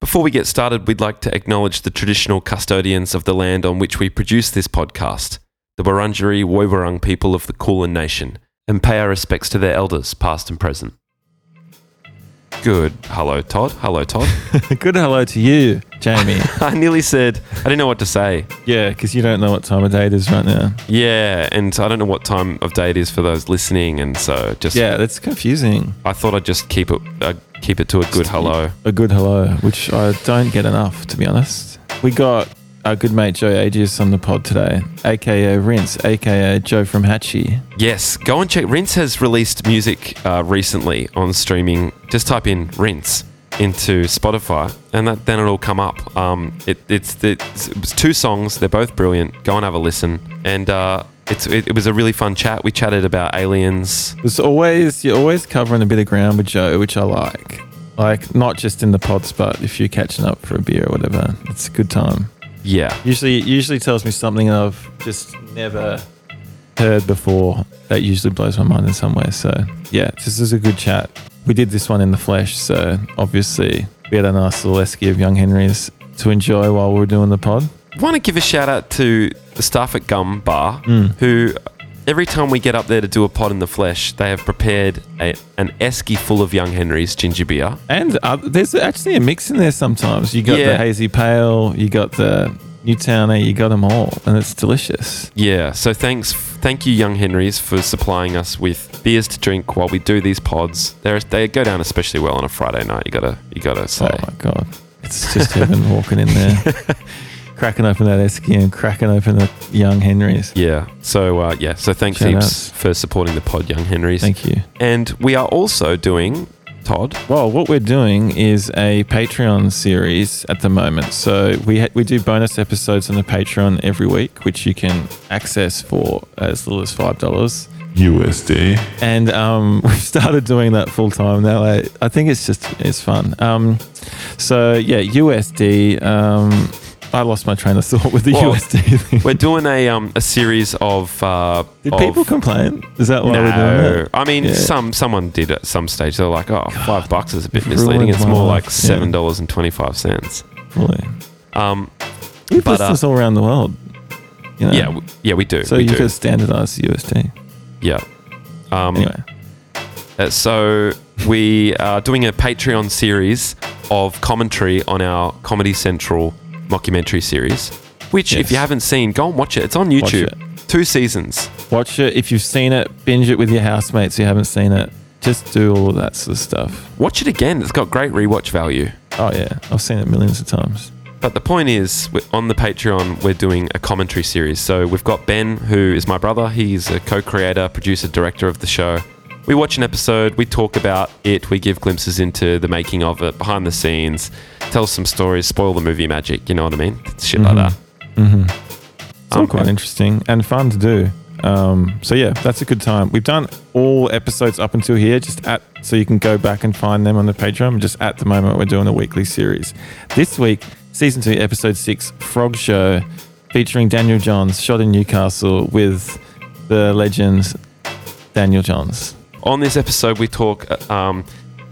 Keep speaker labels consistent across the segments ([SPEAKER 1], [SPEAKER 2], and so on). [SPEAKER 1] Before we get started, we'd like to acknowledge the traditional custodians of the land on which we produce this podcast, the Wurundjeri Woiwurrung people of the Kulin Nation, and pay our respects to their elders, past and present. Good. Hello, Todd. Hello, Todd.
[SPEAKER 2] Good hello to you, Jamie.
[SPEAKER 1] I nearly said, I didn't know what to say.
[SPEAKER 2] yeah, because you don't know what time of day it is right now.
[SPEAKER 1] Yeah, and I don't know what time of day it is for those listening, and so just
[SPEAKER 2] Yeah, that's confusing.
[SPEAKER 1] I thought I'd just keep it uh, keep it to a good hello.
[SPEAKER 2] A good hello, which I don't get enough, to be honest. We got our good mate Joe Aegis on the pod today, aka Rince, aka Joe from Hatchie.
[SPEAKER 1] Yes, go and check. Rinse has released music uh, recently on streaming. Just type in Rinse into Spotify, and that, then it'll come up. Um, it, it's, it's it was two songs. They're both brilliant. Go and have a listen. And uh, it's it, it was a really fun chat. We chatted about aliens.
[SPEAKER 2] It's always you're always covering a bit of ground with Joe, which I like. Like not just in the pods, but if you're catching up for a beer or whatever, it's a good time.
[SPEAKER 1] Yeah,
[SPEAKER 2] Usually, it usually tells me something I've just never heard before. That usually blows my mind in some way. So yeah, this is a good chat. We did this one in the flesh, so obviously we had a nice little esky of Young Henry's to enjoy while we were doing the pod.
[SPEAKER 1] want to give a shout out to the staff at Gum Bar
[SPEAKER 2] Mm.
[SPEAKER 1] who. Every time we get up there to do a pod in the flesh, they have prepared a, an esky full of Young Henry's ginger beer.
[SPEAKER 2] And uh, there's actually a mix in there sometimes. You got
[SPEAKER 1] Yeah.
[SPEAKER 2] the hazy pale, you got the Newtowner, you got them all, and it's delicious.
[SPEAKER 1] Yeah, so thanks, thank you, Young Henrys, for supplying us with beers to drink while we do these pods. They're, they go down especially well on a Friday night. You gotta, you gotta say.
[SPEAKER 2] Oh my god, it's just heaven walking in there, cracking open that esky and cracking open the Young Henry's.
[SPEAKER 1] Yeah. So uh, yeah. So thanks
[SPEAKER 2] Shout
[SPEAKER 1] heaps for supporting the pod, Young Henrys.
[SPEAKER 2] Thank you.
[SPEAKER 1] and we are also doing Todd.
[SPEAKER 2] Well, what we're doing is a Patreon series at the moment. So we ha- we do bonus episodes on the Patreon every week, which you can access for as little as five dollars.
[SPEAKER 3] USD.
[SPEAKER 2] And um, we've started doing that full time now. I, I think it's just it's fun. Um, so yeah, USD. Um, I lost my train of thought with the
[SPEAKER 1] Well,
[SPEAKER 2] USD thing.
[SPEAKER 1] We're doing a um a series of. Uh,
[SPEAKER 2] Did
[SPEAKER 1] of-
[SPEAKER 2] people complain? Is that why we're doing
[SPEAKER 1] No,
[SPEAKER 2] that?
[SPEAKER 1] I mean
[SPEAKER 2] Yeah.
[SPEAKER 1] some someone did at some stage. They're like, oh, five bucks is a bit
[SPEAKER 2] you've
[SPEAKER 1] misleading.
[SPEAKER 2] ruined
[SPEAKER 1] It's
[SPEAKER 2] my
[SPEAKER 1] more
[SPEAKER 2] life."
[SPEAKER 1] like seven dollars and twenty five cents.
[SPEAKER 2] Probably.
[SPEAKER 1] Um,
[SPEAKER 2] We have
[SPEAKER 1] But, uh,
[SPEAKER 2] listeners all around the world. You know?
[SPEAKER 1] yeah, w- yeah, we do.
[SPEAKER 2] So
[SPEAKER 1] we
[SPEAKER 2] you
[SPEAKER 1] do.
[SPEAKER 2] could standardize the USD.
[SPEAKER 1] yeah. Um,
[SPEAKER 2] Anyway.
[SPEAKER 1] Uh, so we are doing a Patreon series of commentary on our Comedy Central mockumentary series, which if
[SPEAKER 2] Yes.
[SPEAKER 1] you haven't seen, go and watch it. It's on
[SPEAKER 2] Watch
[SPEAKER 1] YouTube. Two seasons.
[SPEAKER 2] Watch it. If you've seen it, binge it with your housemates who haven't seen it. Just do all of that sort of stuff.
[SPEAKER 1] Watch it again. It's got great rewatch value.
[SPEAKER 2] Oh, yeah. I've seen it millions of times.
[SPEAKER 1] But the point is, we- on the Patreon, we're doing a commentary series. So we've got Ben, who is my brother. He's a co creator, producer, director of the show. We watch an episode, we talk about it, we give glimpses into the making of it, behind the scenes, tell some stories, spoil the movie magic. You know what I mean? Shit like that.
[SPEAKER 2] Mm-hmm. It's all
[SPEAKER 1] Um,
[SPEAKER 2] quite interesting and fun to do. Um, so, yeah, that's a good time. We've done all episodes up until here, just at so you can go back and find them on the Patreon. Just at the moment, we're doing a weekly series. This week, season two, episode six, Frog Show, featuring Daniel Johns, shot in Newcastle with the legend Daniel Johns.
[SPEAKER 1] On this episode, we talk uh, um,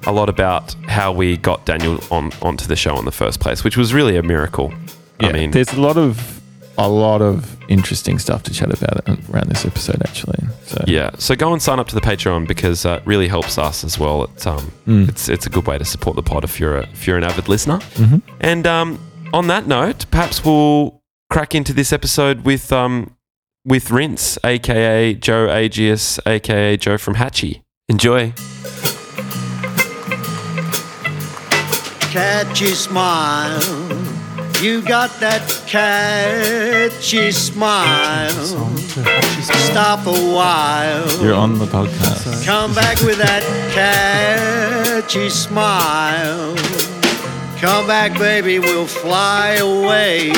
[SPEAKER 1] a lot about how we got Daniel on onto the show in the first place, which was really a miracle. I
[SPEAKER 2] Yeah,
[SPEAKER 1] mean,
[SPEAKER 2] there's a lot of a lot of interesting stuff to chat about around this episode, actually. So
[SPEAKER 1] yeah. So go and sign up to the Patreon because uh, it really helps us as well. It's um,
[SPEAKER 2] Mm.
[SPEAKER 1] it's it's a good way to support the pod if you're a, if you're an avid listener.
[SPEAKER 2] Mhm.
[SPEAKER 1] And um, on that note, perhaps we'll crack into this episode with um, with Rince, aka Joe Agius, aka Joe from Hatchie. Enjoy.
[SPEAKER 4] catchy smile. You got that catchy smile. Stop a while.
[SPEAKER 2] you're on the podcast.
[SPEAKER 4] Come back with that catchy smile. Come back, baby, we'll fly away.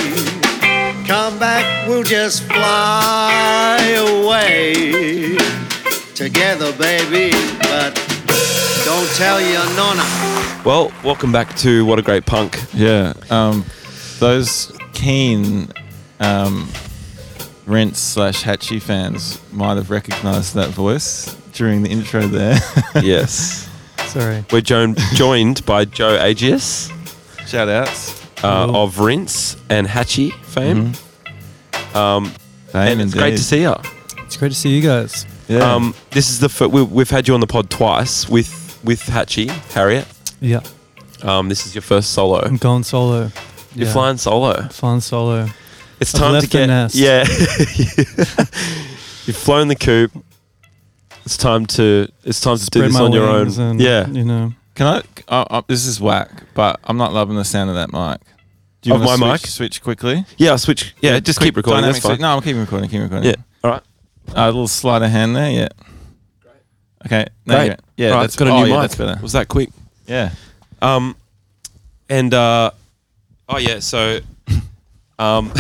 [SPEAKER 4] Come back, we'll just fly away. Together, baby, but don't tell your nonna.
[SPEAKER 1] Well, welcome back to What a Great Punk.
[SPEAKER 2] Yeah, um, those keen um, Rent slash Hatchie fans might have recognised that voice during the intro there.
[SPEAKER 1] Yes.
[SPEAKER 5] Sorry.
[SPEAKER 1] We're joined joined by Joe Agius
[SPEAKER 2] Shout outs.
[SPEAKER 1] uh, of Rinse and Hatchie fame. Um, and it's great to see you.
[SPEAKER 3] It's great to see you guys.
[SPEAKER 2] Yeah.
[SPEAKER 1] Um, this is the fir- we, we've had you on the pod twice with with Hatchie Harriet.
[SPEAKER 3] Yeah,
[SPEAKER 1] Um, this is your first solo.
[SPEAKER 3] I'm going solo.
[SPEAKER 1] You're
[SPEAKER 3] Yeah.
[SPEAKER 1] flying solo.
[SPEAKER 3] Flying solo.
[SPEAKER 1] It's
[SPEAKER 3] I've
[SPEAKER 1] time to
[SPEAKER 3] left the
[SPEAKER 1] get
[SPEAKER 3] nest.
[SPEAKER 1] yeah. You've flown the coop. It's time to it's time to do
[SPEAKER 3] Spread
[SPEAKER 1] this
[SPEAKER 3] my
[SPEAKER 1] on your own.
[SPEAKER 3] wings And,
[SPEAKER 2] Yeah.
[SPEAKER 3] you know.
[SPEAKER 2] Can I? Uh, uh, this is whack, but I'm not loving the sound of that mic. Do
[SPEAKER 1] Of
[SPEAKER 2] wanna
[SPEAKER 1] my
[SPEAKER 2] switch,
[SPEAKER 1] mic?
[SPEAKER 2] Switch quickly.
[SPEAKER 1] Yeah, I'll switch. Yeah, just
[SPEAKER 2] Quick
[SPEAKER 1] keep recording.
[SPEAKER 2] dynamic
[SPEAKER 1] That's fine.
[SPEAKER 2] switch- No, I'm keeping recording. Keep recording. Uh,
[SPEAKER 1] Yeah. All right.
[SPEAKER 2] A little sleight of hand there. Yeah. Okay. No,
[SPEAKER 1] Great.
[SPEAKER 2] you're- Yeah.
[SPEAKER 1] All right,
[SPEAKER 2] that's
[SPEAKER 1] got a
[SPEAKER 2] oh,
[SPEAKER 1] new
[SPEAKER 2] yeah,
[SPEAKER 1] mic.
[SPEAKER 2] That's better.
[SPEAKER 1] Was that quick?
[SPEAKER 2] Yeah.
[SPEAKER 1] Um, and uh, oh yeah, so um,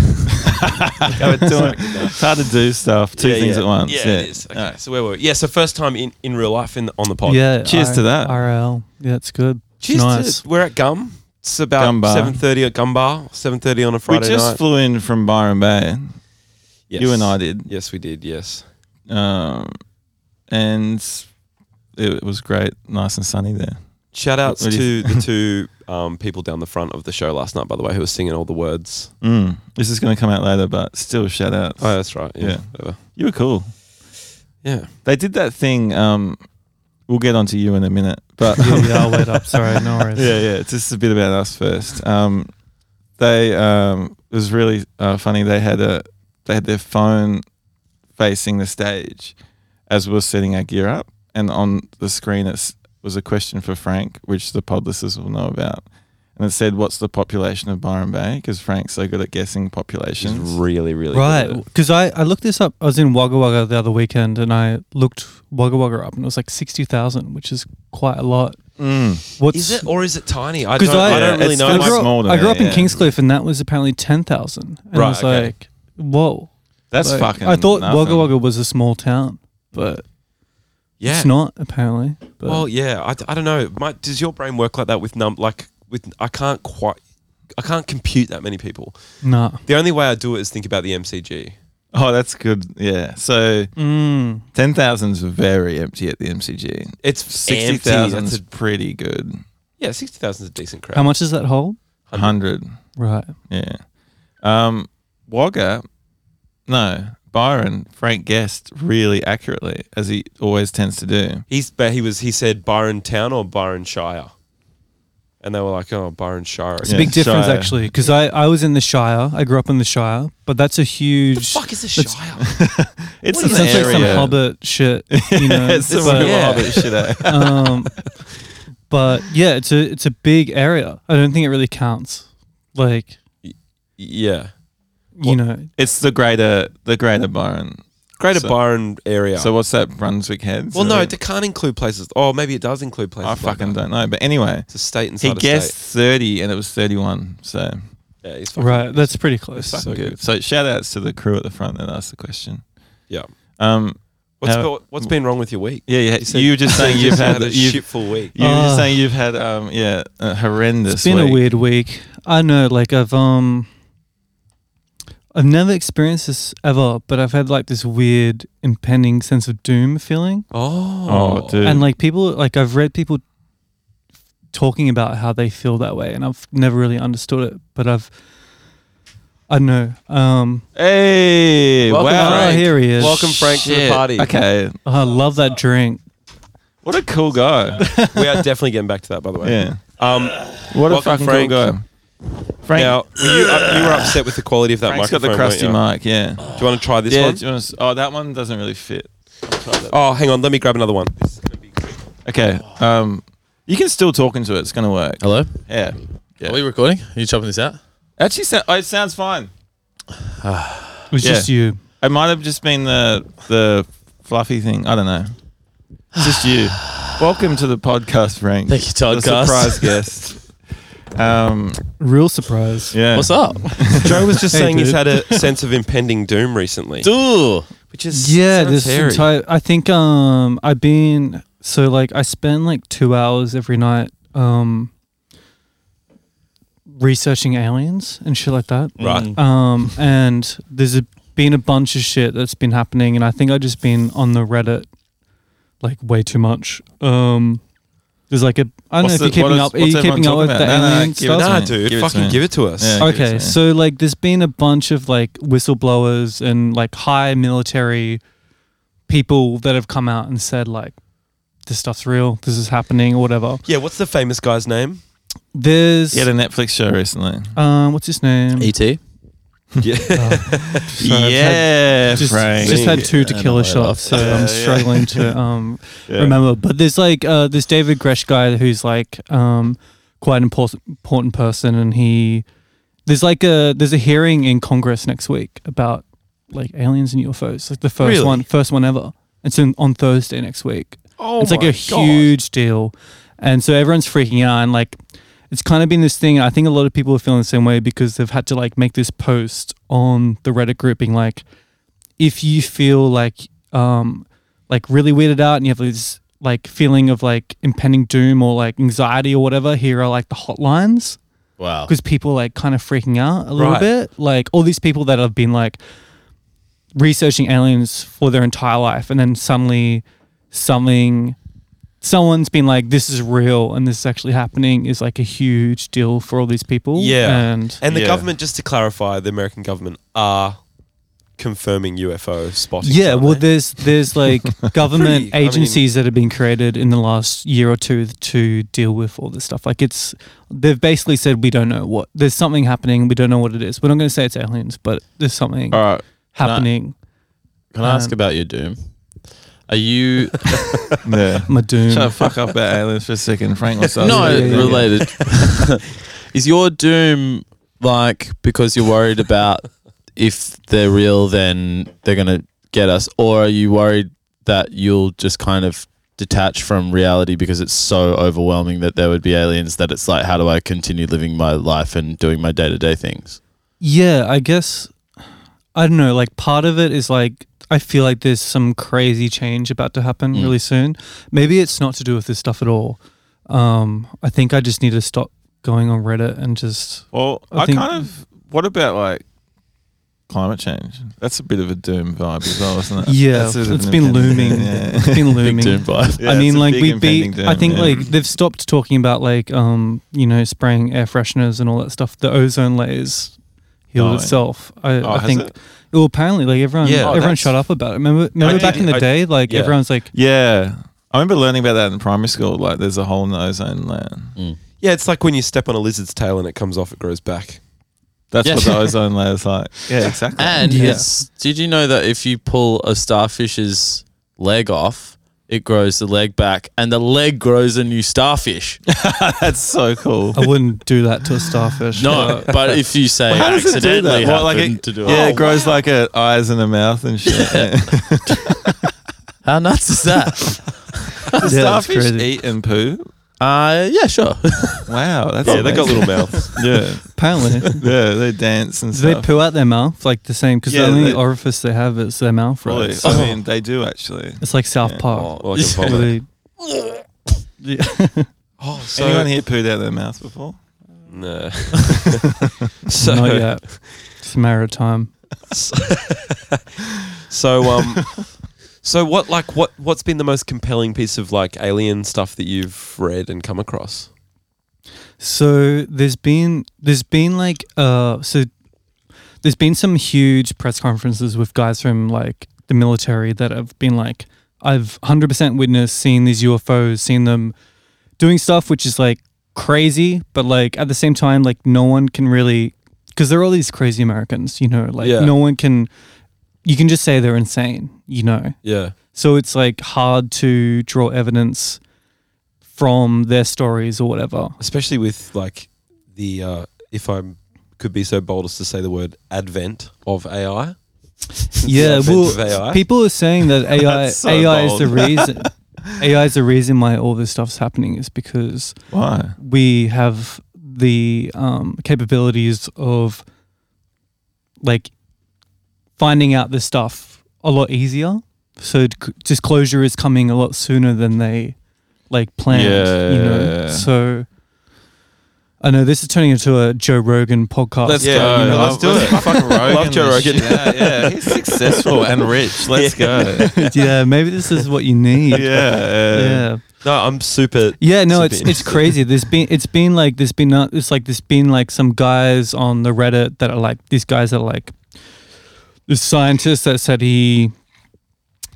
[SPEAKER 2] Go with doing- it's hard to do stuff. Two
[SPEAKER 1] yeah,
[SPEAKER 2] things
[SPEAKER 1] yeah.
[SPEAKER 2] at once.
[SPEAKER 1] Yeah, it is. Okay,
[SPEAKER 2] Alright.
[SPEAKER 1] so where were we? Yeah, so first time in, in real life in the, on the pod.
[SPEAKER 3] Yeah.
[SPEAKER 2] Cheers to that.
[SPEAKER 3] RL. Yeah, it's good. It's
[SPEAKER 1] Cheers to-
[SPEAKER 3] nice.
[SPEAKER 1] we're at Gum. It's about
[SPEAKER 2] Gum Bar.
[SPEAKER 1] seven thirty at Gum Bar. Seven thirty on a
[SPEAKER 2] We
[SPEAKER 1] Friday
[SPEAKER 2] just
[SPEAKER 1] night.
[SPEAKER 2] flew in from Byron Bay.
[SPEAKER 1] Yes.
[SPEAKER 2] You and I did.
[SPEAKER 1] Yes, we did. Yes.
[SPEAKER 2] Um, and it was great. Nice and sunny there.
[SPEAKER 1] Shout outs
[SPEAKER 2] What do
[SPEAKER 1] to
[SPEAKER 2] you-
[SPEAKER 1] the two um, people down the front of the show last night, by the way, who were singing all the words.
[SPEAKER 2] Mm. This is going to come out later, but still, shout out.
[SPEAKER 1] Oh, that's right. Yeah.
[SPEAKER 2] Yeah.
[SPEAKER 1] whatever.
[SPEAKER 2] You were cool.
[SPEAKER 1] Yeah.
[SPEAKER 2] They did that thing. Um, we'll get onto you in a minute, but
[SPEAKER 3] yeah, yeah, I'll wait up. Sorry, no worries.
[SPEAKER 2] yeah, yeah. It's just a bit about us first. Um, they um, it was really uh, funny. They had a they had their phone facing the stage as we were setting our gear up, and on the screen it was a question for Frank, which the pod listeners will know about. And it said, "What's the population of Byron Bay?" Because Frank's so good at guessing
[SPEAKER 1] She's
[SPEAKER 2] populations.
[SPEAKER 1] really, really good at
[SPEAKER 3] Right,
[SPEAKER 1] it.
[SPEAKER 3] because I, I looked this up. I was in Wagga Wagga the other weekend, and I looked Wagga Wagga up, and it was like sixty thousand, which is quite a lot.
[SPEAKER 2] Mm.
[SPEAKER 3] What's
[SPEAKER 1] Is it or is it tiny? I
[SPEAKER 3] 'Cause
[SPEAKER 1] don't, I,
[SPEAKER 3] I-
[SPEAKER 1] don't really
[SPEAKER 2] it's
[SPEAKER 1] know.
[SPEAKER 2] kind
[SPEAKER 1] My-
[SPEAKER 3] I grew, up,
[SPEAKER 2] smaller than
[SPEAKER 3] I grew
[SPEAKER 2] that,
[SPEAKER 3] up in
[SPEAKER 2] yeah.
[SPEAKER 3] Kingscliff, and that was apparently ten thousand. And
[SPEAKER 1] Right,
[SPEAKER 3] I was
[SPEAKER 1] okay.
[SPEAKER 3] like, whoa,
[SPEAKER 2] That's
[SPEAKER 3] Like,
[SPEAKER 2] fucking.
[SPEAKER 3] I thought
[SPEAKER 2] nothing.
[SPEAKER 3] Wagga Wagga was a small town, but
[SPEAKER 1] yeah.
[SPEAKER 3] it's not apparently. But
[SPEAKER 1] Well, yeah. I, d- I don't know. My, does your brain work like that with num? Like with I can't quite. I can't compute that many people.
[SPEAKER 3] nah,
[SPEAKER 1] The only way I do it is think about the MCG.
[SPEAKER 2] Oh, that's good. Yeah. So
[SPEAKER 3] mm,
[SPEAKER 2] ten thousand's very empty at the MCG.
[SPEAKER 1] It's
[SPEAKER 2] Sixty
[SPEAKER 1] sixty
[SPEAKER 2] thousand
[SPEAKER 1] thousand.
[SPEAKER 2] is pretty good.
[SPEAKER 1] Yeah, sixty thousand is a decent crowd.
[SPEAKER 3] how much does that hold?
[SPEAKER 2] Hundred,
[SPEAKER 3] Right,
[SPEAKER 2] yeah. Um, Wagga, no Byron. Frank guessed really accurately, as he always tends to do.
[SPEAKER 1] He's but he was he said Byron Town or Byron Shire, and they were like, oh Byron Shire.
[SPEAKER 3] it's
[SPEAKER 1] again.
[SPEAKER 3] a big difference
[SPEAKER 2] Shire.
[SPEAKER 3] actually, because I I was in the Shire. I grew up in the Shire, but that's a huge.
[SPEAKER 1] What the fuck is a Shire?
[SPEAKER 2] It's
[SPEAKER 1] What
[SPEAKER 2] an
[SPEAKER 1] is
[SPEAKER 3] sounds
[SPEAKER 2] area.
[SPEAKER 3] like some Hobbit shit, you know.
[SPEAKER 2] it's some
[SPEAKER 3] but-
[SPEAKER 2] real
[SPEAKER 1] Yeah.
[SPEAKER 2] Hobbit shit. eh?
[SPEAKER 3] um, but yeah, it's a it's a big area. I don't think it really counts. Like
[SPEAKER 1] yeah,
[SPEAKER 3] you know,
[SPEAKER 2] it's the greater, the greater Byron.
[SPEAKER 1] Greater
[SPEAKER 2] So-
[SPEAKER 1] Byron area.
[SPEAKER 2] So what's that? Brunswick Heads.
[SPEAKER 1] well,
[SPEAKER 2] Is
[SPEAKER 1] no,
[SPEAKER 2] it-
[SPEAKER 1] it can't include places. Oh, maybe it does include places.
[SPEAKER 2] I
[SPEAKER 1] like
[SPEAKER 2] fucking
[SPEAKER 1] that.
[SPEAKER 2] don't know. But anyway,
[SPEAKER 1] It's a state inside
[SPEAKER 2] he
[SPEAKER 1] a
[SPEAKER 2] guessed
[SPEAKER 1] state.
[SPEAKER 2] thirty, and it was thirty-one. So
[SPEAKER 1] Yeah, he's fucking,
[SPEAKER 3] right? That's pretty close.
[SPEAKER 2] fucking good. So shout outs to the crew at the front that asked the question.
[SPEAKER 1] Yeah.
[SPEAKER 2] Um.
[SPEAKER 1] What's,
[SPEAKER 2] How-
[SPEAKER 1] been- what's been wrong with your week?
[SPEAKER 2] Yeah. You,
[SPEAKER 1] You said-
[SPEAKER 2] you were just saying you've had,
[SPEAKER 1] a
[SPEAKER 2] you've,
[SPEAKER 1] shitful week.
[SPEAKER 2] You were
[SPEAKER 3] Ah.
[SPEAKER 2] saying you've had um yeah a horrendous.
[SPEAKER 3] It's been
[SPEAKER 2] week.
[SPEAKER 3] a weird week. I know. Like I've um, I've never experienced this ever, but I've had like this weird impending sense of doom feeling,
[SPEAKER 1] Oh,
[SPEAKER 2] Oh, dude.
[SPEAKER 3] and like people, like I've read people talking about how they feel that way, and I've never really understood it, but I've. I don't know. Um,
[SPEAKER 2] Hey,
[SPEAKER 1] Welcome,
[SPEAKER 2] wow.
[SPEAKER 3] oh,
[SPEAKER 1] Frank.
[SPEAKER 3] here he is.
[SPEAKER 1] Welcome, Frank, to the
[SPEAKER 2] Shit.
[SPEAKER 1] party.
[SPEAKER 2] Okay,
[SPEAKER 3] Oh, I love that drink.
[SPEAKER 2] what a cool guy.
[SPEAKER 1] we are definitely getting back to that, by the way.
[SPEAKER 2] yeah,
[SPEAKER 1] Um,
[SPEAKER 2] what
[SPEAKER 1] Welcome,
[SPEAKER 2] a fucking
[SPEAKER 1] Frank.
[SPEAKER 2] cool guy. Frank,
[SPEAKER 1] now, were you, up, you were upset with the quality of that
[SPEAKER 2] Frank's got
[SPEAKER 1] microphone.
[SPEAKER 2] the crusty
[SPEAKER 1] weren't
[SPEAKER 2] mic. Yeah,
[SPEAKER 1] you? Do you want to try this
[SPEAKER 2] yeah.
[SPEAKER 1] one?
[SPEAKER 2] do you wanna s- oh, that one doesn't really fit.
[SPEAKER 1] Oh, hang on. Let me grab another one.
[SPEAKER 2] Okay, um, you can still talk into it. It's gonna work.
[SPEAKER 3] Oh.
[SPEAKER 5] Hello?
[SPEAKER 2] Yeah,
[SPEAKER 5] Are we recording? Are you chopping this out?
[SPEAKER 2] actually, so, oh, it sounds fine.
[SPEAKER 3] It was
[SPEAKER 2] Yeah.
[SPEAKER 3] just you.
[SPEAKER 2] It might have just been the the fluffy thing. I don't know. It's just you. Welcome to the podcast, Frank.
[SPEAKER 5] Thank you,
[SPEAKER 2] The
[SPEAKER 5] Toddcast.
[SPEAKER 2] surprise guest. Um,
[SPEAKER 3] Real surprise.
[SPEAKER 2] yeah.
[SPEAKER 5] What's up?
[SPEAKER 1] Joe was just
[SPEAKER 3] Hey,
[SPEAKER 1] saying he's
[SPEAKER 3] dude.
[SPEAKER 1] had a sense of impending doom recently,
[SPEAKER 5] Dude.
[SPEAKER 1] which is
[SPEAKER 3] Yeah,
[SPEAKER 1] sounds
[SPEAKER 3] this
[SPEAKER 1] hairy.
[SPEAKER 3] entire I think um I've been so like I spend like 2 hours every night um researching aliens and shit like that.
[SPEAKER 1] Right.
[SPEAKER 3] Um and there's a, been a bunch of shit that's been happening and I think I just been on the Reddit like way too much. Um There's like a I don't
[SPEAKER 2] What's
[SPEAKER 3] know if
[SPEAKER 2] the-
[SPEAKER 3] you're keeping
[SPEAKER 2] what is-
[SPEAKER 3] up. Are you
[SPEAKER 2] what's everyone
[SPEAKER 3] keeping up
[SPEAKER 2] talking
[SPEAKER 3] with the
[SPEAKER 2] about? No, no,
[SPEAKER 3] alien
[SPEAKER 2] give it
[SPEAKER 3] stuff?
[SPEAKER 2] to
[SPEAKER 1] Nah,
[SPEAKER 2] me.
[SPEAKER 1] dude,
[SPEAKER 2] Give it to
[SPEAKER 1] fucking
[SPEAKER 2] me.
[SPEAKER 1] give it to us.
[SPEAKER 2] Yeah. think
[SPEAKER 3] Okay,
[SPEAKER 2] so.
[SPEAKER 3] so like there's been a bunch of like whistleblowers and like high military people that have come out and said like this stuff's real, this is happening or whatever.
[SPEAKER 1] Yeah, what's the famous guy's name?
[SPEAKER 3] There's
[SPEAKER 2] He had a Netflix show recently.
[SPEAKER 3] um what's his name?
[SPEAKER 5] ET.
[SPEAKER 1] Yeah.
[SPEAKER 3] Sorry, I've had- just,
[SPEAKER 2] Frank.
[SPEAKER 3] just had two tequila
[SPEAKER 5] Yeah, I know, I
[SPEAKER 3] shots, so
[SPEAKER 1] Yeah, yeah.
[SPEAKER 3] I'm struggling to um
[SPEAKER 2] Yeah.
[SPEAKER 3] remember. But there's like uh, this David Gresh guy who's like um, quite an important important person, and he there's like a there's a hearing in Congress next week about like aliens and UFOs, like the first
[SPEAKER 1] Really?
[SPEAKER 3] one first one ever. It's in, on Thursday next week.
[SPEAKER 1] Oh,
[SPEAKER 3] it's like a huge deal, and so everyone's freaking out and like. It's kind of been this thing. I think a lot of people are feeling the same way because they've had to like make this post on the Reddit group, being like, if you feel like um like really weirded out and you have this like feeling of like impending doom or like anxiety or whatever, here are like the hotlines
[SPEAKER 5] Wow.
[SPEAKER 3] because people are like kind of freaking out a little
[SPEAKER 1] Right.
[SPEAKER 3] bit. Like all these people that have been like researching aliens for their entire life and then suddenly something someone's been like this is real and this is actually happening is like a huge deal for all these people.
[SPEAKER 1] Yeah.
[SPEAKER 3] And
[SPEAKER 1] And the
[SPEAKER 2] Yeah.
[SPEAKER 1] government, just to clarify, the American government are confirming UFO spotting.
[SPEAKER 3] Yeah, well, there's there's like government
[SPEAKER 1] Pretty- I mean-
[SPEAKER 3] agencies that have been created in the last year or two to deal with all this stuff. Like it's they've basically said we don't know what there's something happening. We don't know what it is. We're not going to say it's aliens, but there's something
[SPEAKER 1] Uh,
[SPEAKER 2] All right.
[SPEAKER 3] happening.
[SPEAKER 5] Can I ask
[SPEAKER 3] Um,
[SPEAKER 5] about your doom? Are you
[SPEAKER 2] Yeah.
[SPEAKER 3] Madoon.
[SPEAKER 2] Trying to fuck up that aliens for a second. Frank was
[SPEAKER 5] no
[SPEAKER 3] yeah, yeah.
[SPEAKER 5] related? Is your doom like because you're worried about if they're real, then they're gonna get us, or are you worried that you'll just kind of detach from reality because it's so overwhelming that there would be aliens that it's like, how do I continue living my life and doing my day to day things?
[SPEAKER 3] Yeah, I guess I don't know. Like part of it is like I feel like there's some crazy change about to happen
[SPEAKER 5] Mm.
[SPEAKER 3] really soon. Maybe it's not to do with this stuff at all. Um, I think I just need to stop going on Reddit and just
[SPEAKER 2] Well,
[SPEAKER 3] I
[SPEAKER 2] I,
[SPEAKER 3] think-
[SPEAKER 2] kind of. What about like climate change? That's a bit of a doom vibe as well, isn't it?
[SPEAKER 3] Yeah,
[SPEAKER 2] That's sort of
[SPEAKER 3] it's
[SPEAKER 2] an
[SPEAKER 3] been
[SPEAKER 2] impending-
[SPEAKER 3] looming.
[SPEAKER 2] Yeah.
[SPEAKER 3] It's been
[SPEAKER 5] Big doom
[SPEAKER 3] looming.
[SPEAKER 5] vibe.
[SPEAKER 2] Yeah,
[SPEAKER 3] I
[SPEAKER 2] it's
[SPEAKER 3] mean,
[SPEAKER 2] a
[SPEAKER 3] like
[SPEAKER 2] big
[SPEAKER 3] we
[SPEAKER 2] impending
[SPEAKER 3] beat.
[SPEAKER 2] doom,
[SPEAKER 3] I think
[SPEAKER 2] yeah.
[SPEAKER 3] like they've stopped talking about like um you know spraying air fresheners and all that stuff. The ozone layers healed
[SPEAKER 2] Oh,
[SPEAKER 3] itself. I,
[SPEAKER 2] Oh,
[SPEAKER 3] I
[SPEAKER 2] has
[SPEAKER 3] think.
[SPEAKER 2] it? Oh,
[SPEAKER 3] Well, apparently, like everyone,
[SPEAKER 1] Yeah,
[SPEAKER 3] everyone
[SPEAKER 1] that's-
[SPEAKER 3] shut up about it. Remember, remember
[SPEAKER 1] did-
[SPEAKER 3] back in the
[SPEAKER 1] I-
[SPEAKER 3] day, like
[SPEAKER 1] yeah.
[SPEAKER 3] everyone's like,
[SPEAKER 2] Yeah. I remember learning about that in primary school. Like, there's a hole in the ozone layer.
[SPEAKER 1] yeah, it's like when you step on a lizard's tail and it comes off, it grows back.
[SPEAKER 2] That's
[SPEAKER 5] Yeah.
[SPEAKER 2] what the ozone layer's like. Yeah, exactly.
[SPEAKER 5] And
[SPEAKER 3] Yeah.
[SPEAKER 5] it's, did you know that if you pull a starfish's leg off, it grows the leg back, and the leg grows a new starfish.
[SPEAKER 2] That's so cool.
[SPEAKER 3] I wouldn't do that to a starfish.
[SPEAKER 5] No, but if you say
[SPEAKER 2] How does it do that?
[SPEAKER 5] accidentally
[SPEAKER 2] What, like
[SPEAKER 5] happened
[SPEAKER 2] it-
[SPEAKER 5] to do
[SPEAKER 2] Yeah,
[SPEAKER 5] it,
[SPEAKER 2] it grows like a eyes and a mouth and shit.
[SPEAKER 5] how nuts is that?
[SPEAKER 2] Does
[SPEAKER 3] Yeah, that's
[SPEAKER 2] starfish
[SPEAKER 3] crazy.
[SPEAKER 2] eat and poo?
[SPEAKER 5] uh, yeah, sure.
[SPEAKER 2] Wow, that's
[SPEAKER 1] Yeah, they got
[SPEAKER 2] amazing.
[SPEAKER 1] little mouths.
[SPEAKER 2] yeah,
[SPEAKER 3] apparently,
[SPEAKER 2] yeah, they dance and
[SPEAKER 3] do they
[SPEAKER 2] stuff.
[SPEAKER 3] poo out their mouth like the same? Because
[SPEAKER 2] Yeah,
[SPEAKER 3] the only
[SPEAKER 2] they-
[SPEAKER 3] orifice they have is their mouth, right?
[SPEAKER 2] Really?
[SPEAKER 3] So
[SPEAKER 2] I mean, they do actually.
[SPEAKER 3] it's like South
[SPEAKER 2] Yeah.
[SPEAKER 1] Oh,
[SPEAKER 3] Park.
[SPEAKER 1] like a
[SPEAKER 3] Where
[SPEAKER 1] vomit.
[SPEAKER 3] they- Yeah.
[SPEAKER 1] Oh, so
[SPEAKER 2] Anyone here pooed out their mouth before?
[SPEAKER 1] No. so
[SPEAKER 3] Not yet. It's a matter of time.
[SPEAKER 1] so um, so what like what what's been the most compelling piece of like alien stuff that you've read and come across?
[SPEAKER 3] So there's been there's been like uh so there's been some huge press conferences with guys from like the military that have been like I've 100% witnessed seeing these UFOs, seen them doing stuff which is like crazy, but like at the same time like no one can really cuz they're all these crazy Americans, you know, like
[SPEAKER 1] Yeah.
[SPEAKER 3] no one can you can just say they're insane, you know.
[SPEAKER 1] Yeah.
[SPEAKER 3] So it's like hard to draw evidence from their stories or whatever.
[SPEAKER 1] especially with like the uh, if I could be so bold as to say the word advent of AI.
[SPEAKER 3] Yeah,
[SPEAKER 1] The advent of
[SPEAKER 3] well,
[SPEAKER 1] AI.
[SPEAKER 3] people are saying that AI
[SPEAKER 2] That's so
[SPEAKER 3] AI is
[SPEAKER 2] bold.
[SPEAKER 3] the reason AI is the reason why all this stuff's happening is because
[SPEAKER 2] Why?
[SPEAKER 3] we have the um, capabilities of like finding out this stuff a lot easier. So d- disclosure is coming a lot sooner than they like planned. You know,
[SPEAKER 2] Yeah.
[SPEAKER 3] so. I know this is turning into a Joe Rogan podcast.
[SPEAKER 2] Let's
[SPEAKER 1] Yeah,
[SPEAKER 2] go.
[SPEAKER 1] you know,
[SPEAKER 2] Let's do it. Fucking Rogan.
[SPEAKER 1] Love Joe
[SPEAKER 2] and
[SPEAKER 1] Rogan.
[SPEAKER 2] shit. Yeah, yeah, he's
[SPEAKER 1] Oh,
[SPEAKER 2] successful and rich. Let's go.
[SPEAKER 3] yeah, maybe this is what you need.
[SPEAKER 2] Yeah.
[SPEAKER 3] yeah.
[SPEAKER 1] No, I'm super.
[SPEAKER 3] Yeah, no,
[SPEAKER 1] super
[SPEAKER 3] it's it's
[SPEAKER 1] interested.
[SPEAKER 3] crazy. There's been it's been like there's been not it's like there's been like some guys on the Reddit that are like these guys are like the scientist that said he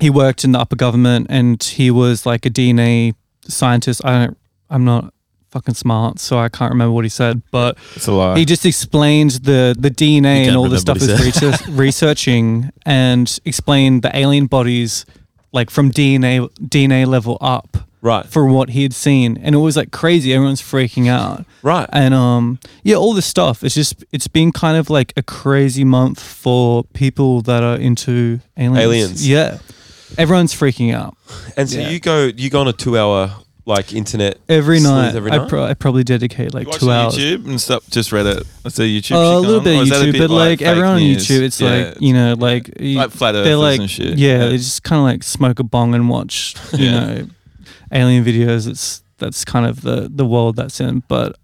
[SPEAKER 3] he worked in the upper government and he was like a DNA scientist. I don't I'm not fucking smart, so I can't remember what he said, but
[SPEAKER 2] It's a lie.
[SPEAKER 3] he just explained the the DNA
[SPEAKER 5] can't
[SPEAKER 3] and all the stuff
[SPEAKER 5] remember
[SPEAKER 3] he's
[SPEAKER 5] what he
[SPEAKER 3] research, researching, and explained the alien bodies like from DNA DNA level up
[SPEAKER 1] Right.
[SPEAKER 3] for what he had seen, and it was like crazy. Everyone's freaking out,
[SPEAKER 1] Right.
[SPEAKER 3] and um, yeah, all this stuff. It's just it's been kind of like a crazy month for people that are into aliens.
[SPEAKER 1] Aliens.
[SPEAKER 3] yeah. Everyone's freaking out
[SPEAKER 1] And so
[SPEAKER 3] Yeah.
[SPEAKER 1] you go you go on a two hour like internet
[SPEAKER 3] every
[SPEAKER 1] sleuth
[SPEAKER 3] night.
[SPEAKER 1] Every
[SPEAKER 3] I,
[SPEAKER 1] night?
[SPEAKER 3] pro- I probably dedicate like
[SPEAKER 2] You watch
[SPEAKER 3] two hours.
[SPEAKER 2] YouTube and stuff. Just read it. That's a YouTube.
[SPEAKER 3] Uh, a
[SPEAKER 2] shit
[SPEAKER 3] little
[SPEAKER 2] going
[SPEAKER 3] bit
[SPEAKER 2] on? Or
[SPEAKER 3] of
[SPEAKER 2] is that a
[SPEAKER 3] YouTube,
[SPEAKER 2] bit
[SPEAKER 3] but like,
[SPEAKER 2] like fake
[SPEAKER 3] everyone
[SPEAKER 2] news?
[SPEAKER 3] on YouTube, it's
[SPEAKER 2] Yeah,
[SPEAKER 3] like
[SPEAKER 2] it's-
[SPEAKER 3] you know, like you-
[SPEAKER 2] Like flat
[SPEAKER 3] they're
[SPEAKER 2] earthers
[SPEAKER 3] like
[SPEAKER 2] and shit.
[SPEAKER 3] yeah,
[SPEAKER 2] Yeah.
[SPEAKER 3] they just kind of like smoke a bong and watch you
[SPEAKER 2] Yeah.
[SPEAKER 3] know alien videos. It's that's kind of the the world that's in. But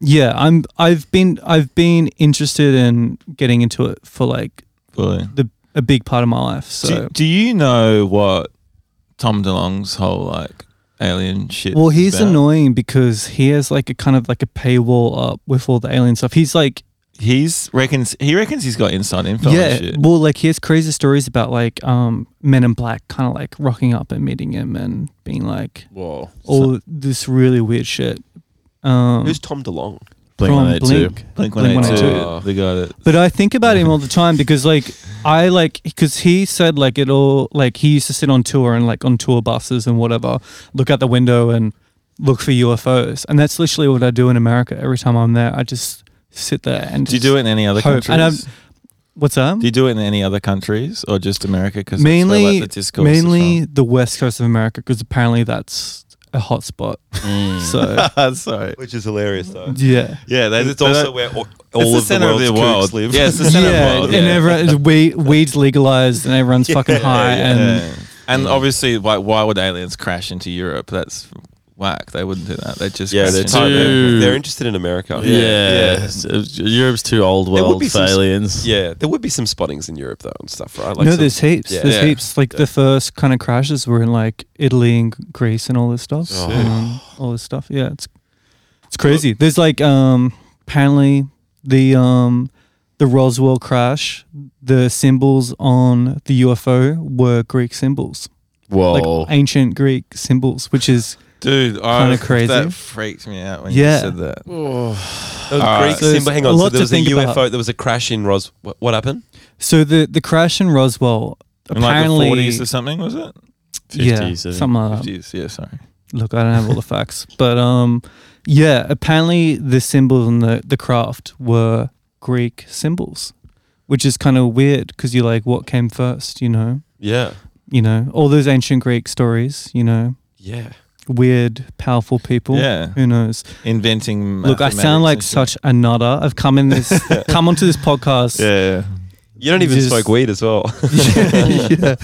[SPEAKER 3] yeah, I'm I've been I've been interested in getting into it for like
[SPEAKER 2] Fully.
[SPEAKER 3] the a big part of my life.
[SPEAKER 2] Do,
[SPEAKER 3] So
[SPEAKER 2] do you know what Tom DeLong's whole like alien shit?
[SPEAKER 3] well,
[SPEAKER 2] is
[SPEAKER 3] he's
[SPEAKER 2] about?
[SPEAKER 3] annoying because he has like a kind of like a paywall up with all the alien stuff. He's like
[SPEAKER 2] He's reckons he reckons he's got inside info.
[SPEAKER 3] yeah,
[SPEAKER 2] and shit.
[SPEAKER 3] well, like he has crazy stories about like um, Men in Black, kind of like rocking up and meeting him and being like
[SPEAKER 5] Whoa.
[SPEAKER 3] all this really weird shit. Um,
[SPEAKER 1] Who's Tom Uh, DeLong?
[SPEAKER 5] Blink
[SPEAKER 3] from
[SPEAKER 5] 182.
[SPEAKER 3] Blink.
[SPEAKER 2] Blink One Eight Two,
[SPEAKER 1] 182.
[SPEAKER 2] the guy that
[SPEAKER 3] But I think about him all the time because like I like because he said like it all like he used to sit on tour and like on tour buses and whatever, look out the window and look for UFOs, and that's literally what I do in America. Every time I'm there, I just sit there and
[SPEAKER 2] Do you do it in any other
[SPEAKER 3] Hope.
[SPEAKER 2] countries?
[SPEAKER 3] And I'm- What's up?
[SPEAKER 2] do you do it in any other countries or just America? Because
[SPEAKER 3] mainly
[SPEAKER 2] the discourse is
[SPEAKER 3] mainly the west coast of America because apparently that's a hot spot.
[SPEAKER 2] Mm.
[SPEAKER 3] So
[SPEAKER 2] from. Sorry.
[SPEAKER 1] Which is hilarious though.
[SPEAKER 3] yeah.
[SPEAKER 2] Yeah, they,
[SPEAKER 1] It's also where all, all of the world's kooks live.
[SPEAKER 2] Yeah, it's the center
[SPEAKER 3] Yeah,
[SPEAKER 2] of the world.
[SPEAKER 3] and
[SPEAKER 2] yeah.
[SPEAKER 3] everyone, we, weed's legalized and everyone's fucking high. And
[SPEAKER 2] Yeah. And obviously, like, why would aliens crash into Europe? That's whack. They wouldn't do that. They just
[SPEAKER 1] Yeah,
[SPEAKER 2] crash
[SPEAKER 1] they're,
[SPEAKER 2] into
[SPEAKER 5] tight.
[SPEAKER 1] tired. They're,
[SPEAKER 5] Dude.
[SPEAKER 1] they're interested in America.
[SPEAKER 5] Yeah. S- uh, Europe's too old
[SPEAKER 1] would
[SPEAKER 5] world
[SPEAKER 1] be
[SPEAKER 5] for
[SPEAKER 1] some s-
[SPEAKER 5] aliens.
[SPEAKER 1] Yeah, there would be some spottings in Europe though and stuff, right? Like
[SPEAKER 3] no,
[SPEAKER 1] some-
[SPEAKER 3] there's heaps.
[SPEAKER 1] yeah.
[SPEAKER 3] There's
[SPEAKER 2] Yeah.
[SPEAKER 3] heaps. Like the first kind of crashes were in like Italy and G- Greece and all this stuff.
[SPEAKER 1] Oh.
[SPEAKER 3] And, um, all this stuff. Yeah, it's it's crazy. There's like um apparently the um the Roswell crash. The symbols on the UFO were Greek symbols.
[SPEAKER 5] Whoa.
[SPEAKER 2] Oh.
[SPEAKER 3] like ancient Greek symbols, which is
[SPEAKER 2] Dude,
[SPEAKER 3] Kinda crazy.
[SPEAKER 2] That freaked me out when you
[SPEAKER 3] Yeah.
[SPEAKER 2] said that.
[SPEAKER 1] There was a
[SPEAKER 2] All
[SPEAKER 1] Greek
[SPEAKER 2] right.
[SPEAKER 3] Uh, So
[SPEAKER 1] symbol.
[SPEAKER 3] it's
[SPEAKER 1] Hang
[SPEAKER 3] a
[SPEAKER 1] on. So
[SPEAKER 3] lot
[SPEAKER 1] there
[SPEAKER 3] to
[SPEAKER 1] was a
[SPEAKER 3] think
[SPEAKER 1] UFO.
[SPEAKER 3] about.
[SPEAKER 1] There was a crash in Ros. What, what happened?
[SPEAKER 3] so the the crash in Roswell
[SPEAKER 2] In like the
[SPEAKER 3] apparently Uh-huh.
[SPEAKER 2] forties or something, was it?
[SPEAKER 3] yeah
[SPEAKER 5] 50s, I think.
[SPEAKER 3] something like that.
[SPEAKER 2] Fifties, yeah, sorry.
[SPEAKER 3] Look, I don't have all the facts, but um, yeah, apparently the symbols and the the craft were Greek symbols, which is kind of weird because you're like, what came first? You know,
[SPEAKER 1] Yeah.
[SPEAKER 3] you know, all those ancient Greek stories. You know,
[SPEAKER 1] Yeah.
[SPEAKER 3] weird, powerful people.
[SPEAKER 2] Yeah.
[SPEAKER 3] Who knows?
[SPEAKER 2] Inventing
[SPEAKER 3] Look, I sound like
[SPEAKER 2] mathematics and
[SPEAKER 3] such a nutter. I've come in this, come onto this podcast.
[SPEAKER 2] shit. Yeah.
[SPEAKER 1] You don't even
[SPEAKER 3] Just-
[SPEAKER 1] smoke weed as well.
[SPEAKER 3] yeah,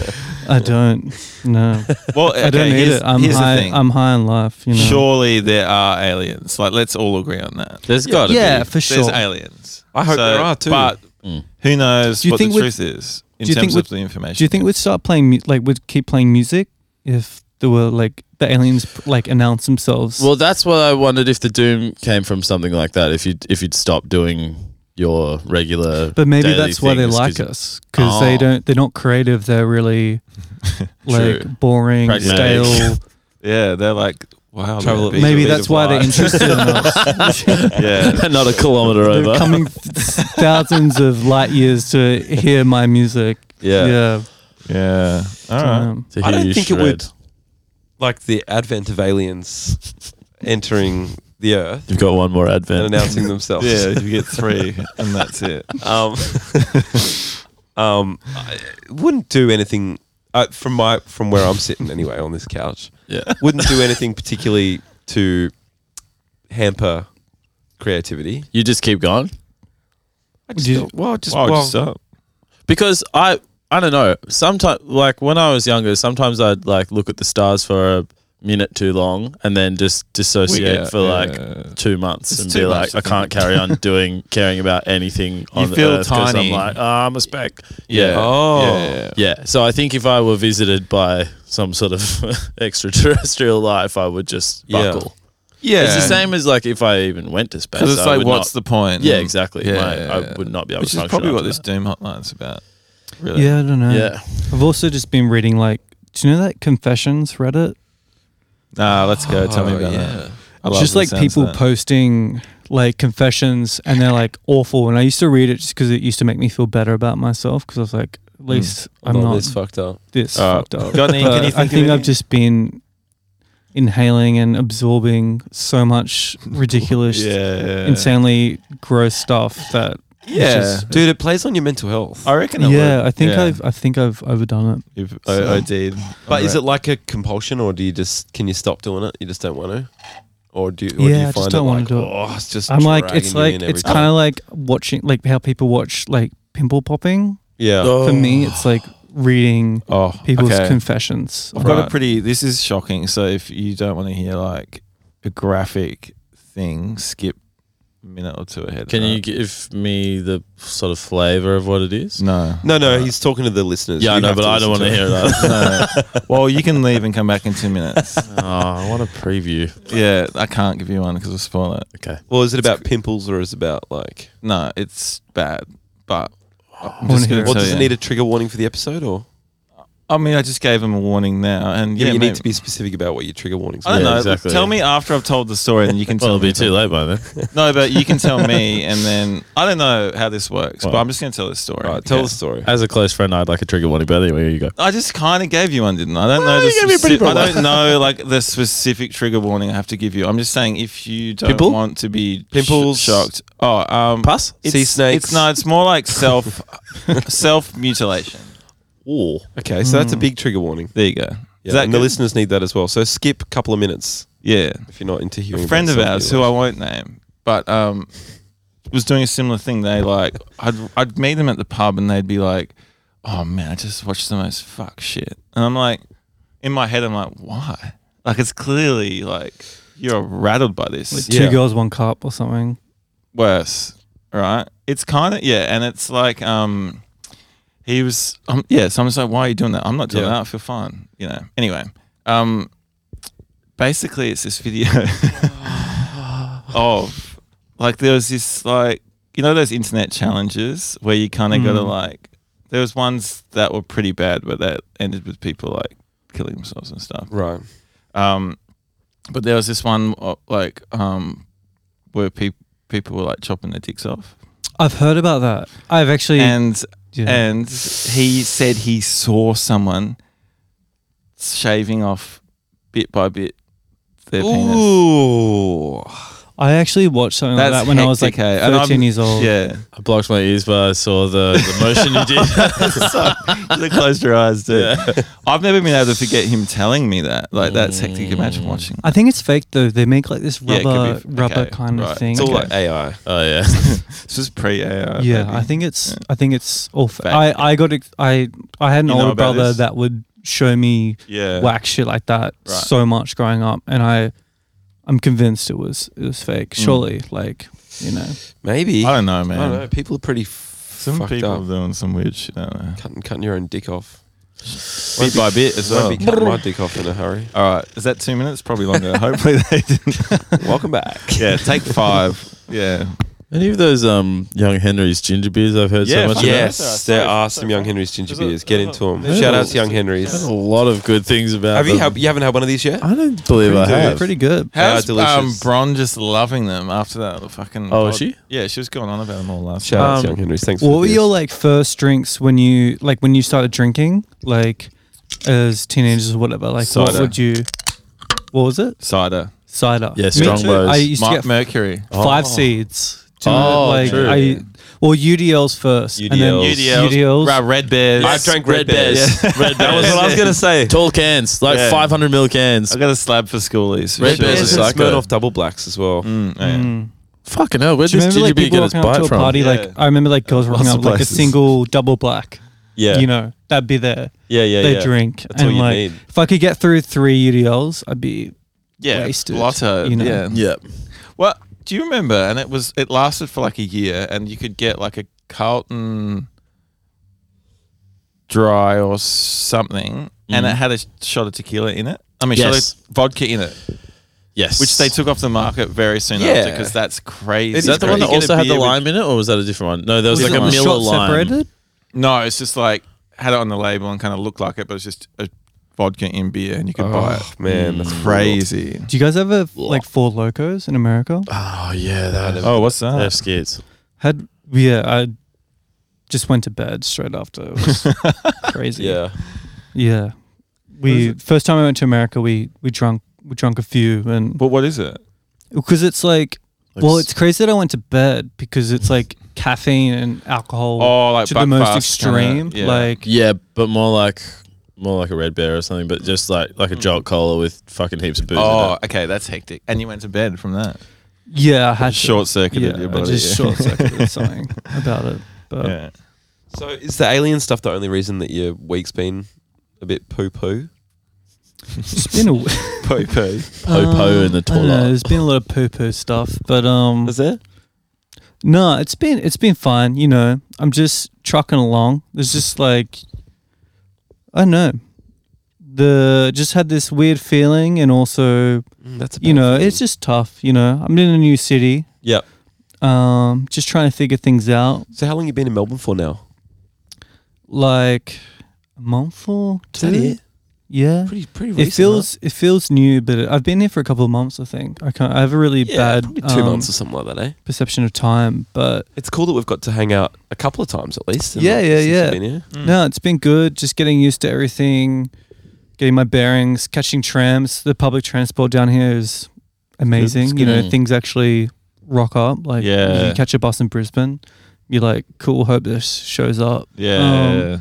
[SPEAKER 3] I don't. No,
[SPEAKER 2] Well,
[SPEAKER 3] I don't
[SPEAKER 2] okay,
[SPEAKER 3] need
[SPEAKER 2] here's-
[SPEAKER 3] it. I'm
[SPEAKER 2] here's the
[SPEAKER 3] high.
[SPEAKER 2] thing.
[SPEAKER 3] I'm high on life. You know.
[SPEAKER 2] Surely there are aliens. Like, let's all agree on that.
[SPEAKER 5] There's got to
[SPEAKER 3] Yeah,
[SPEAKER 5] be.
[SPEAKER 3] for sure.
[SPEAKER 2] There's aliens.
[SPEAKER 1] I hope there are too.
[SPEAKER 2] But
[SPEAKER 5] Mm.
[SPEAKER 2] who knows
[SPEAKER 3] Do you
[SPEAKER 2] what the
[SPEAKER 3] think with-
[SPEAKER 2] truth is in
[SPEAKER 3] do you
[SPEAKER 2] terms
[SPEAKER 3] think
[SPEAKER 2] of
[SPEAKER 3] with-
[SPEAKER 2] the information?
[SPEAKER 3] Do you think we'd start playing mu- like we'd keep playing music if there were like the aliens like announce themselves?
[SPEAKER 5] Well, that's what I wondered if the doom came from something like that. If you if you'd stop doing your regular,
[SPEAKER 3] but maybe
[SPEAKER 5] daily
[SPEAKER 3] that's why they
[SPEAKER 5] things,
[SPEAKER 3] like
[SPEAKER 5] 'cause
[SPEAKER 3] us because they
[SPEAKER 5] Oh.
[SPEAKER 3] don't. They're not creative. They're really
[SPEAKER 5] True.
[SPEAKER 3] like boring,
[SPEAKER 5] Pragmatic.
[SPEAKER 3] stale.
[SPEAKER 2] Yeah, they're like, wow.
[SPEAKER 1] Travel
[SPEAKER 2] man,
[SPEAKER 1] at
[SPEAKER 3] maybe
[SPEAKER 1] Beat
[SPEAKER 3] that's
[SPEAKER 1] of
[SPEAKER 3] why they're
[SPEAKER 1] life.
[SPEAKER 3] interested in us.
[SPEAKER 2] yeah.
[SPEAKER 5] not a kilometer
[SPEAKER 3] They're
[SPEAKER 5] over.
[SPEAKER 3] coming thousands of light years to hear my music.
[SPEAKER 1] Yeah.
[SPEAKER 3] Yeah.
[SPEAKER 2] Yeah. All right.
[SPEAKER 3] Um,
[SPEAKER 5] to
[SPEAKER 1] I
[SPEAKER 5] hear
[SPEAKER 1] don't
[SPEAKER 5] you
[SPEAKER 1] think it would-
[SPEAKER 5] shred.
[SPEAKER 1] like the advent of aliens entering the earth
[SPEAKER 5] You've got one more
[SPEAKER 1] and
[SPEAKER 5] advent.
[SPEAKER 1] announcing themselves.
[SPEAKER 2] Yeah, you get three, and that's it.
[SPEAKER 1] um, um, I wouldn't do anything uh, from my from where I'm sitting anyway on this couch.
[SPEAKER 5] Yeah.
[SPEAKER 1] Wouldn't do anything particularly to hamper creativity.
[SPEAKER 5] You just keep going
[SPEAKER 1] I just
[SPEAKER 3] you-
[SPEAKER 1] don't- well, just
[SPEAKER 2] Wow,
[SPEAKER 1] well,
[SPEAKER 2] just up.
[SPEAKER 5] because I I don't know. Sometimes, like when I was younger, sometimes I'd like look at the stars for a minute too long and then just dissociate for like two months
[SPEAKER 6] It's
[SPEAKER 5] and
[SPEAKER 6] too
[SPEAKER 5] be
[SPEAKER 6] much,
[SPEAKER 5] like,
[SPEAKER 6] I
[SPEAKER 5] I can't carry on doing caring about anything on the
[SPEAKER 6] feel
[SPEAKER 5] earth 'cause
[SPEAKER 6] tiny.
[SPEAKER 5] I'm like, oh, I'm a speck.
[SPEAKER 6] Yeah.
[SPEAKER 1] Oh.
[SPEAKER 6] Yeah.
[SPEAKER 5] Yeah. So I think if I were visited by some sort of extraterrestrial life, I would just
[SPEAKER 1] Yeah.
[SPEAKER 5] buckle.
[SPEAKER 6] Yeah.
[SPEAKER 5] It's the same as like if I even went to space.
[SPEAKER 6] Because it's
[SPEAKER 5] I
[SPEAKER 6] like,
[SPEAKER 5] would
[SPEAKER 6] what's
[SPEAKER 5] not-
[SPEAKER 6] the point?
[SPEAKER 5] Yeah, exactly.
[SPEAKER 6] Yeah,
[SPEAKER 5] My-
[SPEAKER 6] yeah, yeah.
[SPEAKER 5] I would not be able
[SPEAKER 6] Which
[SPEAKER 5] to
[SPEAKER 6] is
[SPEAKER 5] function
[SPEAKER 6] probably
[SPEAKER 5] after
[SPEAKER 6] what this
[SPEAKER 5] that.
[SPEAKER 6] Doom Hotline's about. Really.
[SPEAKER 3] Yeah, I don't know.
[SPEAKER 5] Yeah.
[SPEAKER 3] I've also just been reading like, do you know that confessions Reddit?
[SPEAKER 2] Nah, let's go. Tell me about that. I love
[SPEAKER 3] just
[SPEAKER 2] the
[SPEAKER 3] like
[SPEAKER 2] sounds of
[SPEAKER 3] people
[SPEAKER 2] that.
[SPEAKER 3] posting like confessions and they're like awful. And I used to read it just because it used to make me feel better about myself because I was like, at
[SPEAKER 2] Hmm.
[SPEAKER 3] least I'm not
[SPEAKER 1] this
[SPEAKER 3] this,
[SPEAKER 1] fucked up.
[SPEAKER 2] Uh,
[SPEAKER 3] fucked up.
[SPEAKER 2] got any- can
[SPEAKER 3] But
[SPEAKER 2] you think
[SPEAKER 3] I
[SPEAKER 2] of
[SPEAKER 3] think I've
[SPEAKER 2] any?
[SPEAKER 3] just been inhaling and absorbing so much ridiculous,
[SPEAKER 2] yeah.
[SPEAKER 3] insanely gross stuff that
[SPEAKER 2] Yeah.
[SPEAKER 3] just-
[SPEAKER 1] Dude, it plays on your mental health.
[SPEAKER 2] I reckon. it
[SPEAKER 3] yeah,
[SPEAKER 2] would.
[SPEAKER 3] I think
[SPEAKER 2] Yeah.
[SPEAKER 3] I've I think I've overdone it.
[SPEAKER 2] You've
[SPEAKER 1] So-
[SPEAKER 2] o- OD'd.
[SPEAKER 1] But is it like a compulsion, or do you just can you stop doing it? You just don't want to, or do, or do
[SPEAKER 3] Yeah,
[SPEAKER 1] you
[SPEAKER 3] I just
[SPEAKER 1] find
[SPEAKER 3] don't
[SPEAKER 1] it
[SPEAKER 3] wanna
[SPEAKER 1] like
[SPEAKER 3] do it.
[SPEAKER 1] oh, it's just
[SPEAKER 3] I'm like
[SPEAKER 1] dragging
[SPEAKER 3] it's
[SPEAKER 1] you
[SPEAKER 3] like
[SPEAKER 1] in
[SPEAKER 3] it's
[SPEAKER 1] every
[SPEAKER 3] kind
[SPEAKER 1] time."
[SPEAKER 3] of like watching like how people watch like pimple popping.
[SPEAKER 1] yeah.
[SPEAKER 3] For me, it's like reading
[SPEAKER 2] Oh,
[SPEAKER 3] people's
[SPEAKER 2] okay.
[SPEAKER 3] confessions.
[SPEAKER 2] I've got
[SPEAKER 1] Right.
[SPEAKER 2] a pretty. This is shocking. So if you don't want to hear like a graphic thing, skip a minute or two ahead.
[SPEAKER 5] Can you
[SPEAKER 2] right?
[SPEAKER 5] give me the sort of flavor of what it is?
[SPEAKER 2] No.
[SPEAKER 1] No, no, he's talking to the listeners.
[SPEAKER 5] Yeah, I
[SPEAKER 1] You
[SPEAKER 5] know,
[SPEAKER 1] have
[SPEAKER 5] but I don't want
[SPEAKER 1] listen
[SPEAKER 5] to hear
[SPEAKER 1] it.
[SPEAKER 5] that.
[SPEAKER 2] no. Well, you can leave and come back in two minutes.
[SPEAKER 5] oh, I want a preview.
[SPEAKER 2] Yeah, I can't give you one because I spoil it.
[SPEAKER 5] Okay.
[SPEAKER 1] Well, is it about pimples or is it about like?
[SPEAKER 2] No, it's bad. But I'm
[SPEAKER 3] wanna
[SPEAKER 2] just
[SPEAKER 3] hear
[SPEAKER 2] gonna
[SPEAKER 3] it.
[SPEAKER 1] Well,
[SPEAKER 2] tell
[SPEAKER 1] does it
[SPEAKER 2] you.
[SPEAKER 1] need a trigger warning for the episode, or
[SPEAKER 2] I mean, I just gave him a warning now, and
[SPEAKER 1] yeah,
[SPEAKER 2] yeah,
[SPEAKER 1] you
[SPEAKER 2] maybe-
[SPEAKER 1] need to be specific about what your trigger warnings.
[SPEAKER 2] I don't
[SPEAKER 5] Yeah,
[SPEAKER 2] know.
[SPEAKER 5] exactly.
[SPEAKER 2] Tell me after I've told the story, and you can
[SPEAKER 5] Well,
[SPEAKER 2] tell
[SPEAKER 5] it'll
[SPEAKER 2] me.
[SPEAKER 5] be too late by then.
[SPEAKER 2] No, but you can tell me, and then I don't know how this works, but
[SPEAKER 5] Well.
[SPEAKER 2] I'm just going to tell this story.
[SPEAKER 1] All right, tell
[SPEAKER 2] Okay.
[SPEAKER 1] the story.
[SPEAKER 5] As a close friend, I'd like a trigger warning, but anyway, here you go.
[SPEAKER 2] I just kind of gave you one, didn't I? I don't
[SPEAKER 5] Well,
[SPEAKER 2] know.
[SPEAKER 5] you gave me a pretty
[SPEAKER 2] speci-
[SPEAKER 5] broad
[SPEAKER 2] I don't know like the specific trigger warning I have to give you. I'm just saying if you don't
[SPEAKER 5] Pimple?
[SPEAKER 2] want to be sh-
[SPEAKER 1] Pimples?
[SPEAKER 2] shocked. Oh, um,
[SPEAKER 5] Pass?
[SPEAKER 2] it's-
[SPEAKER 1] Sea snakes?
[SPEAKER 2] It's no, it's more like self self mutilation.
[SPEAKER 1] Or okay, so that's a big trigger warning.
[SPEAKER 2] There you go.
[SPEAKER 1] Yeah,
[SPEAKER 2] Mm. Is that
[SPEAKER 1] and the
[SPEAKER 2] good?
[SPEAKER 1] listeners need that as well. So skip a couple of minutes
[SPEAKER 2] Yeah.
[SPEAKER 1] if you're not into hearing.
[SPEAKER 2] a friend of
[SPEAKER 1] about
[SPEAKER 2] ours who I
[SPEAKER 1] self-mutilation.
[SPEAKER 2] won't name, but um, was doing a similar thing. They like, I'd I'd meet them at the pub and they'd be like, "Oh man, I just watched the most fuck shit," and I'm like, in my head, I'm like, why? Like it's clearly like you're rattled by this.
[SPEAKER 3] Like
[SPEAKER 1] Yeah.
[SPEAKER 3] Two girls, one cup, or something.
[SPEAKER 2] worse, right? It's kind of yeah, and it's like um, he was um yeah. So I'm just like, why are you doing that? I'm not doing
[SPEAKER 1] Yeah.
[SPEAKER 2] that. I feel fine, you know. Anyway, um, basically it's this video of like there was this like you know those internet challenges where you kind of got to
[SPEAKER 3] Mm.
[SPEAKER 2] like there was ones that were pretty bad but that ended with people like killing themselves and stuff.
[SPEAKER 1] right?
[SPEAKER 2] Um, but there was this one uh, like um, where people people were like chopping their dicks off,
[SPEAKER 3] I've heard about that. I've actually.
[SPEAKER 2] and
[SPEAKER 3] yeah.
[SPEAKER 2] and he said he saw someone shaving off bit by bit their penis.
[SPEAKER 1] Ooh,
[SPEAKER 3] I actually watched something like that when I was like
[SPEAKER 2] hectic, eh? And
[SPEAKER 3] 13
[SPEAKER 2] I'm-
[SPEAKER 3] years old.
[SPEAKER 2] Yeah,
[SPEAKER 5] I blocked my ears, but I saw the, the motion you did.
[SPEAKER 2] you closed your eyes, dude. I've never been able to forget him telling me that. Like that's hectic. Imagine watching.
[SPEAKER 3] Mm. I think it's fake though. They make like this
[SPEAKER 2] Yeah, it could be
[SPEAKER 3] rubber,
[SPEAKER 2] f-
[SPEAKER 3] rubber
[SPEAKER 2] okay,
[SPEAKER 3] kind
[SPEAKER 2] right.
[SPEAKER 3] of thing.
[SPEAKER 1] it's all
[SPEAKER 2] Okay.
[SPEAKER 1] like AI.
[SPEAKER 5] Oh, yeah.
[SPEAKER 2] This was pre AI.
[SPEAKER 3] yeah, I think it's. I think it's all. Fa-
[SPEAKER 2] Fake,
[SPEAKER 3] I
[SPEAKER 2] yeah.
[SPEAKER 3] I got. Ex- I I had an
[SPEAKER 2] You know
[SPEAKER 3] older
[SPEAKER 2] about
[SPEAKER 3] brother
[SPEAKER 2] this?
[SPEAKER 3] that would show me
[SPEAKER 2] Yeah.
[SPEAKER 3] whack shit like that
[SPEAKER 2] Right.
[SPEAKER 3] so much growing up, and I, I'm convinced it was it was fake.
[SPEAKER 2] Mm.
[SPEAKER 3] Surely, like you know,
[SPEAKER 1] Maybe
[SPEAKER 2] I don't know, man.
[SPEAKER 3] Oh,
[SPEAKER 1] I don't know. People are pretty f-
[SPEAKER 2] Some
[SPEAKER 1] fucked
[SPEAKER 2] people
[SPEAKER 1] up.
[SPEAKER 2] are doing some weird shit. I don't know.
[SPEAKER 1] Cutting, cutting your own dick off.
[SPEAKER 2] Bit by bit as well.
[SPEAKER 1] Won't be cutting my dick off in a hurry.
[SPEAKER 2] All right, is that two minutes? Probably longer. Hopefully they didn't.
[SPEAKER 1] Welcome back.
[SPEAKER 2] Yeah, take five. Yeah,
[SPEAKER 5] Any of those um, Young Henry's ginger beers I've heard
[SPEAKER 2] Yeah,
[SPEAKER 5] so much
[SPEAKER 2] fuck
[SPEAKER 5] about?
[SPEAKER 1] Yes, there are some Young Henry's ginger
[SPEAKER 2] There's a-
[SPEAKER 1] beers. Get
[SPEAKER 2] there's
[SPEAKER 1] into
[SPEAKER 2] a-
[SPEAKER 1] them.
[SPEAKER 2] there's
[SPEAKER 1] Shout
[SPEAKER 2] a-
[SPEAKER 1] out to Young
[SPEAKER 5] There's
[SPEAKER 1] Henry's.
[SPEAKER 5] a lot of good things about
[SPEAKER 1] Have you
[SPEAKER 5] them.
[SPEAKER 1] had, you haven't had one of these yet?
[SPEAKER 5] I don't believe I
[SPEAKER 2] Pretty
[SPEAKER 5] have.
[SPEAKER 3] pretty good.
[SPEAKER 2] how's
[SPEAKER 1] delicious.
[SPEAKER 2] um, Bron just loving them after that fucking?
[SPEAKER 5] Oh, is
[SPEAKER 2] pod-
[SPEAKER 5] she?
[SPEAKER 2] Yeah, she was going on about them all last
[SPEAKER 1] Shout
[SPEAKER 2] night.
[SPEAKER 1] out to
[SPEAKER 5] Um,
[SPEAKER 1] Young Henry's. Thanks.
[SPEAKER 3] What
[SPEAKER 1] for
[SPEAKER 3] were
[SPEAKER 1] the
[SPEAKER 3] your
[SPEAKER 1] beers.
[SPEAKER 3] like first drinks when you like when you started drinking, like as teenagers or whatever? Like
[SPEAKER 2] Cider.
[SPEAKER 3] what would you? What was it?
[SPEAKER 2] Cider,
[SPEAKER 3] Cider.
[SPEAKER 5] Yeah, strong
[SPEAKER 3] too.
[SPEAKER 5] blows.
[SPEAKER 3] I used
[SPEAKER 2] Mark
[SPEAKER 3] to get five
[SPEAKER 2] Mercury, Oh.
[SPEAKER 3] seeds. Do you
[SPEAKER 5] Oh,
[SPEAKER 3] know, like
[SPEAKER 5] true.
[SPEAKER 3] I well UDLs first. and then
[SPEAKER 1] UDLs.
[SPEAKER 2] UDLs,
[SPEAKER 3] UDLs.
[SPEAKER 2] Ra- Red Bears.
[SPEAKER 1] I've drank red,
[SPEAKER 5] Red
[SPEAKER 1] bears.
[SPEAKER 5] Bears. Red
[SPEAKER 1] That was what I was gonna say.
[SPEAKER 5] Tall cans, like
[SPEAKER 2] Yeah.
[SPEAKER 5] 500 mil cans.
[SPEAKER 2] I got a slab for schoolies. for
[SPEAKER 5] Red
[SPEAKER 2] sure.
[SPEAKER 5] Bears
[SPEAKER 1] Bears
[SPEAKER 5] is
[SPEAKER 1] and
[SPEAKER 5] like a-
[SPEAKER 1] Smirnoff double blacks as well.
[SPEAKER 2] Mm, yeah.
[SPEAKER 3] Mm.
[SPEAKER 5] Fucking hell, where
[SPEAKER 3] Do
[SPEAKER 5] did
[SPEAKER 3] you
[SPEAKER 5] this
[SPEAKER 3] remember
[SPEAKER 5] ginger
[SPEAKER 3] like
[SPEAKER 5] beer
[SPEAKER 3] people
[SPEAKER 5] get its
[SPEAKER 3] walking up
[SPEAKER 5] bite
[SPEAKER 3] to a
[SPEAKER 5] from?
[SPEAKER 3] party?
[SPEAKER 2] Yeah.
[SPEAKER 3] Like I remember like girls
[SPEAKER 2] Lots
[SPEAKER 3] rocking
[SPEAKER 2] of
[SPEAKER 3] up like a
[SPEAKER 2] places.
[SPEAKER 3] single double black.
[SPEAKER 5] Yeah.
[SPEAKER 3] you know, that'd be their
[SPEAKER 5] Yeah, yeah,
[SPEAKER 3] their
[SPEAKER 5] yeah.
[SPEAKER 3] drink.
[SPEAKER 5] That's all
[SPEAKER 3] and
[SPEAKER 5] you
[SPEAKER 3] like,
[SPEAKER 5] need.
[SPEAKER 3] if I could get through three UDLs, I'd be
[SPEAKER 2] yeah,
[SPEAKER 3] wasted,
[SPEAKER 2] blotter,
[SPEAKER 3] you know.
[SPEAKER 2] yeah.
[SPEAKER 5] Yeah.
[SPEAKER 2] Well, do you remember? And it was it lasted for like a year, and you could get like a Carlton dry or something, and
[SPEAKER 5] Mhm.
[SPEAKER 2] it had a shot of tequila in it. I mean,
[SPEAKER 5] Yes.
[SPEAKER 2] shot of vodka in it,
[SPEAKER 5] Yes.
[SPEAKER 2] which they took off the market very soon
[SPEAKER 5] Yeah.
[SPEAKER 2] after because that's crazy.
[SPEAKER 5] Is that the one that
[SPEAKER 2] You get a
[SPEAKER 5] also had the
[SPEAKER 2] beer with-
[SPEAKER 5] lime in it, or was that a different one? No, there was,
[SPEAKER 2] Was
[SPEAKER 5] like
[SPEAKER 2] it
[SPEAKER 5] a
[SPEAKER 2] the
[SPEAKER 5] Miller
[SPEAKER 3] shot
[SPEAKER 5] lime.
[SPEAKER 3] separated.
[SPEAKER 2] No, it's just like had it on the label and kind of looked like it, but it's just a vodka in beer, and you could buy
[SPEAKER 1] Oh
[SPEAKER 2] it.
[SPEAKER 1] man, that's
[SPEAKER 2] Crazy.
[SPEAKER 3] Do you guys ever like four locos in America?
[SPEAKER 2] Ah.
[SPEAKER 5] Oh yeah, that.
[SPEAKER 7] Oh, what's
[SPEAKER 5] they have
[SPEAKER 7] that?
[SPEAKER 5] skits.
[SPEAKER 3] Had yeah, I just went to bed straight after. It was crazy. yeah. We first time I went to America, we we drunk we drunk a few and
[SPEAKER 7] But what is it?
[SPEAKER 3] because it's like, well,
[SPEAKER 5] Looks-
[SPEAKER 3] it's crazy that I went to bed because it's like caffeine and alcohol
[SPEAKER 2] Oh, like
[SPEAKER 3] to the most
[SPEAKER 2] Buckfast kinda,
[SPEAKER 3] extreme.
[SPEAKER 2] yeah.
[SPEAKER 3] Like
[SPEAKER 5] yeah, but more like more like a red bear or something, but just like like a jolt cola with fucking heaps of booze. in
[SPEAKER 2] Hmm. Oh,
[SPEAKER 5] it.
[SPEAKER 2] okay, that's hectic. And you went to bed from that.
[SPEAKER 3] yeah, I had to-
[SPEAKER 2] Short circuited
[SPEAKER 3] yeah,
[SPEAKER 2] your
[SPEAKER 3] I
[SPEAKER 2] body.
[SPEAKER 3] just
[SPEAKER 2] yeah.
[SPEAKER 3] short circuited something about it. But
[SPEAKER 2] Yeah.
[SPEAKER 1] So is the alien stuff the only reason that your week's been a bit poo poo?
[SPEAKER 3] it's been a w-
[SPEAKER 1] Poo poo.
[SPEAKER 5] Po po
[SPEAKER 3] I
[SPEAKER 5] in the
[SPEAKER 3] don't know,
[SPEAKER 5] toilet.
[SPEAKER 3] there's been a lot of poo poo stuff, but um,
[SPEAKER 1] Is there?
[SPEAKER 3] No, it's been it's been fine. You know, I'm just trucking along. There's just like, I don't know, the just had this weird feeling, and also
[SPEAKER 1] Mm, That's a
[SPEAKER 3] you know, it's just tough. You know, I'm in a new city.
[SPEAKER 1] Yep.
[SPEAKER 3] Um, just trying to figure things out.
[SPEAKER 1] So how long you been in Melbourne for now?
[SPEAKER 3] Like a month or two. Yeah.
[SPEAKER 1] Pretty pretty recent.
[SPEAKER 3] It feels it feels new, but I've been here for a couple of months. I think I can't. I have a really
[SPEAKER 1] yeah,
[SPEAKER 3] bad
[SPEAKER 1] probably two
[SPEAKER 3] um,
[SPEAKER 1] months or something like that, eh?
[SPEAKER 3] perception of time, but
[SPEAKER 1] It's cool that we've got to hang out a couple of times at least. in
[SPEAKER 3] Yeah,
[SPEAKER 1] the-
[SPEAKER 3] yeah,
[SPEAKER 1] since you've
[SPEAKER 3] yeah.
[SPEAKER 1] been here.
[SPEAKER 3] No, it's been good. Just getting used to everything, getting my bearings, catching trams. The public transport down here is amazing.
[SPEAKER 5] It's
[SPEAKER 3] you
[SPEAKER 5] good.
[SPEAKER 3] know, things actually rock up. Like,
[SPEAKER 2] Yeah.
[SPEAKER 3] you catch a bus in Brisbane, you're like, cool, hope this shows up. Um,
[SPEAKER 2] Yeah.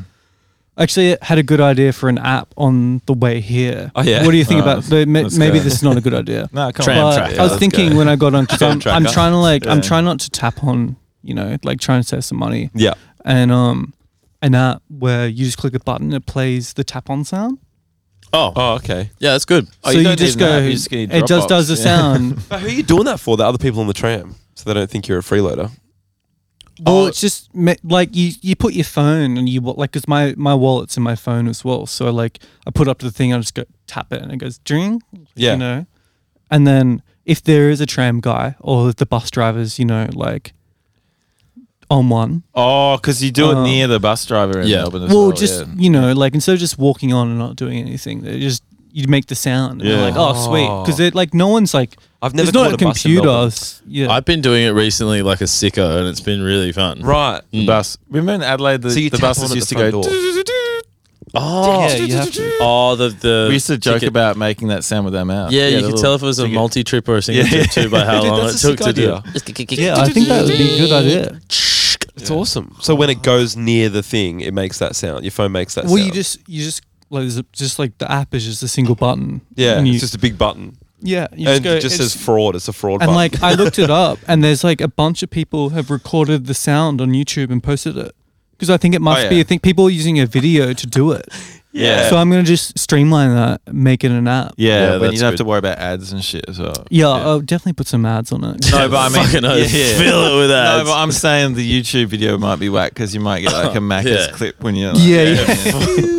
[SPEAKER 3] Actually, I had a good idea for an app on the way here.
[SPEAKER 1] Oh, yeah?
[SPEAKER 3] What do you think
[SPEAKER 7] Oh,
[SPEAKER 3] about? But ma-
[SPEAKER 7] let's
[SPEAKER 3] maybe
[SPEAKER 7] go.
[SPEAKER 3] this is not a good idea.
[SPEAKER 7] No, come
[SPEAKER 5] Tram
[SPEAKER 7] on.
[SPEAKER 3] But
[SPEAKER 5] track.
[SPEAKER 3] I was
[SPEAKER 5] Let's
[SPEAKER 3] thinking
[SPEAKER 5] go.
[SPEAKER 3] when I got on, i I'm,
[SPEAKER 2] track,
[SPEAKER 3] I'm
[SPEAKER 2] huh?
[SPEAKER 3] trying to like, I'm
[SPEAKER 2] Yeah.
[SPEAKER 3] trying not to tap on, you know, like trying to save some money
[SPEAKER 1] Yeah.
[SPEAKER 3] and um an app where you just click a button and it plays the tap on sound.
[SPEAKER 5] Oh,
[SPEAKER 1] Oh, okay.
[SPEAKER 5] yeah, that's good.
[SPEAKER 2] Oh, you don't need an app, you just get your
[SPEAKER 3] it just
[SPEAKER 2] Dropbox."
[SPEAKER 3] does the
[SPEAKER 2] Yeah.
[SPEAKER 3] sound.
[SPEAKER 1] But who are you doing that for? The other people on the tram, so they don't think you're a freeloader.
[SPEAKER 3] Well,
[SPEAKER 2] Oh.
[SPEAKER 3] it's just ma- like you you put your phone and you wa- like because my my wallet's in my phone as well. So like I put up the thing, I just go tap it and it goes ding.
[SPEAKER 1] Yeah.
[SPEAKER 3] you know, and then if there is a tram guy or if the bus drivers, you know, like on one.
[SPEAKER 2] Oh, because you do it
[SPEAKER 3] Uh,
[SPEAKER 2] near the bus driver in
[SPEAKER 5] Yeah.
[SPEAKER 2] Melbourne as well.
[SPEAKER 3] Well, just
[SPEAKER 2] yeah.
[SPEAKER 3] you know, like instead of just walking on and not doing anything, they just you make the sound. And
[SPEAKER 2] Yeah.
[SPEAKER 3] they're like, oh, sweet, because they're like no one's like
[SPEAKER 1] I've never
[SPEAKER 3] It's not
[SPEAKER 1] caught
[SPEAKER 3] a
[SPEAKER 1] a bus in
[SPEAKER 3] computer.
[SPEAKER 1] Melbourne.
[SPEAKER 3] s- yeah.
[SPEAKER 5] I've been doing it recently like a sicko, and it's been really fun.
[SPEAKER 1] Right.
[SPEAKER 2] the bus. Remember in Adelaide, the,
[SPEAKER 1] So you
[SPEAKER 2] the
[SPEAKER 1] tap
[SPEAKER 2] buses
[SPEAKER 1] on at
[SPEAKER 2] used
[SPEAKER 1] the
[SPEAKER 2] to
[SPEAKER 1] front
[SPEAKER 2] go.
[SPEAKER 1] door.
[SPEAKER 5] Oh,
[SPEAKER 3] Yeah, you have to.
[SPEAKER 5] oh, the the.
[SPEAKER 2] We used to joke
[SPEAKER 5] ticket-
[SPEAKER 2] about making that sound with our mouth.
[SPEAKER 5] Yeah,
[SPEAKER 2] the
[SPEAKER 5] you could
[SPEAKER 2] little-
[SPEAKER 5] tell if it was a multi trip or a single
[SPEAKER 2] Yeah.
[SPEAKER 5] trip too by how
[SPEAKER 1] Dude,
[SPEAKER 5] long it
[SPEAKER 1] that's a
[SPEAKER 5] took
[SPEAKER 1] sick
[SPEAKER 5] to do.
[SPEAKER 1] idea.
[SPEAKER 5] it.
[SPEAKER 3] yeah, I think that would be a good idea.
[SPEAKER 1] It's awesome. So when it goes near the thing, it makes that sound. Your phone makes that
[SPEAKER 3] Well,
[SPEAKER 1] sound.
[SPEAKER 3] you just you just like there's a, just like the app is just a single button.
[SPEAKER 1] yeah,
[SPEAKER 3] and you,
[SPEAKER 1] it's just a big button,
[SPEAKER 3] yeah, you
[SPEAKER 1] and
[SPEAKER 3] go-
[SPEAKER 1] it just
[SPEAKER 3] it's-
[SPEAKER 1] says fraud. It's a fraud.
[SPEAKER 3] And
[SPEAKER 1] button.
[SPEAKER 3] like I looked it up, and there's like a bunch of people have recorded the sound on YouTube and posted it because I think it
[SPEAKER 1] Oh,
[SPEAKER 3] must be.
[SPEAKER 2] yeah.
[SPEAKER 3] I think people are using a video to do it.
[SPEAKER 2] Yeah.
[SPEAKER 3] So I'm gonna just streamline that, make it an app.
[SPEAKER 2] yeah,
[SPEAKER 5] Yeah,
[SPEAKER 2] but you
[SPEAKER 5] that's
[SPEAKER 2] don't have to
[SPEAKER 5] good.
[SPEAKER 2] worry about ads and shit as well.
[SPEAKER 3] Yeah, I'll definitely put some ads on it.
[SPEAKER 2] No, but I mean,
[SPEAKER 5] Fucking oath. Fill it with
[SPEAKER 2] No,
[SPEAKER 5] ads.
[SPEAKER 2] but I'm saying the YouTube video might be whack because you might get like a Macca's
[SPEAKER 5] Yeah.
[SPEAKER 2] clip when you're like,
[SPEAKER 3] Yeah, yeah.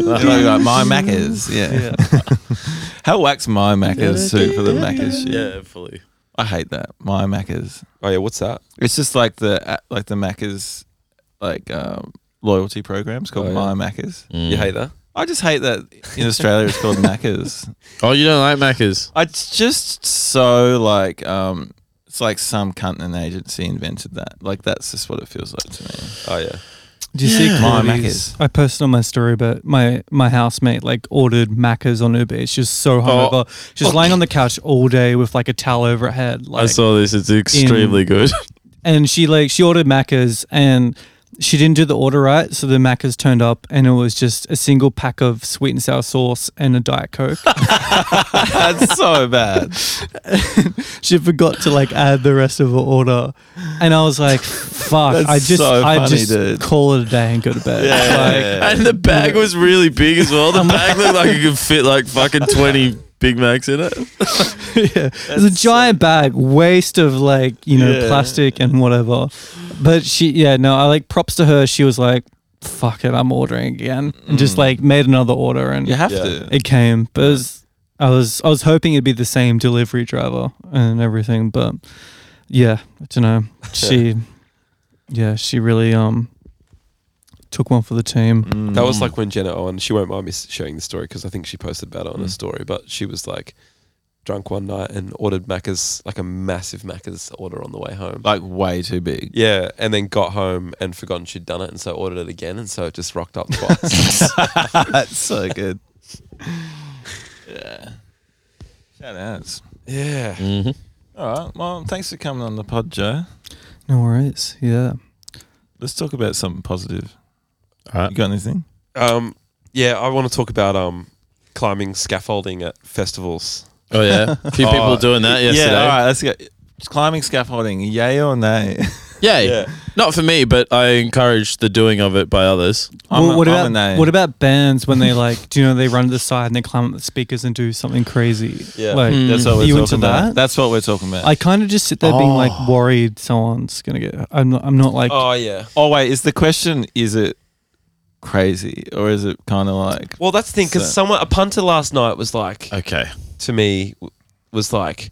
[SPEAKER 2] Like, like, my Macca's. Yeah.
[SPEAKER 3] yeah.
[SPEAKER 2] How whack's my Macca's too for the Macca's shit?
[SPEAKER 5] yeah, fully.
[SPEAKER 2] I hate that. My Macca's.
[SPEAKER 1] oh yeah, what's that?
[SPEAKER 2] It's just like the uh, like the Macca's like um, loyalty programs called
[SPEAKER 1] Oh, yeah.
[SPEAKER 2] My Macca's.
[SPEAKER 5] Mm.
[SPEAKER 1] You hate that?
[SPEAKER 2] I just hate that in Australia it's called Macca's.
[SPEAKER 5] Oh, you don't like Macca's?
[SPEAKER 2] It's just so like um, it's like some cunt in an agency invented that. Like that's just what it feels like to me.
[SPEAKER 1] Oh yeah.
[SPEAKER 3] Do you see
[SPEAKER 2] My
[SPEAKER 3] Kirby's?
[SPEAKER 2] Macca's.
[SPEAKER 3] I posted on my story, but my my housemate like ordered Macca's on Uber. It's just
[SPEAKER 2] Oh.
[SPEAKER 3] so hungover. She's lying on the couch all day with like a towel over her head. Like,
[SPEAKER 5] I saw this. It's extremely good.
[SPEAKER 3] and she like she ordered Macca's and she didn't do the order right, so the Macca's turned up, and it was just a single pack of sweet and sour sauce and a diet coke.
[SPEAKER 2] That's so bad.
[SPEAKER 3] she forgot to like add the rest of her order, and I was like, "Fuck!"
[SPEAKER 2] That's
[SPEAKER 3] I just,
[SPEAKER 2] so
[SPEAKER 3] I
[SPEAKER 2] funny,
[SPEAKER 3] just
[SPEAKER 2] dude.
[SPEAKER 3] call it a day and go to bed. Like,
[SPEAKER 2] Yeah.
[SPEAKER 5] And the bag was really big as well. The bag looked like it could fit like fucking 20 Big Macs in it.
[SPEAKER 3] yeah. It's a giant bag, waste of like, you know,
[SPEAKER 2] Yeah.
[SPEAKER 3] plastic and whatever. But she, yeah, no, I like props to her. She was like, fuck it, I'm ordering again. And just like made another order and
[SPEAKER 2] Mm. You have
[SPEAKER 5] Yeah.
[SPEAKER 2] to.
[SPEAKER 3] it came. But it was, I was, I was hoping it'd be the same delivery driver and everything. But yeah, I don't know. She, yeah, she really, um, took one for the team.
[SPEAKER 2] Mm.
[SPEAKER 1] That was like when Jenna Owen, she won't mind me s- sharing the story because I think she posted about it on her story, but she was like drunk one night and ordered Macca's, like a massive Macca's order on the way home.
[SPEAKER 2] like way too big.
[SPEAKER 1] yeah, and then got home and forgotten she'd done it and so ordered it again and so it just rocked up twice.
[SPEAKER 2] That's so good. yeah. Shout outs.
[SPEAKER 1] yeah.
[SPEAKER 2] All right. Well, thanks for coming on the pod, Joe.
[SPEAKER 3] No worries. Yeah.
[SPEAKER 2] Let's talk about something positive.
[SPEAKER 8] All right.
[SPEAKER 2] You got anything?
[SPEAKER 1] Um, yeah, I want to talk about um, climbing scaffolding at festivals.
[SPEAKER 5] Oh, yeah. A few people doing that yesterday.
[SPEAKER 2] Yeah. All right. Let's go. Climbing scaffolding, yay or nay?
[SPEAKER 5] Yay. Not for me, but I encourage the doing of it by others.
[SPEAKER 2] I'm
[SPEAKER 3] well,
[SPEAKER 2] a-
[SPEAKER 3] what
[SPEAKER 2] I'm
[SPEAKER 3] about
[SPEAKER 2] a nay.
[SPEAKER 3] what about bands when they like? do you know they run to the side and they climb up the speakers and do something crazy?
[SPEAKER 1] Yeah.
[SPEAKER 3] like
[SPEAKER 2] That's what we're
[SPEAKER 3] Hmm. you
[SPEAKER 2] talking
[SPEAKER 3] into
[SPEAKER 2] about.
[SPEAKER 3] that?
[SPEAKER 2] That's what we're talking about.
[SPEAKER 3] I kind of just sit there being like worried someone's gonna get. I'm not. I'm not like.
[SPEAKER 1] Oh, yeah.
[SPEAKER 2] oh wait, is the question is it crazy or is it kind of like
[SPEAKER 1] Well, that's the thing because
[SPEAKER 2] So-
[SPEAKER 1] someone, a punter last night was like,
[SPEAKER 5] Okay.
[SPEAKER 1] to me w- was like,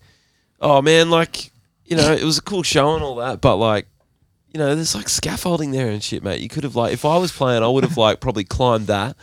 [SPEAKER 1] oh man, like, you know, it was a cool show and all that, but like, you know, there's like scaffolding there and shit, mate. You could have like, if I was playing, I would have like probably climbed that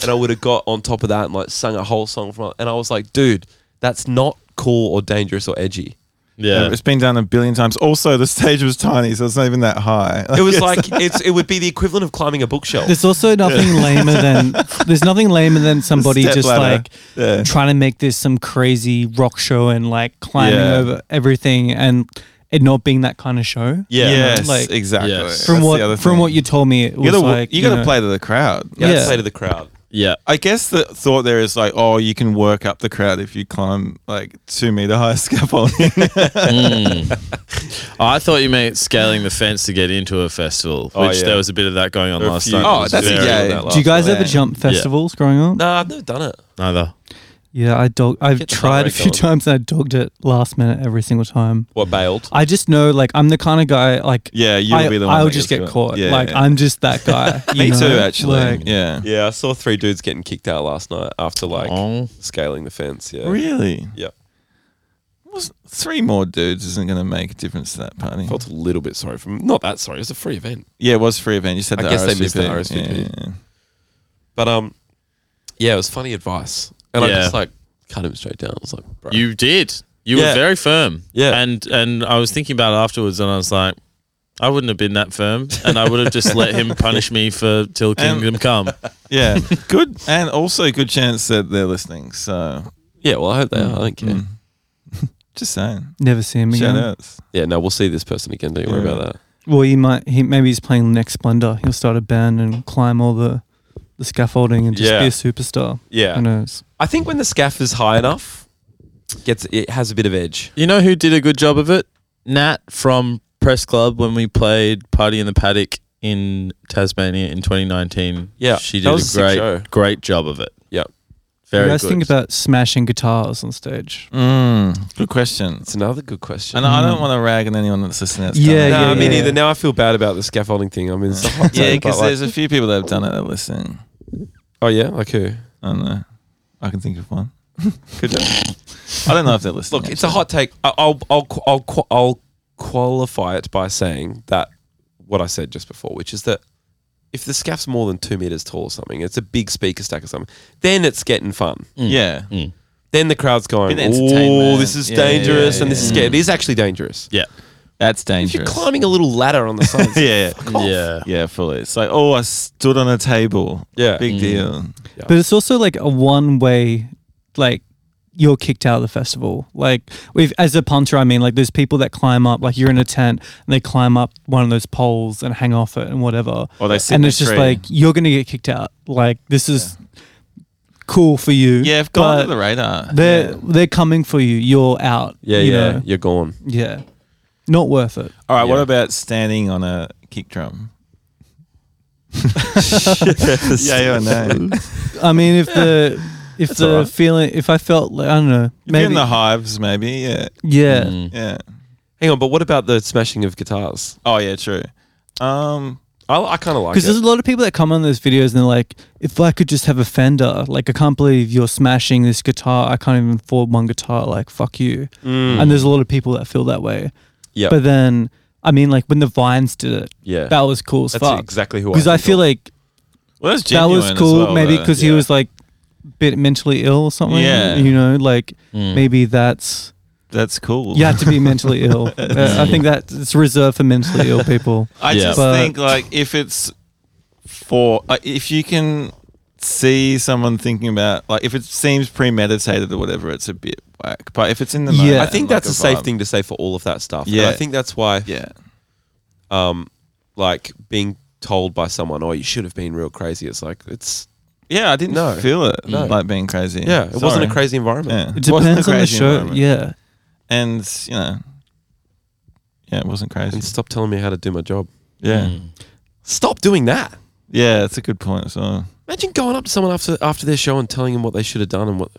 [SPEAKER 1] and I would have got on top of that and like sung a whole song from it. And I was like, dude, that's not cool or dangerous or edgy.
[SPEAKER 5] Yeah.
[SPEAKER 2] It's been done a billion times. Also, the stage was tiny, so it's not even that high.
[SPEAKER 1] It was like, it's, it would be the equivalent of climbing a bookshelf.
[SPEAKER 3] There's also nothing lamer than. There's nothing lamer than somebody
[SPEAKER 2] Step
[SPEAKER 3] just
[SPEAKER 2] ladder.
[SPEAKER 3] like
[SPEAKER 2] Yeah.
[SPEAKER 3] trying to make this some crazy rock show and like climbing
[SPEAKER 2] Yeah.
[SPEAKER 3] over everything and it not being that kind of show.
[SPEAKER 1] Yeah.
[SPEAKER 2] yes,
[SPEAKER 3] like-
[SPEAKER 2] exactly.
[SPEAKER 5] Yes.
[SPEAKER 3] From
[SPEAKER 2] That's the other
[SPEAKER 3] what from
[SPEAKER 2] thing.
[SPEAKER 3] what you told me, it was
[SPEAKER 2] you gotta,
[SPEAKER 3] like
[SPEAKER 2] you gotta
[SPEAKER 3] know,
[SPEAKER 2] play to the crowd.
[SPEAKER 1] yeah.
[SPEAKER 3] yeah.
[SPEAKER 1] Play to the crowd.
[SPEAKER 5] Yeah.
[SPEAKER 2] I guess the thought there is like, oh, you can work up the crowd if you climb like two meter high scaffolding.
[SPEAKER 5] I thought you meant scaling the fence to get into a festival, which
[SPEAKER 1] yeah.
[SPEAKER 5] Oh, there was a bit of that going on
[SPEAKER 1] There are a
[SPEAKER 5] last
[SPEAKER 1] few-
[SPEAKER 5] night.
[SPEAKER 1] Oh,
[SPEAKER 5] It was
[SPEAKER 2] that's a
[SPEAKER 5] very-
[SPEAKER 2] yay.
[SPEAKER 1] on that
[SPEAKER 3] Do you guys
[SPEAKER 1] Yeah.
[SPEAKER 3] ever jump festivals growing up?
[SPEAKER 1] No, I've never done it.
[SPEAKER 5] Neither.
[SPEAKER 3] Yeah, I dog. I've
[SPEAKER 1] Get the heart
[SPEAKER 3] tried a
[SPEAKER 1] rate
[SPEAKER 3] few
[SPEAKER 1] going.
[SPEAKER 3] times and I dogged it last minute every single time.
[SPEAKER 1] What, bailed?
[SPEAKER 3] I just know, like, I'm the kind of guy, like,
[SPEAKER 2] yeah, you'll
[SPEAKER 3] I,
[SPEAKER 2] be the one.
[SPEAKER 3] I'll
[SPEAKER 2] that
[SPEAKER 3] just
[SPEAKER 2] gets
[SPEAKER 3] get caught.
[SPEAKER 2] Yeah,
[SPEAKER 3] like,
[SPEAKER 2] yeah.
[SPEAKER 3] I'm just that guy. you
[SPEAKER 2] me
[SPEAKER 3] know?
[SPEAKER 2] too, actually.
[SPEAKER 3] Like,
[SPEAKER 2] yeah.
[SPEAKER 1] Yeah, I saw three dudes getting kicked out last night after like
[SPEAKER 5] Oh.
[SPEAKER 1] scaling the fence. Yeah.
[SPEAKER 2] Really?
[SPEAKER 1] Yeah.
[SPEAKER 2] Was three more dudes isn't going to make a difference to that party.
[SPEAKER 1] Felt a little bit sorry for him. Not that sorry. It was a free event.
[SPEAKER 2] Yeah, it was free event. You said
[SPEAKER 1] I
[SPEAKER 2] the
[SPEAKER 1] guess they
[SPEAKER 2] RSVP.
[SPEAKER 1] missed the
[SPEAKER 2] Yeah,
[SPEAKER 1] RSVP.
[SPEAKER 2] yeah, yeah.
[SPEAKER 1] But um, yeah, it was funny advice, and I
[SPEAKER 5] Yeah.
[SPEAKER 1] just like cut him straight down. I was like, bro,
[SPEAKER 5] You did. You
[SPEAKER 1] Yeah.
[SPEAKER 5] were very firm.
[SPEAKER 1] Yeah.
[SPEAKER 5] And and I was thinking about it afterwards and I was like, I wouldn't have been that firm and I would have just let him punish me for till kingdom come.
[SPEAKER 2] Yeah, good, and also good chance that they're listening. So mm.
[SPEAKER 1] yeah. Well, I hope they are. I don't
[SPEAKER 5] Mm.
[SPEAKER 1] care.
[SPEAKER 2] just saying,
[SPEAKER 3] never see him again.
[SPEAKER 2] shout outs.
[SPEAKER 1] Yeah, no, we'll see this person again. Don't you worry
[SPEAKER 2] Yeah.
[SPEAKER 1] about that.
[SPEAKER 3] Well, he might. He maybe he's playing next Splendor. He'll start a band and climb all the, the scaffolding and just
[SPEAKER 1] Yeah.
[SPEAKER 3] be a superstar. Who
[SPEAKER 1] Yeah,
[SPEAKER 3] knows?
[SPEAKER 1] I think when the scaff is high enough, gets it has a bit of edge.
[SPEAKER 5] You know who did a good job of it? Nat from Press Club when we played Party in the Paddock in Tasmania in 2019.
[SPEAKER 1] Yeah,
[SPEAKER 5] She
[SPEAKER 1] that
[SPEAKER 5] did a
[SPEAKER 1] was a sick show.
[SPEAKER 5] great, great job of it.
[SPEAKER 1] Yeah,
[SPEAKER 5] Very
[SPEAKER 3] you guys
[SPEAKER 5] good.
[SPEAKER 3] think about smashing guitars on stage?
[SPEAKER 2] Mm, good question.
[SPEAKER 1] it's another good question.
[SPEAKER 2] And I don't want to rag on anyone that's listening. That's
[SPEAKER 3] Yeah,
[SPEAKER 2] done
[SPEAKER 1] no,
[SPEAKER 2] it.
[SPEAKER 1] I mean
[SPEAKER 3] yeah.
[SPEAKER 1] either. Now I feel bad about the scaffolding thing. I mean, it's a hot
[SPEAKER 2] yeah,
[SPEAKER 1] take, but,
[SPEAKER 2] because
[SPEAKER 1] like-
[SPEAKER 2] there's a few people that have done it that listen.
[SPEAKER 1] oh yeah, like who?
[SPEAKER 2] I don't know. I can think of one. Could I don't know if they're listening.
[SPEAKER 1] Look, it's a hot take. I- I'll I'll qu- I'll qu- I'll qualify it by saying that what I said just before, which is that if the scaff's more than two meters tall or something, it's a big speaker stack or something, then it's getting fun.
[SPEAKER 2] actually. yeah.
[SPEAKER 1] Then the crowd's going,
[SPEAKER 2] Bit of Mm. entertainment.
[SPEAKER 1] "Oh, this is
[SPEAKER 2] Yeah,
[SPEAKER 1] dangerous,"
[SPEAKER 2] yeah,
[SPEAKER 1] and this is scary. It is actually dangerous.
[SPEAKER 5] Yeah.
[SPEAKER 2] That's
[SPEAKER 1] If you're
[SPEAKER 2] dangerous.
[SPEAKER 1] climbing a little ladder on the side, yeah.
[SPEAKER 2] yeah, yeah,
[SPEAKER 5] Yeah.
[SPEAKER 2] yeah, fully. It's like, oh, I stood on a table.
[SPEAKER 1] Yeah.
[SPEAKER 2] big deal.
[SPEAKER 3] But it's also like a one way, like you're kicked out of the festival. Like with as a punter, I mean, like there's people that climb up, like you're in a tent and they climb up one of those poles and hang off it and whatever.
[SPEAKER 2] Or they sit in
[SPEAKER 3] and
[SPEAKER 2] a
[SPEAKER 3] it's just
[SPEAKER 2] tree.
[SPEAKER 3] like you're gonna get kicked out. Like this is cool for you.
[SPEAKER 2] Yeah, I've gone under
[SPEAKER 3] but
[SPEAKER 2] the radar.
[SPEAKER 3] They're
[SPEAKER 2] Yeah.
[SPEAKER 3] they're coming for you. You're out.
[SPEAKER 1] Yeah,
[SPEAKER 3] you
[SPEAKER 1] yeah,
[SPEAKER 3] know?
[SPEAKER 1] you're gone.
[SPEAKER 3] yeah. Not worth it.
[SPEAKER 2] All right, what
[SPEAKER 1] Yeah.
[SPEAKER 2] about standing on a kick drum?
[SPEAKER 1] yeah,
[SPEAKER 2] Yeah or no?
[SPEAKER 3] I mean, if the if the
[SPEAKER 1] alright.
[SPEAKER 3] feeling, if I felt like I don't know,
[SPEAKER 2] Maybe
[SPEAKER 3] maybe
[SPEAKER 2] in the hives, maybe. Yeah,
[SPEAKER 3] yeah.
[SPEAKER 5] Mm.
[SPEAKER 2] yeah.
[SPEAKER 1] Hang on, but what about the smashing of guitars?
[SPEAKER 2] Oh yeah, true. Um,
[SPEAKER 1] I, I kind of like
[SPEAKER 3] Because there's
[SPEAKER 1] it.
[SPEAKER 3] a lot of people that come on those videos and they're like, if I could just have a Fender, like I can't believe you're smashing this guitar. I can't even afford one guitar. Like fuck you.
[SPEAKER 1] Mm.
[SPEAKER 3] And there's a lot of people that feel that way.
[SPEAKER 1] Yep.
[SPEAKER 3] But then, I mean, like when the Vines did it,
[SPEAKER 1] yeah,
[SPEAKER 3] that was cool as
[SPEAKER 1] that's
[SPEAKER 3] fuck.
[SPEAKER 1] exactly who.
[SPEAKER 3] Because I
[SPEAKER 1] think
[SPEAKER 3] feel
[SPEAKER 1] of.
[SPEAKER 3] like
[SPEAKER 2] well, that's
[SPEAKER 3] that
[SPEAKER 2] genuine
[SPEAKER 3] was cool.
[SPEAKER 2] As well,
[SPEAKER 3] maybe
[SPEAKER 2] though.
[SPEAKER 3] because he
[SPEAKER 2] Yeah.
[SPEAKER 3] was like a bit mentally ill or something.
[SPEAKER 2] Yeah.
[SPEAKER 3] You know, like
[SPEAKER 5] Mm.
[SPEAKER 3] maybe that's
[SPEAKER 2] that's cool.
[SPEAKER 3] you have to be mentally ill. Uh, I think that it's reserved for mentally ill people.
[SPEAKER 2] I
[SPEAKER 5] Yeah.
[SPEAKER 2] just
[SPEAKER 3] But-
[SPEAKER 2] think like if it's for like, if you can see someone thinking about like if it seems premeditated or whatever, it's a bit whack. But if it's in the moment,
[SPEAKER 3] Yeah.
[SPEAKER 1] I think
[SPEAKER 2] and, like,
[SPEAKER 1] that's a, safe
[SPEAKER 2] vibe-
[SPEAKER 1] thing to say for all of that stuff. And
[SPEAKER 2] Yeah.
[SPEAKER 1] I think that's why,
[SPEAKER 2] Yeah,
[SPEAKER 1] um, like being told by someone, "Oh, you should have been real crazy." It's like it's
[SPEAKER 2] yeah. I didn't
[SPEAKER 1] No.
[SPEAKER 2] feel it
[SPEAKER 1] No.
[SPEAKER 2] like being crazy.
[SPEAKER 1] yeah, it wasn't
[SPEAKER 2] Sorry.
[SPEAKER 1] a crazy environment.
[SPEAKER 2] Yeah.
[SPEAKER 3] It
[SPEAKER 2] Wasn't a
[SPEAKER 3] depends on the
[SPEAKER 2] crazy
[SPEAKER 3] show.
[SPEAKER 2] environment.
[SPEAKER 3] Yeah.
[SPEAKER 2] and you know, yeah, it wasn't crazy.
[SPEAKER 1] And stop telling me how to do my job.
[SPEAKER 2] yeah,
[SPEAKER 5] Mm.
[SPEAKER 1] Stop doing that.
[SPEAKER 2] yeah, it's a good point. So
[SPEAKER 1] Imagine going up to someone after after their show and telling them what they should have done and what.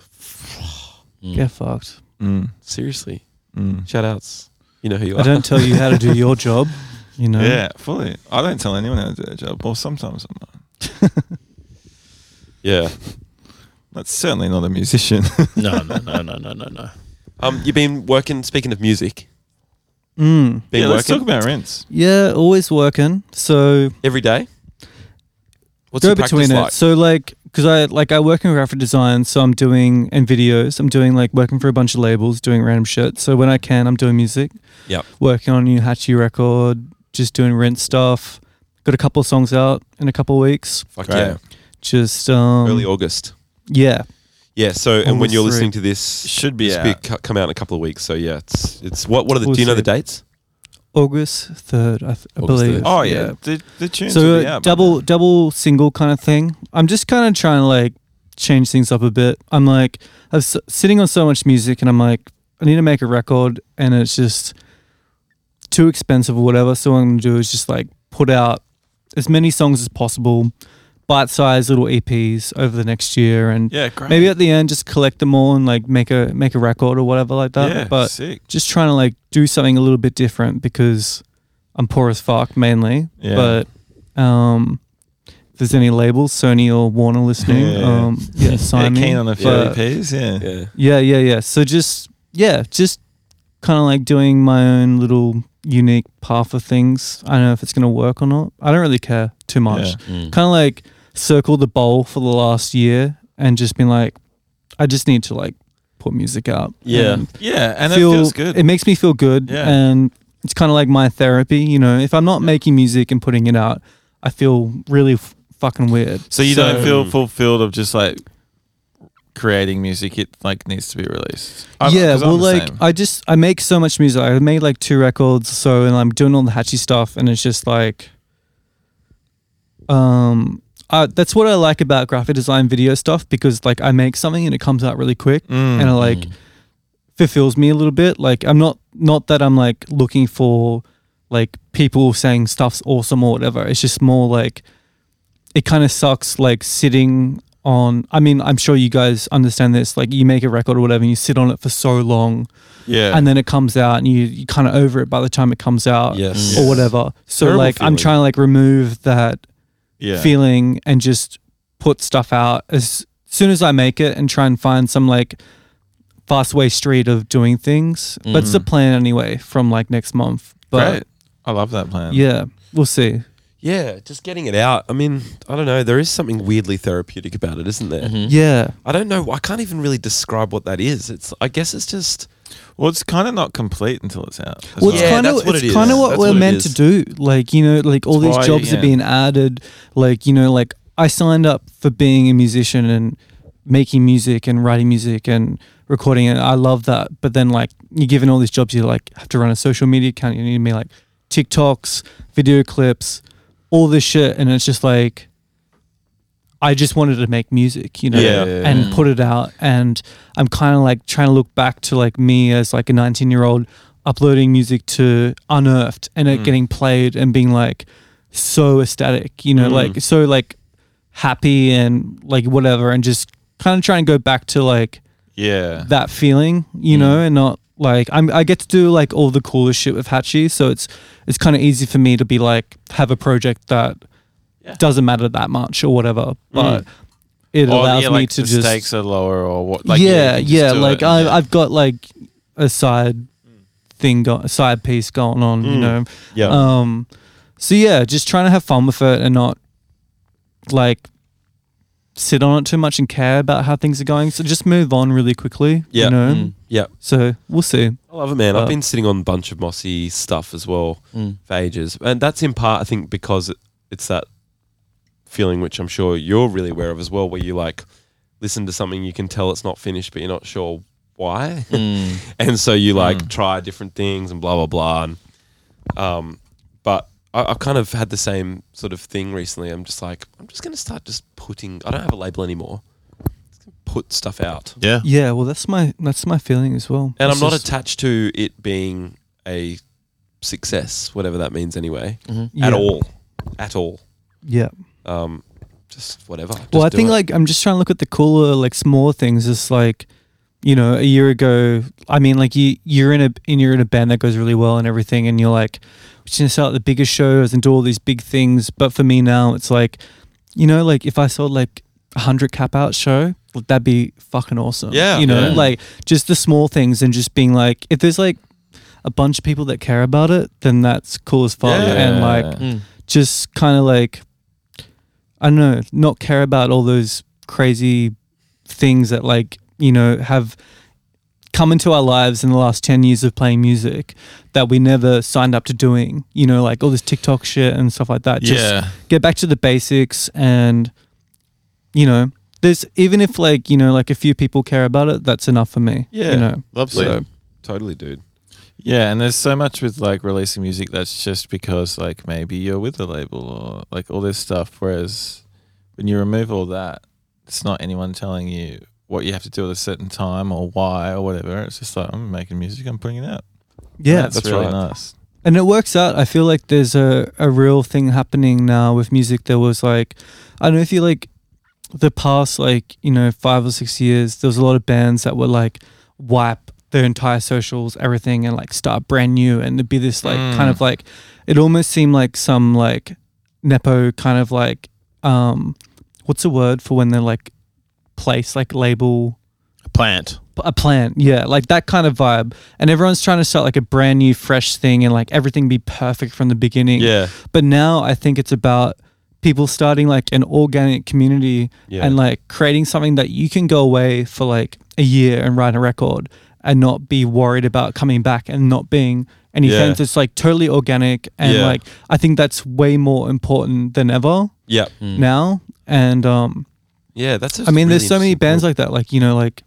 [SPEAKER 5] Mm.
[SPEAKER 3] Get fucked.
[SPEAKER 2] mm,
[SPEAKER 1] Seriously,
[SPEAKER 2] mm.
[SPEAKER 1] shout outs. You know who you are.
[SPEAKER 3] I don't tell you how to do your job. You know.
[SPEAKER 2] yeah, fully. I don't tell anyone how to do their job. Well, sometimes I'm not.
[SPEAKER 1] yeah.
[SPEAKER 2] That's certainly not a musician.
[SPEAKER 5] No, no, no, no, no, no, no.
[SPEAKER 1] Um, you've been working. Speaking of music,
[SPEAKER 3] Mm.
[SPEAKER 1] been
[SPEAKER 2] yeah,
[SPEAKER 1] working
[SPEAKER 2] let's talk about rents.
[SPEAKER 3] Yeah. Always working. So
[SPEAKER 1] every day. What's
[SPEAKER 3] go
[SPEAKER 1] your practice
[SPEAKER 3] between it.
[SPEAKER 1] like?
[SPEAKER 3] So like, because I like I work in graphic design, so I'm doing and videos. I'm doing like working for a bunch of labels, doing random shit. So when I can, I'm doing music.
[SPEAKER 1] Yep.
[SPEAKER 3] Working on a new Hachi record, just doing rent stuff. Got a couple of songs out in a couple of weeks.
[SPEAKER 1] Fuck
[SPEAKER 2] Right.
[SPEAKER 1] yeah,
[SPEAKER 3] Just um,
[SPEAKER 1] early August.
[SPEAKER 3] yeah,
[SPEAKER 1] Yeah. So, and when
[SPEAKER 3] August
[SPEAKER 1] you're
[SPEAKER 3] three.
[SPEAKER 1] listening to this,
[SPEAKER 2] Should be
[SPEAKER 1] this
[SPEAKER 2] out.
[SPEAKER 1] be co- come out in a couple of weeks. So yeah, it's it's what what are the?
[SPEAKER 3] We'll
[SPEAKER 1] Do you know
[SPEAKER 3] see.
[SPEAKER 1] the dates?
[SPEAKER 3] August third, I, th- I
[SPEAKER 1] August
[SPEAKER 3] believe.
[SPEAKER 1] 3rd.
[SPEAKER 2] Oh yeah, uh, the the tunes. will
[SPEAKER 3] so uh,
[SPEAKER 2] be out by
[SPEAKER 3] double
[SPEAKER 2] now.
[SPEAKER 3] double single kind of thing i'm just kind of trying to like change things up a bit i'm like i'm s- sitting on so much music and i'm like i need to make a record and it's just too expensive or whatever so what i'm gonna do is just like put out as many songs as possible bite-sized little eps over the next year and
[SPEAKER 2] Yeah, great.
[SPEAKER 3] maybe at the end just collect them all and like make a make a record or whatever like that
[SPEAKER 2] yeah,
[SPEAKER 3] but
[SPEAKER 2] sick.
[SPEAKER 3] just trying to like do something a little bit different because I'm poor as fuck mainly.
[SPEAKER 2] Yeah.
[SPEAKER 3] But um, if there's any labels, Sony or Warner listening,
[SPEAKER 2] Yeah, yeah.
[SPEAKER 3] um, yeah, sign
[SPEAKER 2] yeah,
[SPEAKER 3] me.
[SPEAKER 2] keen on a few
[SPEAKER 3] But-
[SPEAKER 2] EPs. Yeah.
[SPEAKER 1] Yeah.
[SPEAKER 3] yeah, yeah, yeah. So just yeah, just kind of like doing my own little unique path of things. I don't know if it's gonna work or not. I don't really care too much.
[SPEAKER 2] Yeah.
[SPEAKER 5] Mm.
[SPEAKER 3] Kind of like circled the bowl for the last year and just been like, I just need to like put music out.
[SPEAKER 1] Yeah.
[SPEAKER 3] And
[SPEAKER 2] Yeah, and
[SPEAKER 3] feel-
[SPEAKER 2] it feels good.
[SPEAKER 3] It makes me feel good,
[SPEAKER 2] Yeah.
[SPEAKER 3] and it's kind of like my therapy. You know, if I'm not making music and putting it out, I feel really f- fucking weird.
[SPEAKER 2] so you don't
[SPEAKER 1] so-
[SPEAKER 2] feel fulfilled of just like creating music. It like needs to be released. I'm-
[SPEAKER 3] yeah,
[SPEAKER 2] 'cause I'm
[SPEAKER 3] well,
[SPEAKER 2] the
[SPEAKER 3] like
[SPEAKER 2] same.
[SPEAKER 3] I just I make so much music. I made like two records, so and I'm doing all the hatchy stuff, and it's just like, um, I, that's what I like about graphic design video stuff because like I make something and it comes out really quick,
[SPEAKER 2] Mm.
[SPEAKER 3] and I like
[SPEAKER 2] Mm-hmm.
[SPEAKER 3] fulfills me a little bit. Like I'm not not that I'm like looking for like people saying stuff's awesome or whatever. It's just more like it kind of sucks like sitting on I mean, I'm sure you guys understand this. Like you make a record or whatever and you sit on it for so long
[SPEAKER 2] yeah,
[SPEAKER 3] and then it comes out and you you kind of over it by the time it comes out
[SPEAKER 1] Yes.
[SPEAKER 3] or whatever. So
[SPEAKER 1] Terrible
[SPEAKER 3] like I'm
[SPEAKER 1] feeling.
[SPEAKER 3] trying to like remove that
[SPEAKER 2] yeah.
[SPEAKER 3] feeling and just put stuff out as soon as I make it and try and find some like fast way street of doing things. That's
[SPEAKER 1] Mm-hmm.
[SPEAKER 3] the plan anyway from like next month.
[SPEAKER 2] Great.
[SPEAKER 3] But
[SPEAKER 2] I love that plan.
[SPEAKER 3] yeah, we'll see.
[SPEAKER 1] Yeah, just getting it out. I mean, I don't know. There is something weirdly therapeutic about it, isn't there?
[SPEAKER 3] Mm-hmm. Yeah.
[SPEAKER 1] I don't know. I can't even really describe what that is. It's. I guess it's just.
[SPEAKER 2] Well, it's kind of not complete until it's out. as
[SPEAKER 3] Well, it's
[SPEAKER 1] Yeah,
[SPEAKER 3] kind of
[SPEAKER 1] that's what
[SPEAKER 3] it's
[SPEAKER 1] it
[SPEAKER 3] kind of
[SPEAKER 1] is.
[SPEAKER 3] what
[SPEAKER 1] That's
[SPEAKER 3] we're
[SPEAKER 1] what it
[SPEAKER 3] meant
[SPEAKER 1] is.
[SPEAKER 3] to do. Like you know, like all
[SPEAKER 2] That's why,
[SPEAKER 3] these jobs
[SPEAKER 2] yeah.
[SPEAKER 3] are being added. Like you know, like I signed up for being a musician and making music and writing music and recording it. I love that. But then like you're given all these jobs, you like have to run a social media account. You need to make like TikToks, video clips, all this shit, and it's just like I just wanted to make music, you know,
[SPEAKER 6] Yeah.
[SPEAKER 3] and put it out. And I'm kind of like trying to look back to like me as like a 19 year old uploading music to Unearthed and it getting played and being like so ecstatic, you know, like so like happy and like whatever, and just kind of try and go back to like
[SPEAKER 6] Yeah. Mm.
[SPEAKER 3] that feeling, you know, and not like I'm, I get to do like all the coolest shit with Hachi, so it's it's kind of easy for me to be like have a project that doesn't matter that much or whatever, but it
[SPEAKER 6] Mm. Or,
[SPEAKER 3] allows
[SPEAKER 6] yeah,
[SPEAKER 3] me
[SPEAKER 6] like
[SPEAKER 3] to
[SPEAKER 6] the
[SPEAKER 3] just
[SPEAKER 6] stakes are lower or what? Like,
[SPEAKER 3] yeah,
[SPEAKER 6] you can just
[SPEAKER 3] yeah,
[SPEAKER 6] do
[SPEAKER 3] like
[SPEAKER 6] it.
[SPEAKER 3] I, I've got like a side thing, go- a side piece going on, you know.
[SPEAKER 6] Yeah.
[SPEAKER 3] Um, so yeah, just trying to have fun with it and not like sit on it too much and care about how things are going. So just move on really quickly.
[SPEAKER 1] Yeah.
[SPEAKER 3] You know.
[SPEAKER 5] Mm.
[SPEAKER 1] Yeah.
[SPEAKER 3] So we'll see.
[SPEAKER 1] I love it, man. I've
[SPEAKER 3] Uh,
[SPEAKER 1] been sitting on a bunch of mossy stuff as well
[SPEAKER 5] Mm.
[SPEAKER 1] for ages, and that's in part, I think, because it, it's that feeling which I'm sure you're really aware of as well, where you like listen to something you can tell it's not finished, but you're not sure why, and so you like try different things and blah blah blah. And, um, but I, I've kind of had the same sort of thing recently. I'm just like, I'm just gonna start just putting. I don't have a label anymore. Just gonna put stuff out
[SPEAKER 5] Yeah.
[SPEAKER 3] Yeah. Well, that's my that's my feeling as well.
[SPEAKER 1] and
[SPEAKER 3] It's
[SPEAKER 1] I'm not
[SPEAKER 3] just-
[SPEAKER 1] attached to it being a success, whatever that means, anyway,
[SPEAKER 3] Mm-hmm. yeah,
[SPEAKER 1] at all, at all.
[SPEAKER 3] Yeah.
[SPEAKER 1] Um, just whatever.
[SPEAKER 3] well,
[SPEAKER 1] Just
[SPEAKER 3] I
[SPEAKER 1] do
[SPEAKER 3] think
[SPEAKER 1] it.
[SPEAKER 3] like I'm just trying to look at the cooler, like smaller things. It's like, you know, a year ago, I mean, like you you're in a and you're in a band that goes really well and everything, and you're like, we're just gonna sell out the biggest shows and do all these big things. But for me now, it's like, you know, like if I sold like a hundred cap out show, like, that'd be fucking awesome.
[SPEAKER 6] Yeah.
[SPEAKER 3] you know,
[SPEAKER 5] Yeah.
[SPEAKER 3] like just the small things and just being like, if there's like a bunch of people that care about it, then that's cool as fuck. And like mm,
[SPEAKER 5] Mm.
[SPEAKER 3] just kind of like I don't know, not care about all those crazy things that like you know have come into our lives in the last 10 years of playing music that we never signed up to doing you know like all this tiktok shit and stuff like that just
[SPEAKER 6] yeah.
[SPEAKER 3] get back to the basics and you know there's even if like you know like a few people care about it that's enough for me
[SPEAKER 6] Yeah.
[SPEAKER 3] you know
[SPEAKER 5] Lovely.
[SPEAKER 3] So-
[SPEAKER 1] totally, dude.
[SPEAKER 6] Yeah, and there's so much with like releasing music that's just because like maybe you're with a label or like all this stuff. Whereas when you remove all that, it's not anyone telling you what you have to do at a certain time or why or whatever. It's just like I'm making music, I'm putting it out.
[SPEAKER 3] yeah
[SPEAKER 6] that's,
[SPEAKER 1] that's
[SPEAKER 6] really
[SPEAKER 1] right.
[SPEAKER 6] nice.
[SPEAKER 3] And it works out. I feel like there's a, a real thing happening now with music. There was like, I don't know if you like the past, like, you know, five or six years, there was a lot of bands that would like wipe their entire socials, everything, and like start brand new. And it'd be this like kind of like, it almost seemed like some like Nepo kind of like, um, what's the word for when they're like place, like label
[SPEAKER 5] Plant.
[SPEAKER 3] a plant yeah like that kind of vibe and everyone's trying to start like a brand new fresh thing and like everything be perfect from the beginning
[SPEAKER 6] Yeah.
[SPEAKER 3] but now i think it's about people starting like an organic community
[SPEAKER 1] Yeah.
[SPEAKER 3] and like creating something that you can go away for like a year and write a record and not be worried about coming back and not being any
[SPEAKER 1] Yeah.
[SPEAKER 3] fans it's like totally organic and
[SPEAKER 1] Yeah.
[SPEAKER 3] like i think that's way more important than ever
[SPEAKER 1] Yeah, Mm.
[SPEAKER 3] now and um
[SPEAKER 1] yeah. That's. I
[SPEAKER 3] I mean, there's so many bands like that, like you know, like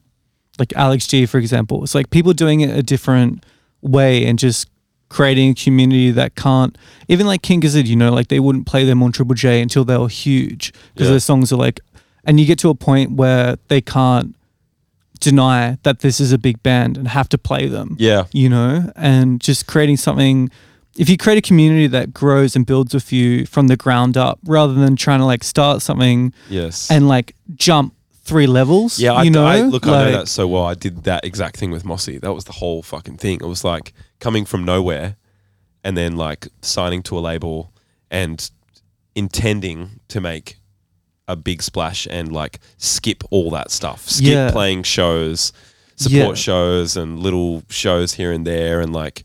[SPEAKER 3] like Alex G, for example. It's like people doing it a different way and just creating a community that can't even like King Gizzard, you know, like they wouldn't play them on Triple J until they were huge because
[SPEAKER 1] Yeah.
[SPEAKER 3] their songs are like, and you get to a point where they can't deny that this is a big band and have to play them
[SPEAKER 1] yeah,
[SPEAKER 3] you know, and just creating something. If you create a community that grows and builds with you from the ground up, rather than trying to like start something
[SPEAKER 1] yes,
[SPEAKER 3] and like jump three levels.
[SPEAKER 1] yeah. I,
[SPEAKER 3] you know,
[SPEAKER 1] I, look, I know
[SPEAKER 3] like,
[SPEAKER 1] that so well. I did that exact thing with Mossy. That was the whole fucking thing. It was like coming from nowhere, and then like signing to a label and intending to make a big splash and like skip all that stuff. Skip
[SPEAKER 3] Yeah.
[SPEAKER 1] playing shows, support
[SPEAKER 3] Yeah.
[SPEAKER 1] shows, and little shows here and there, and like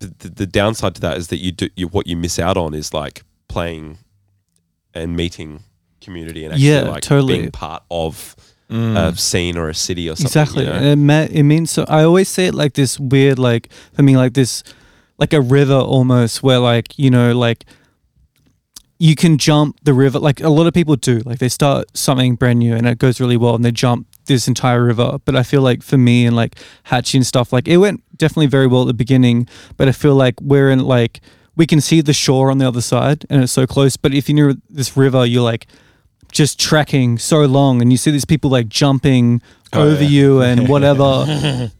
[SPEAKER 1] the, the, the downside to that is that you do you, what you miss out on is like playing and meeting community and actually
[SPEAKER 3] Yeah,
[SPEAKER 1] like
[SPEAKER 3] totally.
[SPEAKER 1] being part of a scene or a city or something.
[SPEAKER 3] exactly.
[SPEAKER 1] you know?
[SPEAKER 3] And It ma- it means so. I always say it like this weird, like for me, like this, like a river almost, where like you know, like you can jump the river like a lot of people do like they start something brand new and it goes really well and they jump this entire river but i feel like for me and like hatching and stuff like it went definitely very well at the beginning but i feel like we're in like we can see the shore on the other side and it's so close but if you're near this river you're like just trekking so long and you see these people like jumping over you and whatever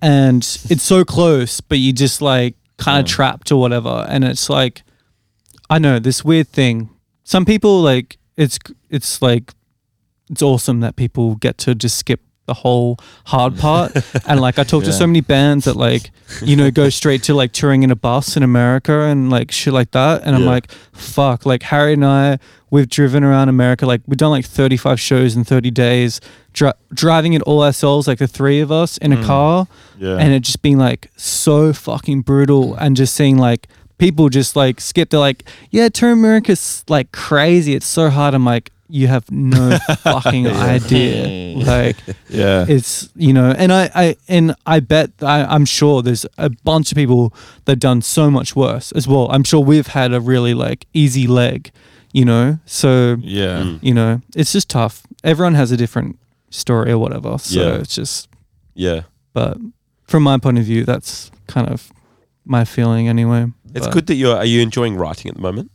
[SPEAKER 3] and it's so close but you just like kind of trapped or whatever and it's like I know this weird thing. Some people like it's it's like it's awesome that people get to just skip the whole hard part. and like I talk to so many bands that like you know go straight to like touring in a bus in America and like shit like that. And I'm like, fuck. Like Harry and I, we've driven around America. Like we've done like 35 shows in 30 days, dri- driving it all ourselves, like the three of us in a car
[SPEAKER 2] Yeah.
[SPEAKER 3] and it just being like so fucking brutal and just seeing like people just like skip they're like yeah tour america's like crazy it's so hard i'm like you have no fucking idea like
[SPEAKER 2] yeah.
[SPEAKER 3] it's you know and i i and i bet I, i'm sure there's a bunch of people that've done so much worse as well i'm sure we've had a really like easy leg you know so
[SPEAKER 2] yeah.
[SPEAKER 1] Mm.
[SPEAKER 3] you know it's just tough everyone has a different story or whatever so
[SPEAKER 2] Yeah.
[SPEAKER 3] it's just
[SPEAKER 2] Yeah.
[SPEAKER 3] but from my point of view, that's kind of my feeling anyway.
[SPEAKER 1] It's
[SPEAKER 3] But
[SPEAKER 1] good that you're. Are you enjoying writing at the moment?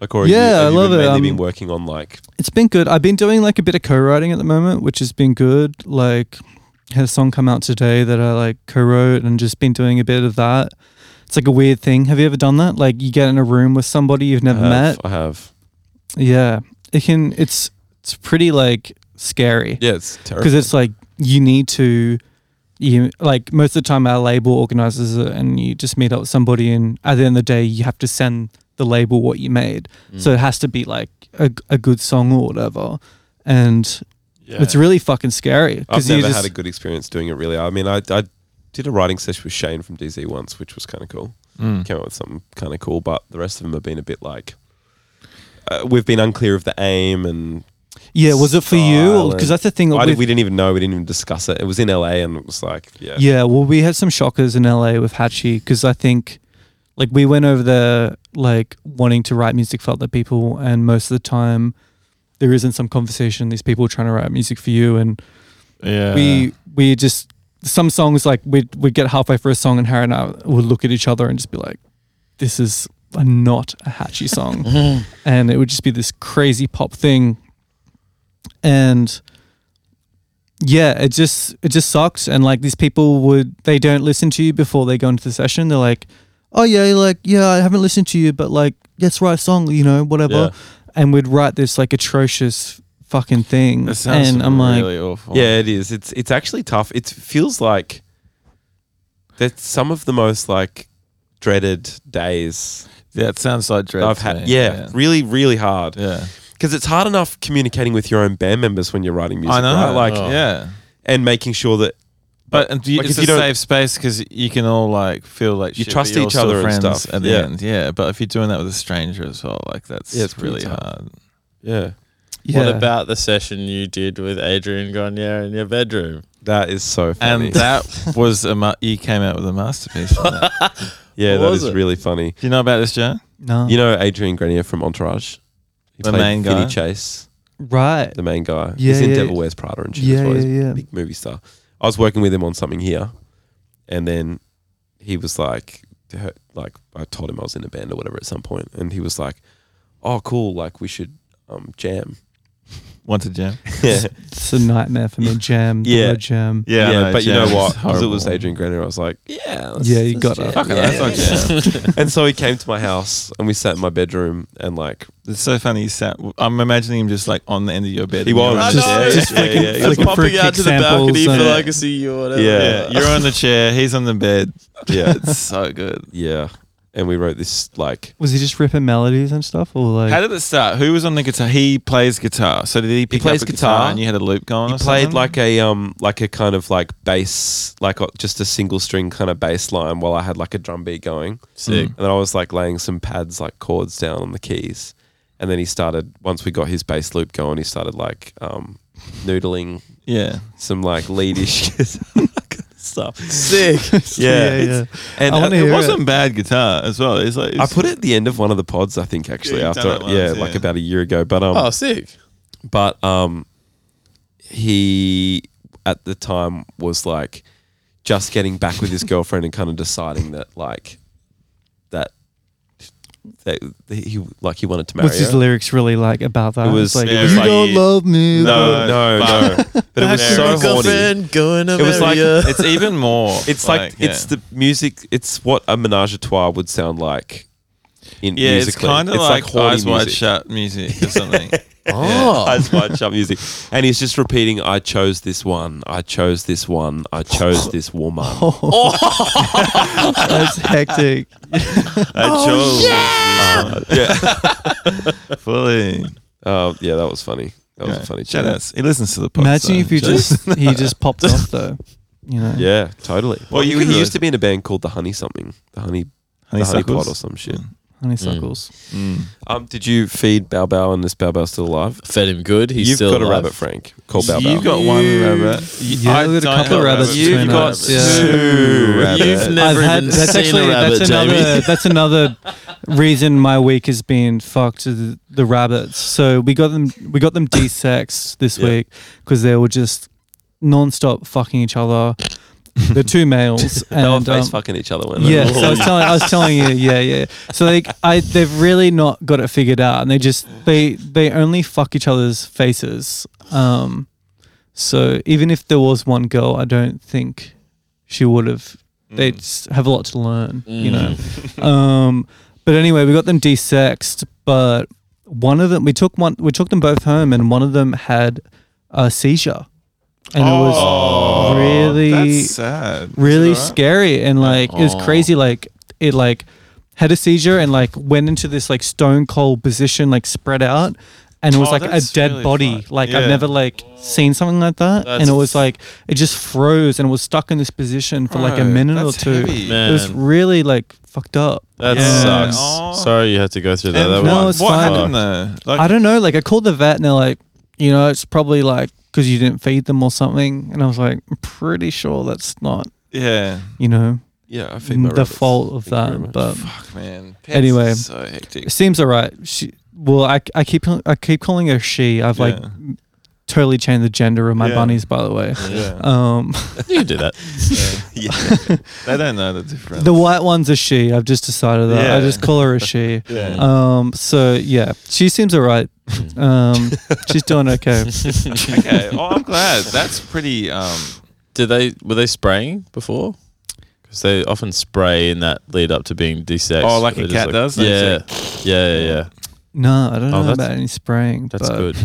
[SPEAKER 1] Like, or
[SPEAKER 3] Yeah, I
[SPEAKER 1] have you
[SPEAKER 3] love
[SPEAKER 1] been
[SPEAKER 3] it,
[SPEAKER 1] mainly
[SPEAKER 3] um,
[SPEAKER 1] been working on like
[SPEAKER 3] It's been good. I've been doing like a bit of co-writing at the moment, which has been good. Like had a song come out today that I like co-wrote and just been doing a bit of that. It's like a weird thing. Have you ever done that? Like you get in a room with somebody you've never
[SPEAKER 1] I
[SPEAKER 3] met.
[SPEAKER 1] have, I have.
[SPEAKER 3] Yeah. It can it's it's pretty like scary.
[SPEAKER 1] Yeah, it's terrible.
[SPEAKER 3] because it's like you need to you like most of the time our label organizes it and you just meet up with somebody and at the end of the day you have to send the label what you made
[SPEAKER 1] Mm.
[SPEAKER 3] so it has to be like a, a good song or whatever and it's really fucking scary
[SPEAKER 1] I've
[SPEAKER 3] because you
[SPEAKER 1] never
[SPEAKER 3] just
[SPEAKER 1] had a good experience doing it. Really, I mean, I, I did a writing session with Shane from DZ once, which was kind of cool.
[SPEAKER 6] Mm.
[SPEAKER 1] Came up with something kind of cool, but the rest of them have been a bit like uh, we've been unclear of the aim, and
[SPEAKER 3] yeah was it for you
[SPEAKER 1] style
[SPEAKER 3] because
[SPEAKER 1] and-
[SPEAKER 3] that's the thing
[SPEAKER 1] I did,
[SPEAKER 3] with,
[SPEAKER 1] we didn't even know, we didn't even discuss it. It was in LA, and it was like, yeah,
[SPEAKER 3] Yeah, well, we had some shockers in LA with Hachi because I think, like, we went over there like wanting to write music for other people, and most of the time, there isn't some conversation. These people are trying to write music for you, and
[SPEAKER 2] Yeah.
[SPEAKER 3] we we just some songs like we'd we'd get halfway through a song, and Harry and I would look at each other and just be like, "This is a, not a Hachi song,"
[SPEAKER 2] Mm-hmm.
[SPEAKER 3] and it would just be this crazy pop thing, and yeah, it just it just sucks. And like these people would they don't listen to you before they go into the session. They're like, oh yeah, like yeah, I haven't listened to you, but like let's write a song, you know, whatever. And we'd write this like atrocious fucking thing.
[SPEAKER 2] That sounds
[SPEAKER 3] and I'm like,
[SPEAKER 2] really awful.
[SPEAKER 1] Yeah, it is. It's it's actually tough. It feels like that's some of the most like dreaded days
[SPEAKER 2] That sounds like dread.
[SPEAKER 1] I've
[SPEAKER 2] to
[SPEAKER 1] had.
[SPEAKER 2] me.
[SPEAKER 1] Yeah, really, really hard.
[SPEAKER 2] Yeah.
[SPEAKER 1] Because it's hard enough communicating with your own band members when you're writing music,
[SPEAKER 2] I know.
[SPEAKER 1] right? Like,
[SPEAKER 2] yeah.
[SPEAKER 1] and making sure that
[SPEAKER 2] But and do you,
[SPEAKER 1] Like,
[SPEAKER 2] it's
[SPEAKER 1] if
[SPEAKER 2] a
[SPEAKER 1] you don't-
[SPEAKER 2] safe space because you can all like feel like
[SPEAKER 1] You
[SPEAKER 2] shit,
[SPEAKER 1] trust
[SPEAKER 2] but you're
[SPEAKER 1] each
[SPEAKER 2] still
[SPEAKER 1] other and
[SPEAKER 2] friends
[SPEAKER 1] stuff.
[SPEAKER 2] At the
[SPEAKER 1] Yeah.
[SPEAKER 2] end, yeah. But if you're doing that with a stranger as well, like that's
[SPEAKER 1] Yeah, it's pretty
[SPEAKER 2] really
[SPEAKER 1] tough.
[SPEAKER 2] hard.
[SPEAKER 1] yeah,
[SPEAKER 3] yeah,
[SPEAKER 5] What about the session you did with Adrian Grenier in your bedroom?
[SPEAKER 1] that is so funny.
[SPEAKER 2] And that was a ma- you came out with a masterpiece. on that.
[SPEAKER 1] yeah,
[SPEAKER 5] What
[SPEAKER 1] that
[SPEAKER 5] was
[SPEAKER 1] is
[SPEAKER 5] it?
[SPEAKER 1] really funny.
[SPEAKER 2] Do you know about this, Joe?
[SPEAKER 3] no,
[SPEAKER 1] You know Adrian Grenier from Entourage, he
[SPEAKER 2] The
[SPEAKER 1] played
[SPEAKER 2] main
[SPEAKER 1] Vinny
[SPEAKER 2] guy?
[SPEAKER 1] Chase,
[SPEAKER 3] right?
[SPEAKER 1] the main guy.
[SPEAKER 3] Yeah,
[SPEAKER 1] He's in
[SPEAKER 3] yeah,
[SPEAKER 1] Devil
[SPEAKER 3] yeah.
[SPEAKER 1] Wears Prada and shit. as
[SPEAKER 3] Yeah,
[SPEAKER 1] well. He's
[SPEAKER 3] yeah, yeah.
[SPEAKER 1] big movie star. I was working with him on something here, and then he was like, her- like I told him I was in a band or whatever at some point, and he was like, "Oh, cool! Like we should um, jam."
[SPEAKER 2] Want to jam?
[SPEAKER 1] Yeah,
[SPEAKER 3] It's a nightmare for me. Jam,
[SPEAKER 1] Yeah.
[SPEAKER 3] yeah, jam.
[SPEAKER 1] yeah, but you know
[SPEAKER 2] jam
[SPEAKER 1] what?
[SPEAKER 2] is
[SPEAKER 1] Because it was
[SPEAKER 2] horrible.
[SPEAKER 1] Adrian Grenier, I was like, "Yeah, let's-
[SPEAKER 3] Yeah, you
[SPEAKER 1] let's
[SPEAKER 3] got
[SPEAKER 1] jam."
[SPEAKER 3] it. Fuck
[SPEAKER 2] it, that's not
[SPEAKER 1] and so he came to my house, and we sat in my bedroom, and like
[SPEAKER 2] It's so funny. He sat. I'm imagining him just like on the end of your bed.
[SPEAKER 1] He
[SPEAKER 2] and
[SPEAKER 1] was,
[SPEAKER 2] you're on
[SPEAKER 1] I
[SPEAKER 2] the
[SPEAKER 1] know.
[SPEAKER 2] chair.
[SPEAKER 1] Just
[SPEAKER 2] yeah,
[SPEAKER 1] flicking-
[SPEAKER 2] yeah, yeah.
[SPEAKER 3] flicking Looking for
[SPEAKER 5] popping out to the
[SPEAKER 3] kick
[SPEAKER 5] balcony
[SPEAKER 3] samples
[SPEAKER 5] for
[SPEAKER 3] and-
[SPEAKER 5] like a see you or whatever.
[SPEAKER 1] Yeah.
[SPEAKER 2] Yeah, You're on the chair. He's on the bed.
[SPEAKER 1] yeah,
[SPEAKER 2] It's so good.
[SPEAKER 1] yeah, and we wrote this like
[SPEAKER 3] Was he just ripping melodies and stuff, or like?
[SPEAKER 2] How did it start? Who was on the guitar? He plays guitar. So did he pick
[SPEAKER 1] plays
[SPEAKER 2] up a
[SPEAKER 1] guitar.
[SPEAKER 2] and you had a loop going?
[SPEAKER 1] He
[SPEAKER 2] or
[SPEAKER 1] played
[SPEAKER 2] something?
[SPEAKER 1] like a um like a kind of like bass like uh, just a single string kind of bass line while I had like a drum beat going.
[SPEAKER 5] Sick.
[SPEAKER 1] And then I was like laying some pads like chords down on the keys. And then he started once we got his bass loop going, he started like um noodling
[SPEAKER 2] yeah.
[SPEAKER 1] some like leadish
[SPEAKER 3] stuff.
[SPEAKER 5] Sick.
[SPEAKER 3] Yeah, yeah.
[SPEAKER 1] And
[SPEAKER 3] I
[SPEAKER 1] uh,
[SPEAKER 3] wanna
[SPEAKER 1] it
[SPEAKER 3] hear
[SPEAKER 1] was-
[SPEAKER 3] it.
[SPEAKER 2] Some bad guitar as well. It's like
[SPEAKER 1] I put it at the end of one of the pods, I think, actually,
[SPEAKER 2] Yeah, you've
[SPEAKER 1] after
[SPEAKER 2] done that
[SPEAKER 1] yeah,
[SPEAKER 2] once,
[SPEAKER 1] like
[SPEAKER 2] yeah.
[SPEAKER 1] about a year ago. But um,
[SPEAKER 5] Oh, sick.
[SPEAKER 1] but um, he at the time was like just getting back with his girlfriend and kind of deciding that like that that he like he wanted to marry
[SPEAKER 3] What's his
[SPEAKER 1] her.
[SPEAKER 3] lyrics really like about that?
[SPEAKER 1] It was-
[SPEAKER 3] It's like,
[SPEAKER 1] it
[SPEAKER 2] was
[SPEAKER 3] you
[SPEAKER 2] like-
[SPEAKER 3] don't love me.
[SPEAKER 1] no, no, no. But it was
[SPEAKER 2] Back
[SPEAKER 1] so horny.
[SPEAKER 2] with
[SPEAKER 5] Girlfriend going to
[SPEAKER 1] It was like
[SPEAKER 5] marry her.
[SPEAKER 1] it's even
[SPEAKER 2] more.
[SPEAKER 1] it's like, it's the music. It's what a menage a trois would sound like. In
[SPEAKER 2] yeah, it's
[SPEAKER 1] musically.
[SPEAKER 2] kind of like,
[SPEAKER 1] horny
[SPEAKER 2] eyes wide
[SPEAKER 1] music.
[SPEAKER 2] shut music or something.
[SPEAKER 5] oh.
[SPEAKER 1] eyes wide shut music. And he's just repeating, I chose this one, I chose this one, I chose this woman.
[SPEAKER 3] That's hectic.
[SPEAKER 2] oh,
[SPEAKER 1] yeah.
[SPEAKER 2] fully.
[SPEAKER 1] Uh, yeah, that was funny. That was a funny.
[SPEAKER 2] Shout
[SPEAKER 1] joke.
[SPEAKER 2] outs. He listens to the podcast.
[SPEAKER 3] Imagine if you just he just popped off though. You know.
[SPEAKER 1] Yeah, totally. Well,
[SPEAKER 2] Well, you
[SPEAKER 1] he,
[SPEAKER 2] could
[SPEAKER 1] he
[SPEAKER 2] do
[SPEAKER 1] used
[SPEAKER 2] it.
[SPEAKER 1] to be in a band called the Honey Something, the Honey, the honey Mm. Pot or some shit.
[SPEAKER 3] Honeysuckles.
[SPEAKER 2] Mm.
[SPEAKER 1] Um, did you feed Bao Bao and this Bao Bao still alive?
[SPEAKER 5] Fed him good. He's
[SPEAKER 1] You've
[SPEAKER 5] still
[SPEAKER 1] got a
[SPEAKER 5] alive.
[SPEAKER 1] rabbit, Frank. Call Bao Bao.
[SPEAKER 2] You got one rabbit.
[SPEAKER 3] Yeah, I got a couple of rabbits
[SPEAKER 1] You've
[SPEAKER 3] between
[SPEAKER 1] got
[SPEAKER 3] us.
[SPEAKER 1] two
[SPEAKER 2] Yeah.
[SPEAKER 1] rabbits.
[SPEAKER 5] You've
[SPEAKER 3] I've
[SPEAKER 5] never
[SPEAKER 3] had
[SPEAKER 5] even
[SPEAKER 3] that's
[SPEAKER 5] seen
[SPEAKER 3] actually
[SPEAKER 5] a rabbit,
[SPEAKER 3] that's
[SPEAKER 5] Jamie.
[SPEAKER 3] another that's another reason my week has been fucked to the, the rabbits. So we got them we got them desexed this week
[SPEAKER 1] Yeah.
[SPEAKER 3] 'cause week because they were just non-stop fucking each other. They're two males
[SPEAKER 1] They were
[SPEAKER 3] and
[SPEAKER 1] face
[SPEAKER 3] um,
[SPEAKER 1] fucking each other. weren't they?
[SPEAKER 3] yeah, so I was telling I was telling you, yeah, yeah. So like I they've really not got it figured out and they just they they only fuck each other's faces. Um so even if there was one girl, I don't think she would have they just have a lot to learn, you know. um but anyway, we got them desexed, but one of them we took one we took them both home and one of them had a seizure. And it was really
[SPEAKER 2] That's sad.
[SPEAKER 3] really scary and like it was crazy like it like had a seizure and like went into this like stone cold position like spread out and it was
[SPEAKER 2] Oh,
[SPEAKER 3] like a
[SPEAKER 2] that's
[SPEAKER 3] dead
[SPEAKER 2] really
[SPEAKER 3] body
[SPEAKER 2] fucked.
[SPEAKER 3] like
[SPEAKER 2] Yeah.
[SPEAKER 3] i've never like seen something like that and it was like it just froze and was stuck in this position for like a minute or two it was
[SPEAKER 5] Man,
[SPEAKER 3] really like fucked up
[SPEAKER 5] that
[SPEAKER 2] Yeah.
[SPEAKER 5] sucks.
[SPEAKER 2] Aw.
[SPEAKER 5] Sorry you had to go through that. that
[SPEAKER 3] No,
[SPEAKER 5] one-
[SPEAKER 3] it's
[SPEAKER 2] what
[SPEAKER 3] fine.
[SPEAKER 2] happened though? Like,
[SPEAKER 3] i don't know like i called the vet and they're like you know it's probably like because you didn't feed them or something and i was like i'm pretty sure that's not
[SPEAKER 2] yeah,
[SPEAKER 3] you know
[SPEAKER 1] yeah, I feed my
[SPEAKER 3] the
[SPEAKER 1] rabbits.
[SPEAKER 3] fault of
[SPEAKER 1] Thank you very
[SPEAKER 3] that
[SPEAKER 1] much.
[SPEAKER 3] but
[SPEAKER 2] man. Pets
[SPEAKER 3] Anyway.
[SPEAKER 2] is so hectic.
[SPEAKER 3] It seems alright. She well, I, I keep I keep calling her she. I've like
[SPEAKER 2] Yeah.
[SPEAKER 3] totally changed the gender of my
[SPEAKER 2] Yeah.
[SPEAKER 3] bunnies, by the way.
[SPEAKER 2] Yeah.
[SPEAKER 3] Um,
[SPEAKER 5] You can do that.
[SPEAKER 2] they don't know the difference.
[SPEAKER 3] the white one's a she. I've just decided that. I
[SPEAKER 2] Yeah.
[SPEAKER 3] just call her a she.
[SPEAKER 2] yeah.
[SPEAKER 3] Um, so yeah, she seems alright.
[SPEAKER 5] Hmm.
[SPEAKER 3] Um, she's doing okay.
[SPEAKER 2] okay. Oh, I'm glad. That's pretty. Um,
[SPEAKER 5] Did they were they spraying before? Because they often spray in that lead up to being desexed.
[SPEAKER 2] Oh, like
[SPEAKER 5] They
[SPEAKER 2] a
[SPEAKER 5] just
[SPEAKER 2] cat does?
[SPEAKER 5] Yeah, yeah, yeah, yeah.
[SPEAKER 3] No, I don't know
[SPEAKER 5] Oh, that's-
[SPEAKER 3] about any spraying.
[SPEAKER 5] That's
[SPEAKER 3] but
[SPEAKER 5] good.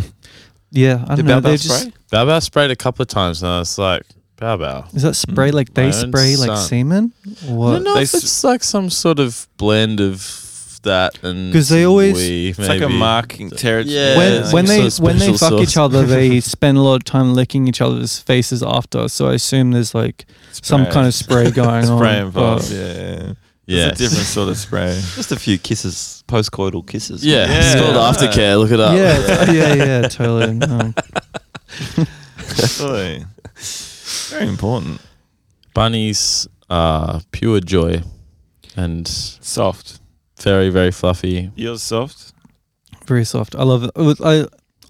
[SPEAKER 3] Yeah, I
[SPEAKER 1] Did
[SPEAKER 3] don't know.
[SPEAKER 1] Bao
[SPEAKER 3] They
[SPEAKER 1] Bao
[SPEAKER 3] just
[SPEAKER 1] spray?
[SPEAKER 5] Bow Bow sprayed a couple of times, and I was like, Bow Bow.
[SPEAKER 3] is that spray like they
[SPEAKER 5] My own
[SPEAKER 3] spray like
[SPEAKER 5] son.
[SPEAKER 3] semen? Or
[SPEAKER 5] I
[SPEAKER 3] What?
[SPEAKER 5] don't know
[SPEAKER 2] They
[SPEAKER 5] if it's like some sort of blend of that and
[SPEAKER 3] 'Cause they
[SPEAKER 5] some
[SPEAKER 3] always-
[SPEAKER 5] wee,
[SPEAKER 2] it's like a
[SPEAKER 5] maybe.
[SPEAKER 2] marking territory.
[SPEAKER 5] Yeah.
[SPEAKER 3] when,
[SPEAKER 5] like
[SPEAKER 3] when they
[SPEAKER 5] sort of
[SPEAKER 3] when they
[SPEAKER 5] special
[SPEAKER 3] fuck
[SPEAKER 5] sauce.
[SPEAKER 3] each other, they spend a lot of time licking each other's faces after. So I assume there's like some
[SPEAKER 2] Spray.
[SPEAKER 3] kind of spray going
[SPEAKER 2] spray
[SPEAKER 3] on. but-
[SPEAKER 2] involved. Yeah, yeah.
[SPEAKER 5] Yeah,
[SPEAKER 2] It's a different sort of spray.
[SPEAKER 1] Just a few kisses, postcoital kisses.
[SPEAKER 5] Yeah,
[SPEAKER 2] Yeah.
[SPEAKER 5] it's called aftercare. Look it up.
[SPEAKER 3] Yeah, yeah, yeah, totally. No.
[SPEAKER 2] Really. Very important.
[SPEAKER 5] bunnies are pure joy and
[SPEAKER 2] Soft.
[SPEAKER 5] very very fluffy.
[SPEAKER 2] Yours soft.
[SPEAKER 3] Very soft. I love it. It was- I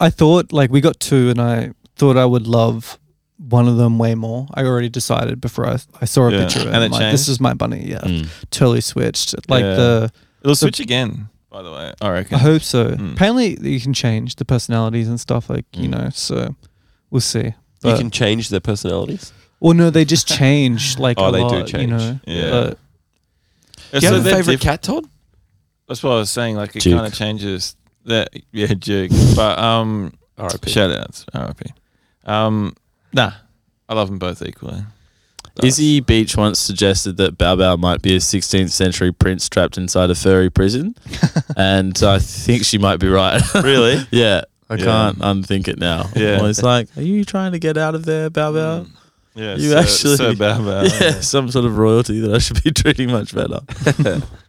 [SPEAKER 3] I thought like we got two, and I thought I would love one of them way more. I already decided before I, I saw a
[SPEAKER 2] Yeah.
[SPEAKER 3] picture, of
[SPEAKER 2] And
[SPEAKER 3] it,
[SPEAKER 2] it
[SPEAKER 3] like,
[SPEAKER 2] changed?
[SPEAKER 3] this is my bunny. Yeah,
[SPEAKER 5] Mm.
[SPEAKER 3] totally switched. Like
[SPEAKER 2] Yeah.
[SPEAKER 3] the
[SPEAKER 2] It'll switch again. By the way,
[SPEAKER 5] Uh,
[SPEAKER 2] I reckon.
[SPEAKER 3] I hope so.
[SPEAKER 2] Mm.
[SPEAKER 3] Apparently, you can change the personalities and stuff. Like you
[SPEAKER 5] Mm.
[SPEAKER 3] know, so we'll see.
[SPEAKER 1] You
[SPEAKER 3] But-
[SPEAKER 1] can change their personalities.
[SPEAKER 3] Well, no, they just change like
[SPEAKER 1] Oh,
[SPEAKER 3] a
[SPEAKER 1] they do
[SPEAKER 3] lot, you
[SPEAKER 1] change.
[SPEAKER 3] know.
[SPEAKER 2] Yeah.
[SPEAKER 3] But
[SPEAKER 2] Yeah,
[SPEAKER 1] Do you
[SPEAKER 2] so
[SPEAKER 1] have a
[SPEAKER 2] they're
[SPEAKER 1] favorite
[SPEAKER 2] diff-
[SPEAKER 1] cat, Todd?
[SPEAKER 2] That's what I was saying. Like it
[SPEAKER 5] Duke.
[SPEAKER 2] kind of changes. That yeah, Duke. But um,
[SPEAKER 1] R.I.P.
[SPEAKER 2] shout outs. R.I.P. Um, nah, I love them both equally.
[SPEAKER 5] Izzy Beach once suggested that Bao Bao might be a 16th century prince trapped inside a furry prison, and I think she might be right.
[SPEAKER 2] Really?
[SPEAKER 5] yeah, I
[SPEAKER 2] Yeah.
[SPEAKER 5] can't unthink it now.
[SPEAKER 2] Yeah. Mm.
[SPEAKER 5] I was like, "Are you trying to get out of there, Bao Bao?"
[SPEAKER 2] Yeah,
[SPEAKER 5] You
[SPEAKER 2] so,
[SPEAKER 5] actually-
[SPEAKER 2] so bad about
[SPEAKER 5] Yeah, some sort of royalty that I should be treating much better.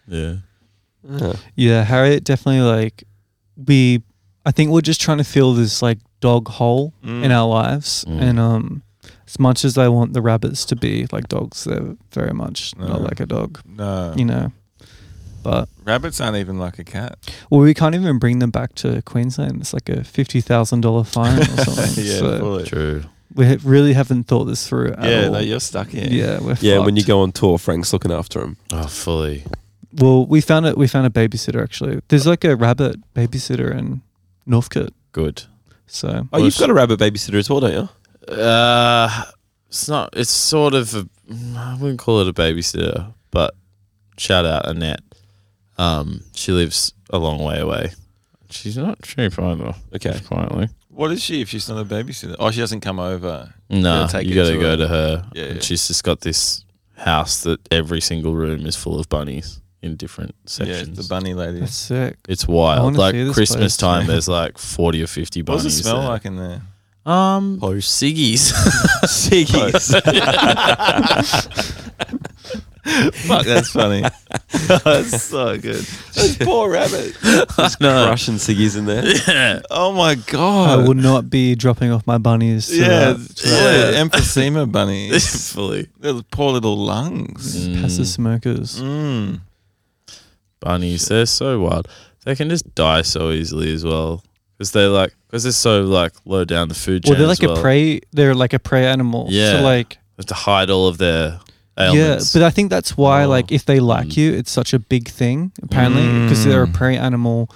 [SPEAKER 5] yeah,
[SPEAKER 3] yeah, Harriet definitely like we.
[SPEAKER 2] Mm.
[SPEAKER 3] I think we're just trying to fill this like dog hole in our lives,
[SPEAKER 5] Mm.
[SPEAKER 3] and um, as much as I want the rabbits to be like dogs, they're very much not
[SPEAKER 2] No.
[SPEAKER 3] like a dog,
[SPEAKER 2] No.
[SPEAKER 3] you know. But
[SPEAKER 2] Rabbits aren't even like a cat.
[SPEAKER 3] well, we can't even bring them back to Queensland. It's like a fifty thousand dollar fine or something.
[SPEAKER 2] yeah,
[SPEAKER 3] so
[SPEAKER 2] fully.
[SPEAKER 5] True.
[SPEAKER 3] we ha- really haven't thought this through at
[SPEAKER 2] Yeah,
[SPEAKER 3] all.
[SPEAKER 2] no, you're stuck here.
[SPEAKER 3] yeah, we're
[SPEAKER 1] Yeah, when you
[SPEAKER 3] fucked.
[SPEAKER 1] go on tour, Frank's looking after him.
[SPEAKER 5] Oh, fully.
[SPEAKER 3] well, we found it. We found a babysitter actually. There's like a rabbit babysitter in Northcote.
[SPEAKER 5] Good.
[SPEAKER 3] So
[SPEAKER 1] Oh, you've got a rabbit babysitter as well, don't you?
[SPEAKER 5] Uh, it's not. It's sort of. A, I wouldn't call it a babysitter, but shout out Annette. Um, she lives a long way away. She's not cheap either.
[SPEAKER 1] Okay.
[SPEAKER 5] Quietly.
[SPEAKER 2] What is she if she's not a babysitter? Oh, she doesn't come over.
[SPEAKER 5] No,
[SPEAKER 2] gotta take
[SPEAKER 5] you
[SPEAKER 2] it
[SPEAKER 5] got to
[SPEAKER 2] to
[SPEAKER 5] go
[SPEAKER 2] her.
[SPEAKER 5] to her.
[SPEAKER 2] Yeah,
[SPEAKER 5] and
[SPEAKER 2] yeah.
[SPEAKER 5] She's just got this house that every single room is full of bunnies in different
[SPEAKER 2] Yeah,
[SPEAKER 5] sections.
[SPEAKER 2] it's the bunny lady.
[SPEAKER 3] that's sick.
[SPEAKER 5] It's
[SPEAKER 3] I
[SPEAKER 5] wild.
[SPEAKER 3] wanna
[SPEAKER 5] Like
[SPEAKER 3] see this
[SPEAKER 5] Christmas
[SPEAKER 3] place.
[SPEAKER 5] time, there's like forty or fifty
[SPEAKER 2] What
[SPEAKER 5] bunnies.
[SPEAKER 2] does it smell
[SPEAKER 5] there.
[SPEAKER 2] like in there?
[SPEAKER 5] Um, ciggies.
[SPEAKER 1] Siggies.
[SPEAKER 2] Fuck, that's funny.
[SPEAKER 5] That's so good.
[SPEAKER 1] Poor rabbit. Just crushing ciggies in there.
[SPEAKER 5] Yeah.
[SPEAKER 2] Oh my
[SPEAKER 3] I
[SPEAKER 2] god.
[SPEAKER 3] will not be dropping off my bunnies. To
[SPEAKER 2] yeah,
[SPEAKER 3] that-
[SPEAKER 2] it's probably an emphysema bunny.
[SPEAKER 5] Fully.
[SPEAKER 2] Those poor little lungs.
[SPEAKER 5] Mm.
[SPEAKER 3] passive smokers.
[SPEAKER 2] Mm.
[SPEAKER 5] bunnies. They're so wild. They can just die so easily as well because they're like because they're so like low down the food chain.
[SPEAKER 3] Well, they're like
[SPEAKER 5] as well.
[SPEAKER 3] a prey. They're like a prey animal.
[SPEAKER 5] Yeah.
[SPEAKER 3] So like,
[SPEAKER 5] They have to hide all of their ailments.
[SPEAKER 3] yeah. But I think that's why,
[SPEAKER 5] Oh.
[SPEAKER 3] like, if they like
[SPEAKER 5] Mm.
[SPEAKER 3] you, it's such a big thing. Apparently, because they're
[SPEAKER 2] Mm.
[SPEAKER 3] a prey animal.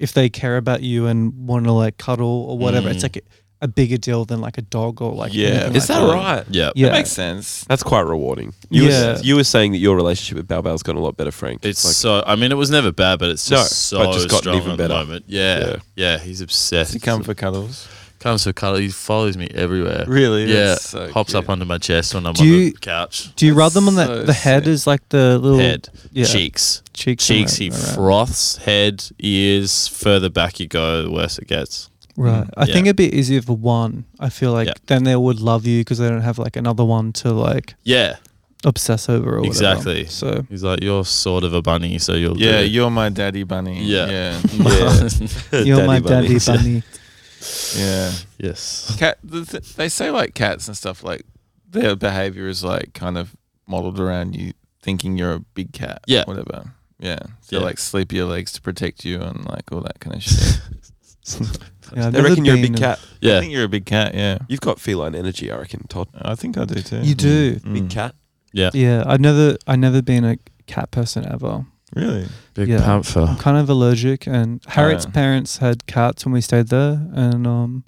[SPEAKER 3] If they care about you and want to like cuddle or whatever,
[SPEAKER 5] Mm.
[SPEAKER 3] it's like a, a bigger deal than like a dog or like.
[SPEAKER 2] Yeah.
[SPEAKER 3] anything
[SPEAKER 1] Is
[SPEAKER 3] like
[SPEAKER 1] that right?
[SPEAKER 5] yeah.
[SPEAKER 3] Yeah.
[SPEAKER 2] Makes sense.
[SPEAKER 1] That's quite rewarding. You,
[SPEAKER 3] Yeah.
[SPEAKER 1] were, you were saying that your relationship with Bao Bao's gotten a lot better, Frank.
[SPEAKER 5] It's
[SPEAKER 1] Like,
[SPEAKER 5] so. I mean, it was never bad, but it's
[SPEAKER 1] No,
[SPEAKER 5] just so
[SPEAKER 1] but it's gotten
[SPEAKER 5] strong
[SPEAKER 1] even
[SPEAKER 5] at
[SPEAKER 1] better.
[SPEAKER 5] the moment. Yeah, yeah,
[SPEAKER 1] Yeah.
[SPEAKER 5] He's obsessed.
[SPEAKER 2] To come for cuddles.
[SPEAKER 5] comes for cuddle. He follows me everywhere.
[SPEAKER 2] Really?
[SPEAKER 5] Yeah.
[SPEAKER 2] That's so
[SPEAKER 5] Pops up
[SPEAKER 2] cute.
[SPEAKER 5] under my chest when I'm
[SPEAKER 3] Do
[SPEAKER 5] on
[SPEAKER 3] you-
[SPEAKER 5] the couch.
[SPEAKER 3] Do you rub them on the
[SPEAKER 2] so
[SPEAKER 3] the head?
[SPEAKER 2] sick.
[SPEAKER 3] Is like the little
[SPEAKER 5] Head,
[SPEAKER 3] yeah,
[SPEAKER 5] cheeks,
[SPEAKER 3] cheeks,
[SPEAKER 5] cheeks. He
[SPEAKER 3] and that, right?
[SPEAKER 5] froths. Head, ears. Further back you go, the worse it gets.
[SPEAKER 3] Right. I
[SPEAKER 5] Yeah.
[SPEAKER 3] think it'd be easier for one. I feel like
[SPEAKER 5] Yeah.
[SPEAKER 3] then they would love you because they don't have like another one to like
[SPEAKER 5] Yeah.
[SPEAKER 3] obsess over or whatever.
[SPEAKER 5] Exactly.
[SPEAKER 3] So
[SPEAKER 5] He's like, you're sort of a bunny, so you'll
[SPEAKER 2] Yeah,
[SPEAKER 5] do.
[SPEAKER 2] you're my daddy bunny.
[SPEAKER 5] Yeah.
[SPEAKER 2] Yeah.
[SPEAKER 5] yeah.
[SPEAKER 3] you're my daddy
[SPEAKER 5] bunnies. Yeah.
[SPEAKER 3] bunny.
[SPEAKER 2] yeah.
[SPEAKER 5] yes.
[SPEAKER 2] Cat, the th- they say like cats and stuff like their behavior is like kind of modeled around you thinking you're a big cat.
[SPEAKER 5] Yeah.
[SPEAKER 2] Whatever. Yeah. So
[SPEAKER 5] Yeah.
[SPEAKER 2] like sleep your legs to protect you and like all that kind of shit.
[SPEAKER 3] Yeah, I've
[SPEAKER 1] they
[SPEAKER 3] never
[SPEAKER 1] reckon you're a
[SPEAKER 3] been
[SPEAKER 1] big cat.
[SPEAKER 2] I
[SPEAKER 5] Yeah.
[SPEAKER 2] think you're a big cat. Yeah.
[SPEAKER 1] You've got feline energy, I reckon, Todd.
[SPEAKER 2] I think I do too. Mm.
[SPEAKER 3] You do.
[SPEAKER 1] Big cat.
[SPEAKER 3] Yeah, I've never I've never been a cat person ever.
[SPEAKER 2] Really?
[SPEAKER 5] Big
[SPEAKER 3] Yeah.
[SPEAKER 5] panther.
[SPEAKER 3] I'm kind of allergic and Harriet's
[SPEAKER 2] yeah.
[SPEAKER 3] parents had cats when we stayed there and um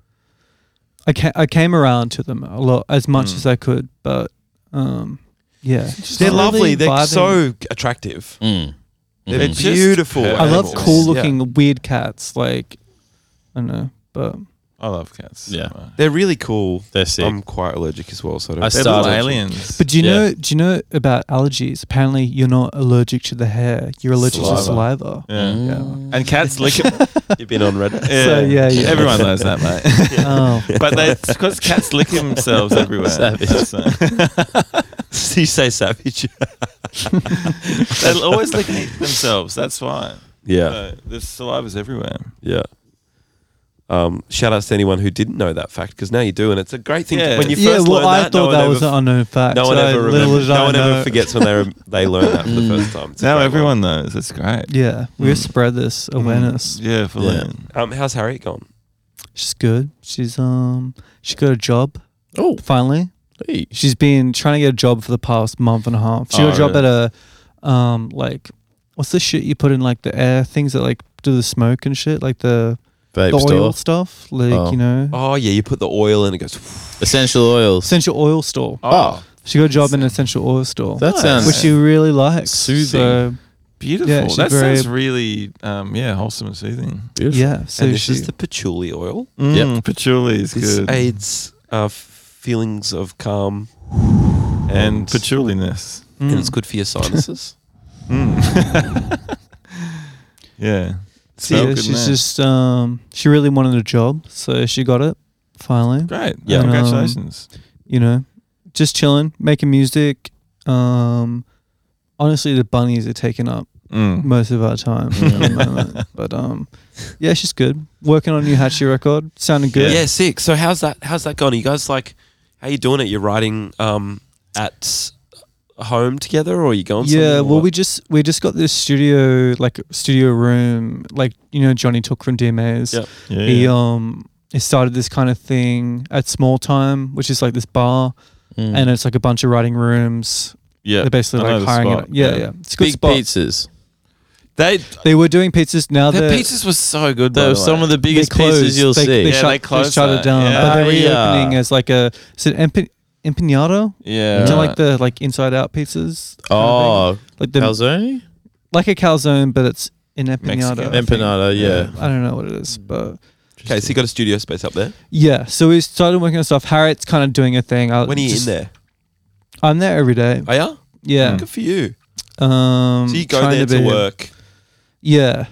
[SPEAKER 3] I ca- I came around to them a lot as much
[SPEAKER 2] Mm.
[SPEAKER 3] as I could, but um yeah.
[SPEAKER 1] They're
[SPEAKER 3] Really
[SPEAKER 1] lovely. They're
[SPEAKER 3] vibing.
[SPEAKER 1] so attractive.
[SPEAKER 5] Mm.
[SPEAKER 1] They're
[SPEAKER 5] Mhm.
[SPEAKER 2] just
[SPEAKER 1] beautiful.
[SPEAKER 2] perfect.
[SPEAKER 3] I love
[SPEAKER 1] animals.
[SPEAKER 3] cool
[SPEAKER 1] Yeah.
[SPEAKER 3] looking weird cats like I don't know, but
[SPEAKER 2] I love cats. so
[SPEAKER 5] Yeah.
[SPEAKER 2] much.
[SPEAKER 1] They're really cool.
[SPEAKER 5] They're sick.
[SPEAKER 1] I'm quite allergic as well, so I don't
[SPEAKER 5] I
[SPEAKER 2] They're
[SPEAKER 5] Star
[SPEAKER 2] little
[SPEAKER 5] Wars.
[SPEAKER 2] aliens.
[SPEAKER 3] But do you
[SPEAKER 5] Yeah.
[SPEAKER 3] know? Do you know about allergies? Apparently, you're not allergic to the hair. You're allergic to
[SPEAKER 2] Saliva.
[SPEAKER 3] saliva.
[SPEAKER 2] yeah.
[SPEAKER 5] Mm.
[SPEAKER 2] And cats lick it.
[SPEAKER 1] You've been on Reddit.
[SPEAKER 2] Yeah.
[SPEAKER 3] So, yeah, yeah.
[SPEAKER 2] Everyone knows that, mate.
[SPEAKER 3] Oh,
[SPEAKER 2] but that's because cats lick themselves everywhere.
[SPEAKER 5] Savage.
[SPEAKER 2] So-
[SPEAKER 1] you say savage.
[SPEAKER 2] They'll always lick themselves. That's why.
[SPEAKER 1] Yeah,
[SPEAKER 2] Uh, the saliva's everywhere.
[SPEAKER 1] yeah. Um, shout outs to anyone who didn't know that fact because now you do, and it's a great thing
[SPEAKER 2] Yeah.
[SPEAKER 1] to, when you
[SPEAKER 3] yeah.
[SPEAKER 1] first
[SPEAKER 3] Well,
[SPEAKER 1] learn
[SPEAKER 3] I
[SPEAKER 1] that.
[SPEAKER 3] thought
[SPEAKER 1] no
[SPEAKER 3] that
[SPEAKER 1] one
[SPEAKER 3] was uh,
[SPEAKER 1] ever,
[SPEAKER 3] an unknown fact.
[SPEAKER 1] no one
[SPEAKER 3] so
[SPEAKER 1] ever
[SPEAKER 3] little uh, Mm.
[SPEAKER 1] remembers.
[SPEAKER 3] did I
[SPEAKER 1] No one
[SPEAKER 3] know.
[SPEAKER 1] ever forgets when they rem- they learn that for the first time. It's a
[SPEAKER 2] Now
[SPEAKER 1] great
[SPEAKER 2] everyone knows. It's great.
[SPEAKER 3] Yeah, we
[SPEAKER 2] Mm.
[SPEAKER 3] spread this awareness.
[SPEAKER 2] Yeah, for
[SPEAKER 5] Yeah.
[SPEAKER 2] learning.
[SPEAKER 1] one. Um, how's Harriet gone?
[SPEAKER 3] She's good. She's um, she got a job
[SPEAKER 5] Oh,
[SPEAKER 3] finally.
[SPEAKER 5] hey.
[SPEAKER 3] She's been trying to get a job for the past month and a half. She
[SPEAKER 2] Oh,
[SPEAKER 3] got a job
[SPEAKER 2] really?
[SPEAKER 3] at a um, like what's the shit you put in like the air things that like do the smoke and shit like the
[SPEAKER 5] vape
[SPEAKER 3] the oil
[SPEAKER 5] store.
[SPEAKER 3] stuff, like
[SPEAKER 5] Oh.
[SPEAKER 3] you know,
[SPEAKER 1] Oh yeah, you put the oil in, it goes.
[SPEAKER 5] Essential oils.
[SPEAKER 3] essential oil store.
[SPEAKER 5] oh,
[SPEAKER 3] She got a job in an essential oil store,
[SPEAKER 5] that sounds
[SPEAKER 3] which she really likes.
[SPEAKER 5] Soothing.
[SPEAKER 3] So,
[SPEAKER 2] Beautiful.
[SPEAKER 3] Yeah, she's
[SPEAKER 2] that
[SPEAKER 3] very-
[SPEAKER 2] sounds really, um, yeah, wholesome and soothing.
[SPEAKER 5] beautiful.
[SPEAKER 3] yeah, so
[SPEAKER 1] and this
[SPEAKER 3] she,
[SPEAKER 1] is the patchouli oil.
[SPEAKER 2] Mm, Patchouli is
[SPEAKER 1] This
[SPEAKER 2] good.
[SPEAKER 1] aids uh, feelings of calm,
[SPEAKER 2] and patchouliness.
[SPEAKER 3] Mm.
[SPEAKER 1] and it's good for your sinuses.
[SPEAKER 2] Mm. Yeah.
[SPEAKER 3] So, yeah,
[SPEAKER 2] Smell good
[SPEAKER 3] she's
[SPEAKER 2] man.
[SPEAKER 3] just um, she really wanted a job, so she got it finally.
[SPEAKER 2] great.
[SPEAKER 1] Yeah.
[SPEAKER 2] Yeah.
[SPEAKER 3] um,
[SPEAKER 2] Congratulations.
[SPEAKER 3] You know, just chilling, making music. Um, honestly, the bunnies are taking up
[SPEAKER 2] Mm.
[SPEAKER 3] most of our time at the moment, but um, yeah, she's good. Working on a new Hatchie record, sounded
[SPEAKER 1] Yeah.
[SPEAKER 3] good.
[SPEAKER 1] sick. So how's that? How's that gone? Are you guys like
[SPEAKER 9] how you doing it? You're writing um, at home together, or you going? somewhere
[SPEAKER 3] yeah
[SPEAKER 9] or
[SPEAKER 3] well
[SPEAKER 9] what?
[SPEAKER 3] we just we just got this studio like studio room like you know johnny took from dmas
[SPEAKER 9] Yep.
[SPEAKER 2] Yeah,
[SPEAKER 3] he um he started this kind of thing at small time which is like this bar
[SPEAKER 5] Mm.
[SPEAKER 3] and it's like a bunch of writing rooms
[SPEAKER 2] yeah.
[SPEAKER 3] they're basically
[SPEAKER 2] Mm. I know
[SPEAKER 3] like
[SPEAKER 2] the
[SPEAKER 3] hiring
[SPEAKER 2] spot,
[SPEAKER 3] it yeah yeah,
[SPEAKER 2] yeah.
[SPEAKER 3] it's a good
[SPEAKER 5] big
[SPEAKER 3] spot
[SPEAKER 5] pizzas.
[SPEAKER 2] They
[SPEAKER 3] they were doing pizzas now
[SPEAKER 2] their
[SPEAKER 3] they're
[SPEAKER 2] pizzas were so good.
[SPEAKER 5] They
[SPEAKER 2] though.
[SPEAKER 5] were some of the
[SPEAKER 3] they
[SPEAKER 5] biggest
[SPEAKER 3] closed.
[SPEAKER 5] pizzas you'll
[SPEAKER 3] they,
[SPEAKER 5] see.
[SPEAKER 3] they,
[SPEAKER 2] Yeah,
[SPEAKER 3] shut,
[SPEAKER 2] they closed
[SPEAKER 3] shut it
[SPEAKER 2] that.
[SPEAKER 3] down
[SPEAKER 2] Yeah.
[SPEAKER 3] but they're
[SPEAKER 5] Ah, yeah.
[SPEAKER 3] reopening as like a is it empi- empanado
[SPEAKER 2] yeah.
[SPEAKER 3] Do you know,
[SPEAKER 2] right.
[SPEAKER 3] like the like inside out pizzas kind of
[SPEAKER 5] oh,
[SPEAKER 3] thing? like the
[SPEAKER 5] calzone,
[SPEAKER 3] like a calzone but it's an
[SPEAKER 2] Mexican.
[SPEAKER 3] empanado I think.
[SPEAKER 5] empanada. Yeah.
[SPEAKER 3] I don't know what it is, but
[SPEAKER 9] okay, so you got a studio space up there.
[SPEAKER 3] yeah. So we started working on stuff. Harriet's kind of doing a thing. I
[SPEAKER 9] When are you
[SPEAKER 3] Uh, just-
[SPEAKER 9] in
[SPEAKER 3] Mm.
[SPEAKER 9] there?
[SPEAKER 3] I'm there every day.
[SPEAKER 1] Oh,
[SPEAKER 9] Are you?
[SPEAKER 3] Yeah.
[SPEAKER 9] Good for you.
[SPEAKER 3] Um,
[SPEAKER 9] So you go
[SPEAKER 3] trying
[SPEAKER 9] there to
[SPEAKER 3] be-
[SPEAKER 9] work.
[SPEAKER 3] Yeah,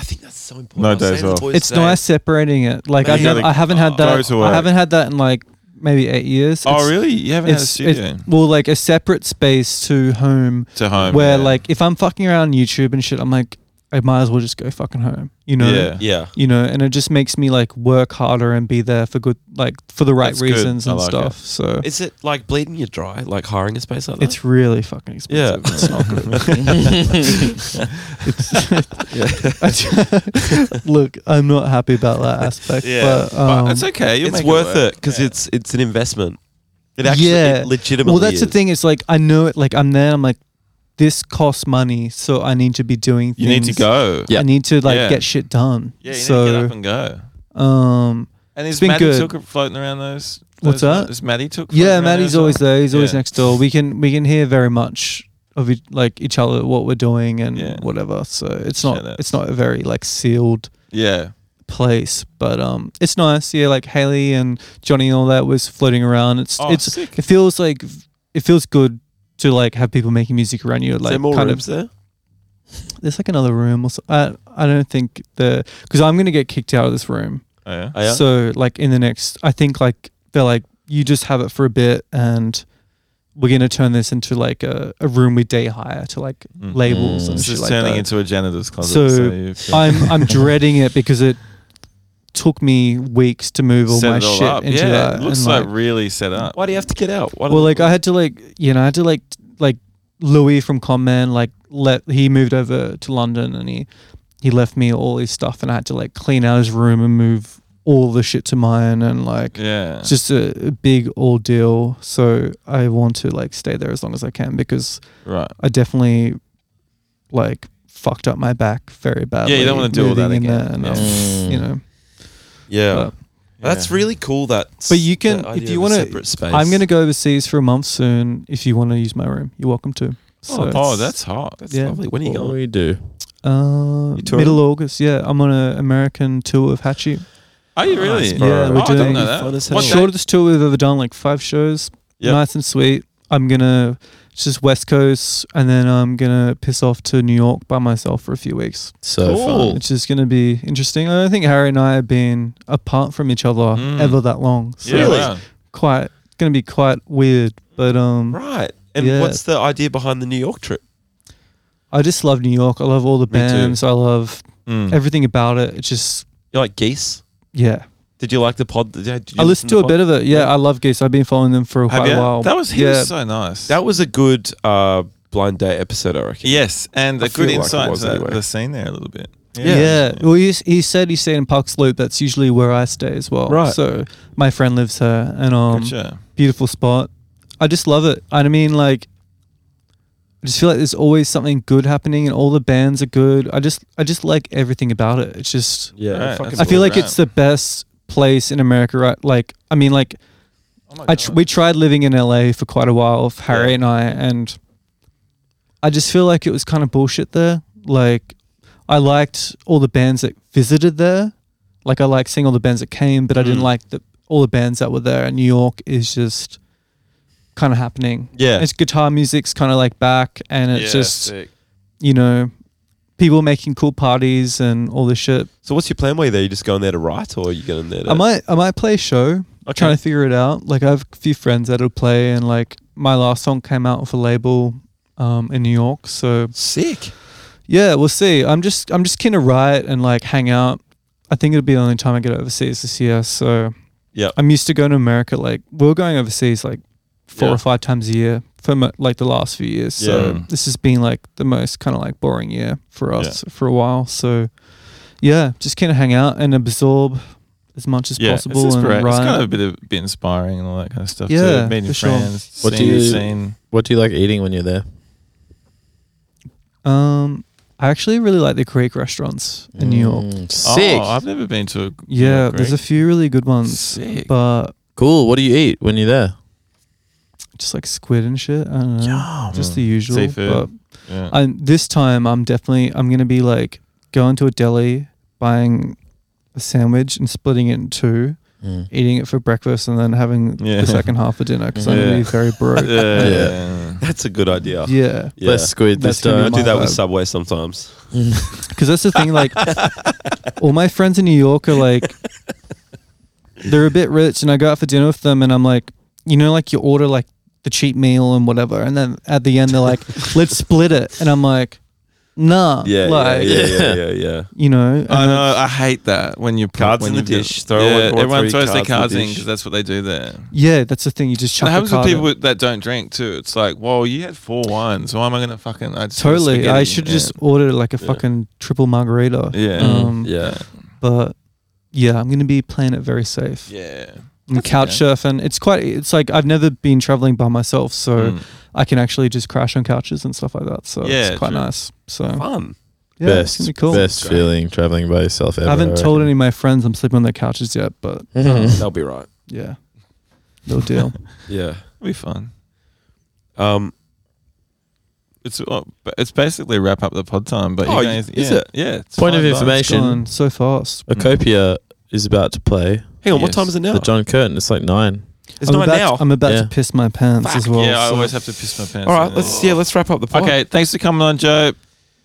[SPEAKER 9] I think that's so important.
[SPEAKER 2] No
[SPEAKER 9] I was
[SPEAKER 2] days
[SPEAKER 9] saying to the
[SPEAKER 2] off.
[SPEAKER 9] boys
[SPEAKER 3] it's
[SPEAKER 9] today,
[SPEAKER 3] nice separating it. Like I've
[SPEAKER 2] You
[SPEAKER 3] never,
[SPEAKER 2] gotta
[SPEAKER 3] I haven't had
[SPEAKER 2] go
[SPEAKER 3] that.
[SPEAKER 2] to
[SPEAKER 3] I
[SPEAKER 2] work.
[SPEAKER 3] haven't had that in like maybe eight years.
[SPEAKER 2] Oh,
[SPEAKER 3] It's-
[SPEAKER 2] really? You haven't had a
[SPEAKER 3] It's,
[SPEAKER 2] studio
[SPEAKER 3] it's well, like a separate space to home,
[SPEAKER 2] to home
[SPEAKER 3] where
[SPEAKER 2] yeah.
[SPEAKER 3] like if I'm fucking around YouTube and shit, I'm like, I might as well just go fucking home. You know.
[SPEAKER 2] yeah.
[SPEAKER 9] Yeah.
[SPEAKER 3] you know, and it just makes me like work harder and be there for good, like for the right
[SPEAKER 2] That's good.
[SPEAKER 3] reasons
[SPEAKER 2] I
[SPEAKER 3] and
[SPEAKER 2] like
[SPEAKER 3] stuff. So
[SPEAKER 9] Is it like bleeding you dry, like hiring a space like that?
[SPEAKER 3] it's really fucking
[SPEAKER 9] yeah,
[SPEAKER 3] expensive.
[SPEAKER 9] it's not good.
[SPEAKER 3] Look, I'm not happy about that aspect, but, um,
[SPEAKER 2] but it's okay. You'll
[SPEAKER 9] it's
[SPEAKER 2] make
[SPEAKER 9] worth
[SPEAKER 2] it.
[SPEAKER 9] it because it's it's an investment. It actually
[SPEAKER 3] Yeah.
[SPEAKER 9] it legitimately.
[SPEAKER 3] well, that's the
[SPEAKER 9] is.
[SPEAKER 3] thing. It's like I know it. Like I'm there. I'm like, this costs money, so I need to be doing.
[SPEAKER 2] You need to
[SPEAKER 3] things.
[SPEAKER 2] go.
[SPEAKER 5] Yeah.
[SPEAKER 3] I need to like
[SPEAKER 2] Yeah.
[SPEAKER 3] get shit done.
[SPEAKER 2] Yeah, you
[SPEAKER 3] so,
[SPEAKER 2] need to get up and go.
[SPEAKER 3] um,
[SPEAKER 2] And
[SPEAKER 3] It's
[SPEAKER 2] is
[SPEAKER 3] been
[SPEAKER 2] Maddie
[SPEAKER 3] good.
[SPEAKER 2] Took floating around those?
[SPEAKER 3] What's
[SPEAKER 2] those-
[SPEAKER 3] that?
[SPEAKER 2] Is Maddie Took? floating
[SPEAKER 3] yeah,
[SPEAKER 2] around
[SPEAKER 3] Maddie's
[SPEAKER 2] there
[SPEAKER 3] always there. He's always
[SPEAKER 2] Yeah.
[SPEAKER 3] next door. We can we can hear very much of each, like each other, what we're doing and
[SPEAKER 2] Yeah.
[SPEAKER 3] whatever. So it's
[SPEAKER 2] Shout
[SPEAKER 3] not
[SPEAKER 2] out.
[SPEAKER 3] it's not a very like sealed
[SPEAKER 2] Yeah.
[SPEAKER 3] place, but um, it's nice. Yeah, like Haley and Johnny and all that was floating around. It's
[SPEAKER 2] Oh,
[SPEAKER 3] it's
[SPEAKER 2] sick.
[SPEAKER 3] it feels like it feels good to like have people making music around you.
[SPEAKER 9] Is
[SPEAKER 3] Like
[SPEAKER 9] there more
[SPEAKER 3] kind
[SPEAKER 9] rooms there?
[SPEAKER 3] of there's like another room or so. I I don't think the because I'm gonna get kicked out of this room.
[SPEAKER 2] Oh, yeah.
[SPEAKER 9] Oh, yeah?
[SPEAKER 3] So like in the next, I think like they're like you just have it for a bit and. We're gonna turn this into like a, a room with day hire to like
[SPEAKER 2] Mm.
[SPEAKER 3] labels and
[SPEAKER 2] This
[SPEAKER 3] shit
[SPEAKER 2] is
[SPEAKER 3] like
[SPEAKER 2] turning
[SPEAKER 3] that.
[SPEAKER 2] into a janitor's closet.
[SPEAKER 3] So,
[SPEAKER 2] you've got-
[SPEAKER 3] I'm I'm dreading it because it took me weeks to move all
[SPEAKER 2] set
[SPEAKER 3] my
[SPEAKER 2] it all
[SPEAKER 3] shit
[SPEAKER 2] up.
[SPEAKER 3] into
[SPEAKER 2] yeah,
[SPEAKER 3] that.
[SPEAKER 2] It looks
[SPEAKER 3] and,
[SPEAKER 2] like, really set up.
[SPEAKER 9] Why do you have to get out? Why do-
[SPEAKER 3] well, like I had to like you know I had to like t- like Louis from Conman like let he moved over to London and he he left me all his stuff and I had to like clean out his room and move all the shit to mine and like
[SPEAKER 2] Yeah.
[SPEAKER 3] it's just a, a big ordeal. So I want to like stay there as long as I can because
[SPEAKER 2] Right.
[SPEAKER 3] I definitely like fucked up my back very badly.
[SPEAKER 2] Yeah, you don't want to do all that
[SPEAKER 3] moving in there
[SPEAKER 2] again.
[SPEAKER 3] and,
[SPEAKER 2] Yeah.
[SPEAKER 3] um,
[SPEAKER 5] Mm.
[SPEAKER 3] You know.
[SPEAKER 9] yeah.
[SPEAKER 3] But-
[SPEAKER 9] that's
[SPEAKER 2] Yeah.
[SPEAKER 9] really cool. That
[SPEAKER 3] Uh, But you can-
[SPEAKER 9] that
[SPEAKER 3] if
[SPEAKER 9] idea
[SPEAKER 3] you
[SPEAKER 9] of a
[SPEAKER 3] wanna-
[SPEAKER 9] separate space.
[SPEAKER 3] I'm going to go overseas for a month soon. If you want to use my room, you're welcome to. So,
[SPEAKER 2] Oh, oh, that's hot.
[SPEAKER 9] That's
[SPEAKER 3] yeah.
[SPEAKER 9] lovely. When are you
[SPEAKER 5] What do
[SPEAKER 9] going?
[SPEAKER 5] we do?
[SPEAKER 3] uh,
[SPEAKER 9] You touring?
[SPEAKER 3] middle August. Yeah, I'm on an American tour of Hatchy.
[SPEAKER 2] Are you really?
[SPEAKER 3] bro. Yeah,
[SPEAKER 2] oh,
[SPEAKER 3] we're
[SPEAKER 2] I didn't
[SPEAKER 3] doing-
[SPEAKER 2] know that.
[SPEAKER 9] Fun as
[SPEAKER 2] What
[SPEAKER 9] hell.
[SPEAKER 2] day?
[SPEAKER 3] Shortest tour we've ever done, like five shows.
[SPEAKER 2] Yep.
[SPEAKER 3] Nice and sweet. I'm gonna it's just West Coast, and then I'm gonna piss off to New York by myself for a few weeks.
[SPEAKER 5] So
[SPEAKER 2] Cool.
[SPEAKER 3] It's just gonna be interesting. I don't think Harry and I have been apart from each other
[SPEAKER 2] Mm.
[SPEAKER 3] ever that long. So
[SPEAKER 2] Yeah,
[SPEAKER 3] it's
[SPEAKER 2] wow.
[SPEAKER 3] quite gonna be quite weird. But um,
[SPEAKER 9] Right. And
[SPEAKER 3] Yeah.
[SPEAKER 9] what's the idea behind the New York trip?
[SPEAKER 3] I just love New York. I love all the
[SPEAKER 9] Me too.
[SPEAKER 3] bands. I love
[SPEAKER 2] Mm.
[SPEAKER 3] everything about it. It's just
[SPEAKER 9] You like geese?
[SPEAKER 3] yeah.
[SPEAKER 9] Did you like the pod? Did you, did you
[SPEAKER 3] I listened to a
[SPEAKER 9] the pod?
[SPEAKER 3] bit of it. Yeah,
[SPEAKER 9] Yeah.
[SPEAKER 3] I love Geese. I've been following them for
[SPEAKER 2] Have
[SPEAKER 3] quite
[SPEAKER 2] you?
[SPEAKER 3] a while.
[SPEAKER 2] That was he
[SPEAKER 3] yeah.
[SPEAKER 2] was so nice.
[SPEAKER 9] That was a good uh, blind date episode, I reckon.
[SPEAKER 2] yes, and
[SPEAKER 9] I
[SPEAKER 2] a
[SPEAKER 9] feel
[SPEAKER 2] good
[SPEAKER 9] like it
[SPEAKER 2] insight
[SPEAKER 9] was
[SPEAKER 2] into that-
[SPEAKER 9] anyway.
[SPEAKER 2] the scene there a little bit.
[SPEAKER 3] yeah. Well, he, s- he said he stayed in Parks Loop. That's usually where I stay as well.
[SPEAKER 2] Right.
[SPEAKER 3] So my friend lives here, and um,
[SPEAKER 2] Good show.
[SPEAKER 3] beautiful spot. I just love it. And I mean, like, I just feel like there's always something good happening, and all the bands are good. I just, I just like everything about it. It's just,
[SPEAKER 9] Yeah.
[SPEAKER 2] Right,
[SPEAKER 9] fucking
[SPEAKER 2] that's
[SPEAKER 3] I
[SPEAKER 2] It's
[SPEAKER 3] feel
[SPEAKER 2] all
[SPEAKER 3] like
[SPEAKER 2] around.
[SPEAKER 3] it's the best place in America. Right? Like, I mean, like. I tr- we tried living in LA for quite a while, f- Harry and I, and I just feel like it was kind of bullshit there. Like, I liked all the bands that visited there. Like, I liked seeing all the bands that came, but I didn't like the, all the bands that were there. And New York is just kind of happening.
[SPEAKER 9] Yeah.
[SPEAKER 3] It's guitar music's kind of like back, and it's just, you know, people making cool parties and all this shit.
[SPEAKER 9] So what's your plan while you're there? You just going there to write, or are you going there? To,
[SPEAKER 3] I might I might play a show. I'm Trying to figure it out. Like I have a few friends that'll play, and like my last song came out with a label um, in New York. So
[SPEAKER 9] sick.
[SPEAKER 3] yeah, we'll see. I'm just I'm just keen to write and like hang out. I think it'll be the only time I get overseas this year. So
[SPEAKER 2] Yep.
[SPEAKER 3] I'm used to going to America. Like we were going overseas like four
[SPEAKER 2] Yeah.
[SPEAKER 3] or five times a year for mo- like the last few years. So
[SPEAKER 2] Yeah.
[SPEAKER 3] this has been like the most kind of like boring year for
[SPEAKER 2] Yeah.
[SPEAKER 3] us for a while. So yeah, just kind of hang out and absorb as much as
[SPEAKER 2] yeah, it's,
[SPEAKER 3] possible and
[SPEAKER 2] inspira-
[SPEAKER 3] ride.
[SPEAKER 2] it's kind of a bit, of, bit inspiring and all that kind of stuff.
[SPEAKER 3] Yeah,
[SPEAKER 2] too. meeting
[SPEAKER 3] for sure.
[SPEAKER 2] friends,
[SPEAKER 5] What do
[SPEAKER 2] seeing the
[SPEAKER 5] you-
[SPEAKER 2] scene.
[SPEAKER 5] What do you like eating when you're there?
[SPEAKER 3] um, I actually really like the Greek restaurants in New York.
[SPEAKER 5] Mm, Sick.
[SPEAKER 2] Oh, I've never been to a
[SPEAKER 3] Yeah, there's a few really good ones,
[SPEAKER 2] Sick.
[SPEAKER 3] but
[SPEAKER 5] cool. What do you eat when you're there?
[SPEAKER 3] just like squid and shit. I don't know. Just the usual.
[SPEAKER 2] Seafood.
[SPEAKER 3] But
[SPEAKER 2] yeah.
[SPEAKER 3] i this time I'm definitely I'm gonna be like going to a deli, buying a sandwich and splitting it in two,
[SPEAKER 5] Mm.
[SPEAKER 3] eating it for breakfast, and then having
[SPEAKER 2] Yeah.
[SPEAKER 3] the second half for dinner because I'm
[SPEAKER 2] Yeah.
[SPEAKER 3] gonna be very broke. yeah,
[SPEAKER 2] yeah.
[SPEAKER 5] Yeah.
[SPEAKER 1] That's a good idea. Yeah.
[SPEAKER 5] Less squid this
[SPEAKER 3] That's gonna
[SPEAKER 1] I
[SPEAKER 5] time.
[SPEAKER 3] be
[SPEAKER 1] do that with
[SPEAKER 3] vibe.
[SPEAKER 1] Subway sometimes.
[SPEAKER 3] because that's the thing. Like all my friends in New York are like they're a bit rich, and I go out for dinner with them, and I'm like, you know, like you order like the cheap meal and whatever, and then at the end they're like, let's split it, and I'm like, nah,
[SPEAKER 1] Yeah,
[SPEAKER 3] like,
[SPEAKER 1] yeah, yeah, yeah, yeah, yeah.
[SPEAKER 3] you know,
[SPEAKER 2] I
[SPEAKER 3] and
[SPEAKER 2] know. I hate that when you put
[SPEAKER 1] Cards
[SPEAKER 2] when
[SPEAKER 1] in the
[SPEAKER 2] you do-
[SPEAKER 1] dish, throw
[SPEAKER 2] yeah,
[SPEAKER 1] one or
[SPEAKER 2] everyone
[SPEAKER 1] three
[SPEAKER 2] throws their
[SPEAKER 1] cards in the
[SPEAKER 2] cards in
[SPEAKER 1] dish.
[SPEAKER 2] because that's what they do there.
[SPEAKER 3] Yeah, that's the thing. You just chuck
[SPEAKER 2] That
[SPEAKER 3] the
[SPEAKER 2] happens with
[SPEAKER 3] card
[SPEAKER 2] people
[SPEAKER 3] in.
[SPEAKER 2] that don't drink too. It's like, well, you had four wines. Why am I going to fucking? I just had
[SPEAKER 3] Totally, I
[SPEAKER 2] spaghetti."
[SPEAKER 3] should
[SPEAKER 2] Yeah.
[SPEAKER 3] just order like a fucking triple margarita.
[SPEAKER 2] Yeah.
[SPEAKER 5] Mm.
[SPEAKER 3] um,
[SPEAKER 1] Yeah.
[SPEAKER 3] But yeah, I'm gonna be playing it very safe.
[SPEAKER 2] Yeah.
[SPEAKER 3] I'm couch surfing. It's quite. It's like I've never been traveling by myself,
[SPEAKER 5] Hmm.
[SPEAKER 3] so
[SPEAKER 2] Mm.
[SPEAKER 3] I can actually just crash on couches and stuff like that. So
[SPEAKER 2] Yeah,
[SPEAKER 3] it's quite
[SPEAKER 2] true.
[SPEAKER 3] nice. So
[SPEAKER 1] Fun.
[SPEAKER 3] yeah, it's
[SPEAKER 5] best,
[SPEAKER 3] gonna be cool.
[SPEAKER 5] best feeling traveling by yourself ever.
[SPEAKER 3] I haven't
[SPEAKER 5] I
[SPEAKER 3] told any
[SPEAKER 5] reckon.
[SPEAKER 3] of my friends I'm sleeping on their couches yet, but
[SPEAKER 1] That'll be right.
[SPEAKER 3] yeah, no deal.
[SPEAKER 1] Yeah.
[SPEAKER 2] It'll be fun.
[SPEAKER 1] Um,
[SPEAKER 2] It's uh, but it's basically wrap up the pod time. But you
[SPEAKER 1] Oh,
[SPEAKER 2] guys,
[SPEAKER 1] is
[SPEAKER 2] yeah,
[SPEAKER 1] it?
[SPEAKER 2] Yeah. it's
[SPEAKER 5] Point of
[SPEAKER 2] fine,
[SPEAKER 5] information.
[SPEAKER 3] It's gone so fast.
[SPEAKER 5] A copia is about to play
[SPEAKER 1] hang on, what
[SPEAKER 2] Yes.
[SPEAKER 1] time is it now?
[SPEAKER 5] the John Curtin. It's like nine.
[SPEAKER 1] it's
[SPEAKER 3] I'm
[SPEAKER 1] nine
[SPEAKER 3] about,
[SPEAKER 1] now.
[SPEAKER 3] I'm about
[SPEAKER 5] Yeah.
[SPEAKER 3] to piss my pants
[SPEAKER 2] Fuck,
[SPEAKER 3] as well.
[SPEAKER 2] yeah, I
[SPEAKER 3] so
[SPEAKER 2] always have to piss my pants.
[SPEAKER 1] All right,
[SPEAKER 2] on
[SPEAKER 1] let's
[SPEAKER 2] this.
[SPEAKER 1] yeah, let's wrap up the pod.
[SPEAKER 2] Okay, thanks for coming on, Joe.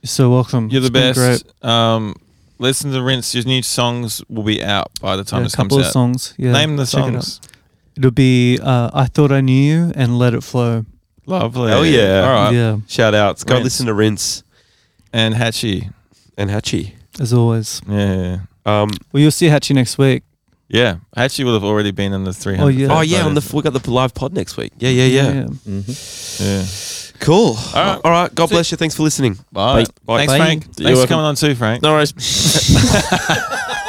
[SPEAKER 3] You're so welcome.
[SPEAKER 2] You're the
[SPEAKER 3] It's been great.
[SPEAKER 2] best. Um, listen to Rinse. Your new songs will be out by the time
[SPEAKER 3] Yeah, a
[SPEAKER 2] this comes
[SPEAKER 3] couple of
[SPEAKER 2] out.
[SPEAKER 3] songs. Yeah,
[SPEAKER 2] Name the
[SPEAKER 3] check it out.
[SPEAKER 2] songs.
[SPEAKER 3] It'll be uh, "I Thought I Knew You" and "Let It Flow."
[SPEAKER 2] Lovely.
[SPEAKER 1] Hell yeah.
[SPEAKER 2] All right.
[SPEAKER 3] Yeah,
[SPEAKER 1] Shout outs. Go
[SPEAKER 2] Rinse.
[SPEAKER 1] listen to Rinse
[SPEAKER 2] And Hatchie.
[SPEAKER 1] and Hatchie.
[SPEAKER 3] as always.
[SPEAKER 2] Yeah.
[SPEAKER 1] Um,
[SPEAKER 3] Well, you'll see Hatchie next week.
[SPEAKER 2] Yeah. Hatchie will have already been in the 300.
[SPEAKER 3] Oh, yeah.
[SPEAKER 1] oh yeah, on the we got the live pod next week. Yeah, yeah, yeah.
[SPEAKER 2] Yeah.
[SPEAKER 1] Cool. All
[SPEAKER 2] right.
[SPEAKER 1] right. All right. God bless you. Thanks for listening.
[SPEAKER 2] Bye. Thanks,
[SPEAKER 1] Bye.
[SPEAKER 2] Frank. Thanks
[SPEAKER 5] You're
[SPEAKER 2] for
[SPEAKER 5] welcome.
[SPEAKER 2] coming on too, Frank.
[SPEAKER 5] No worries.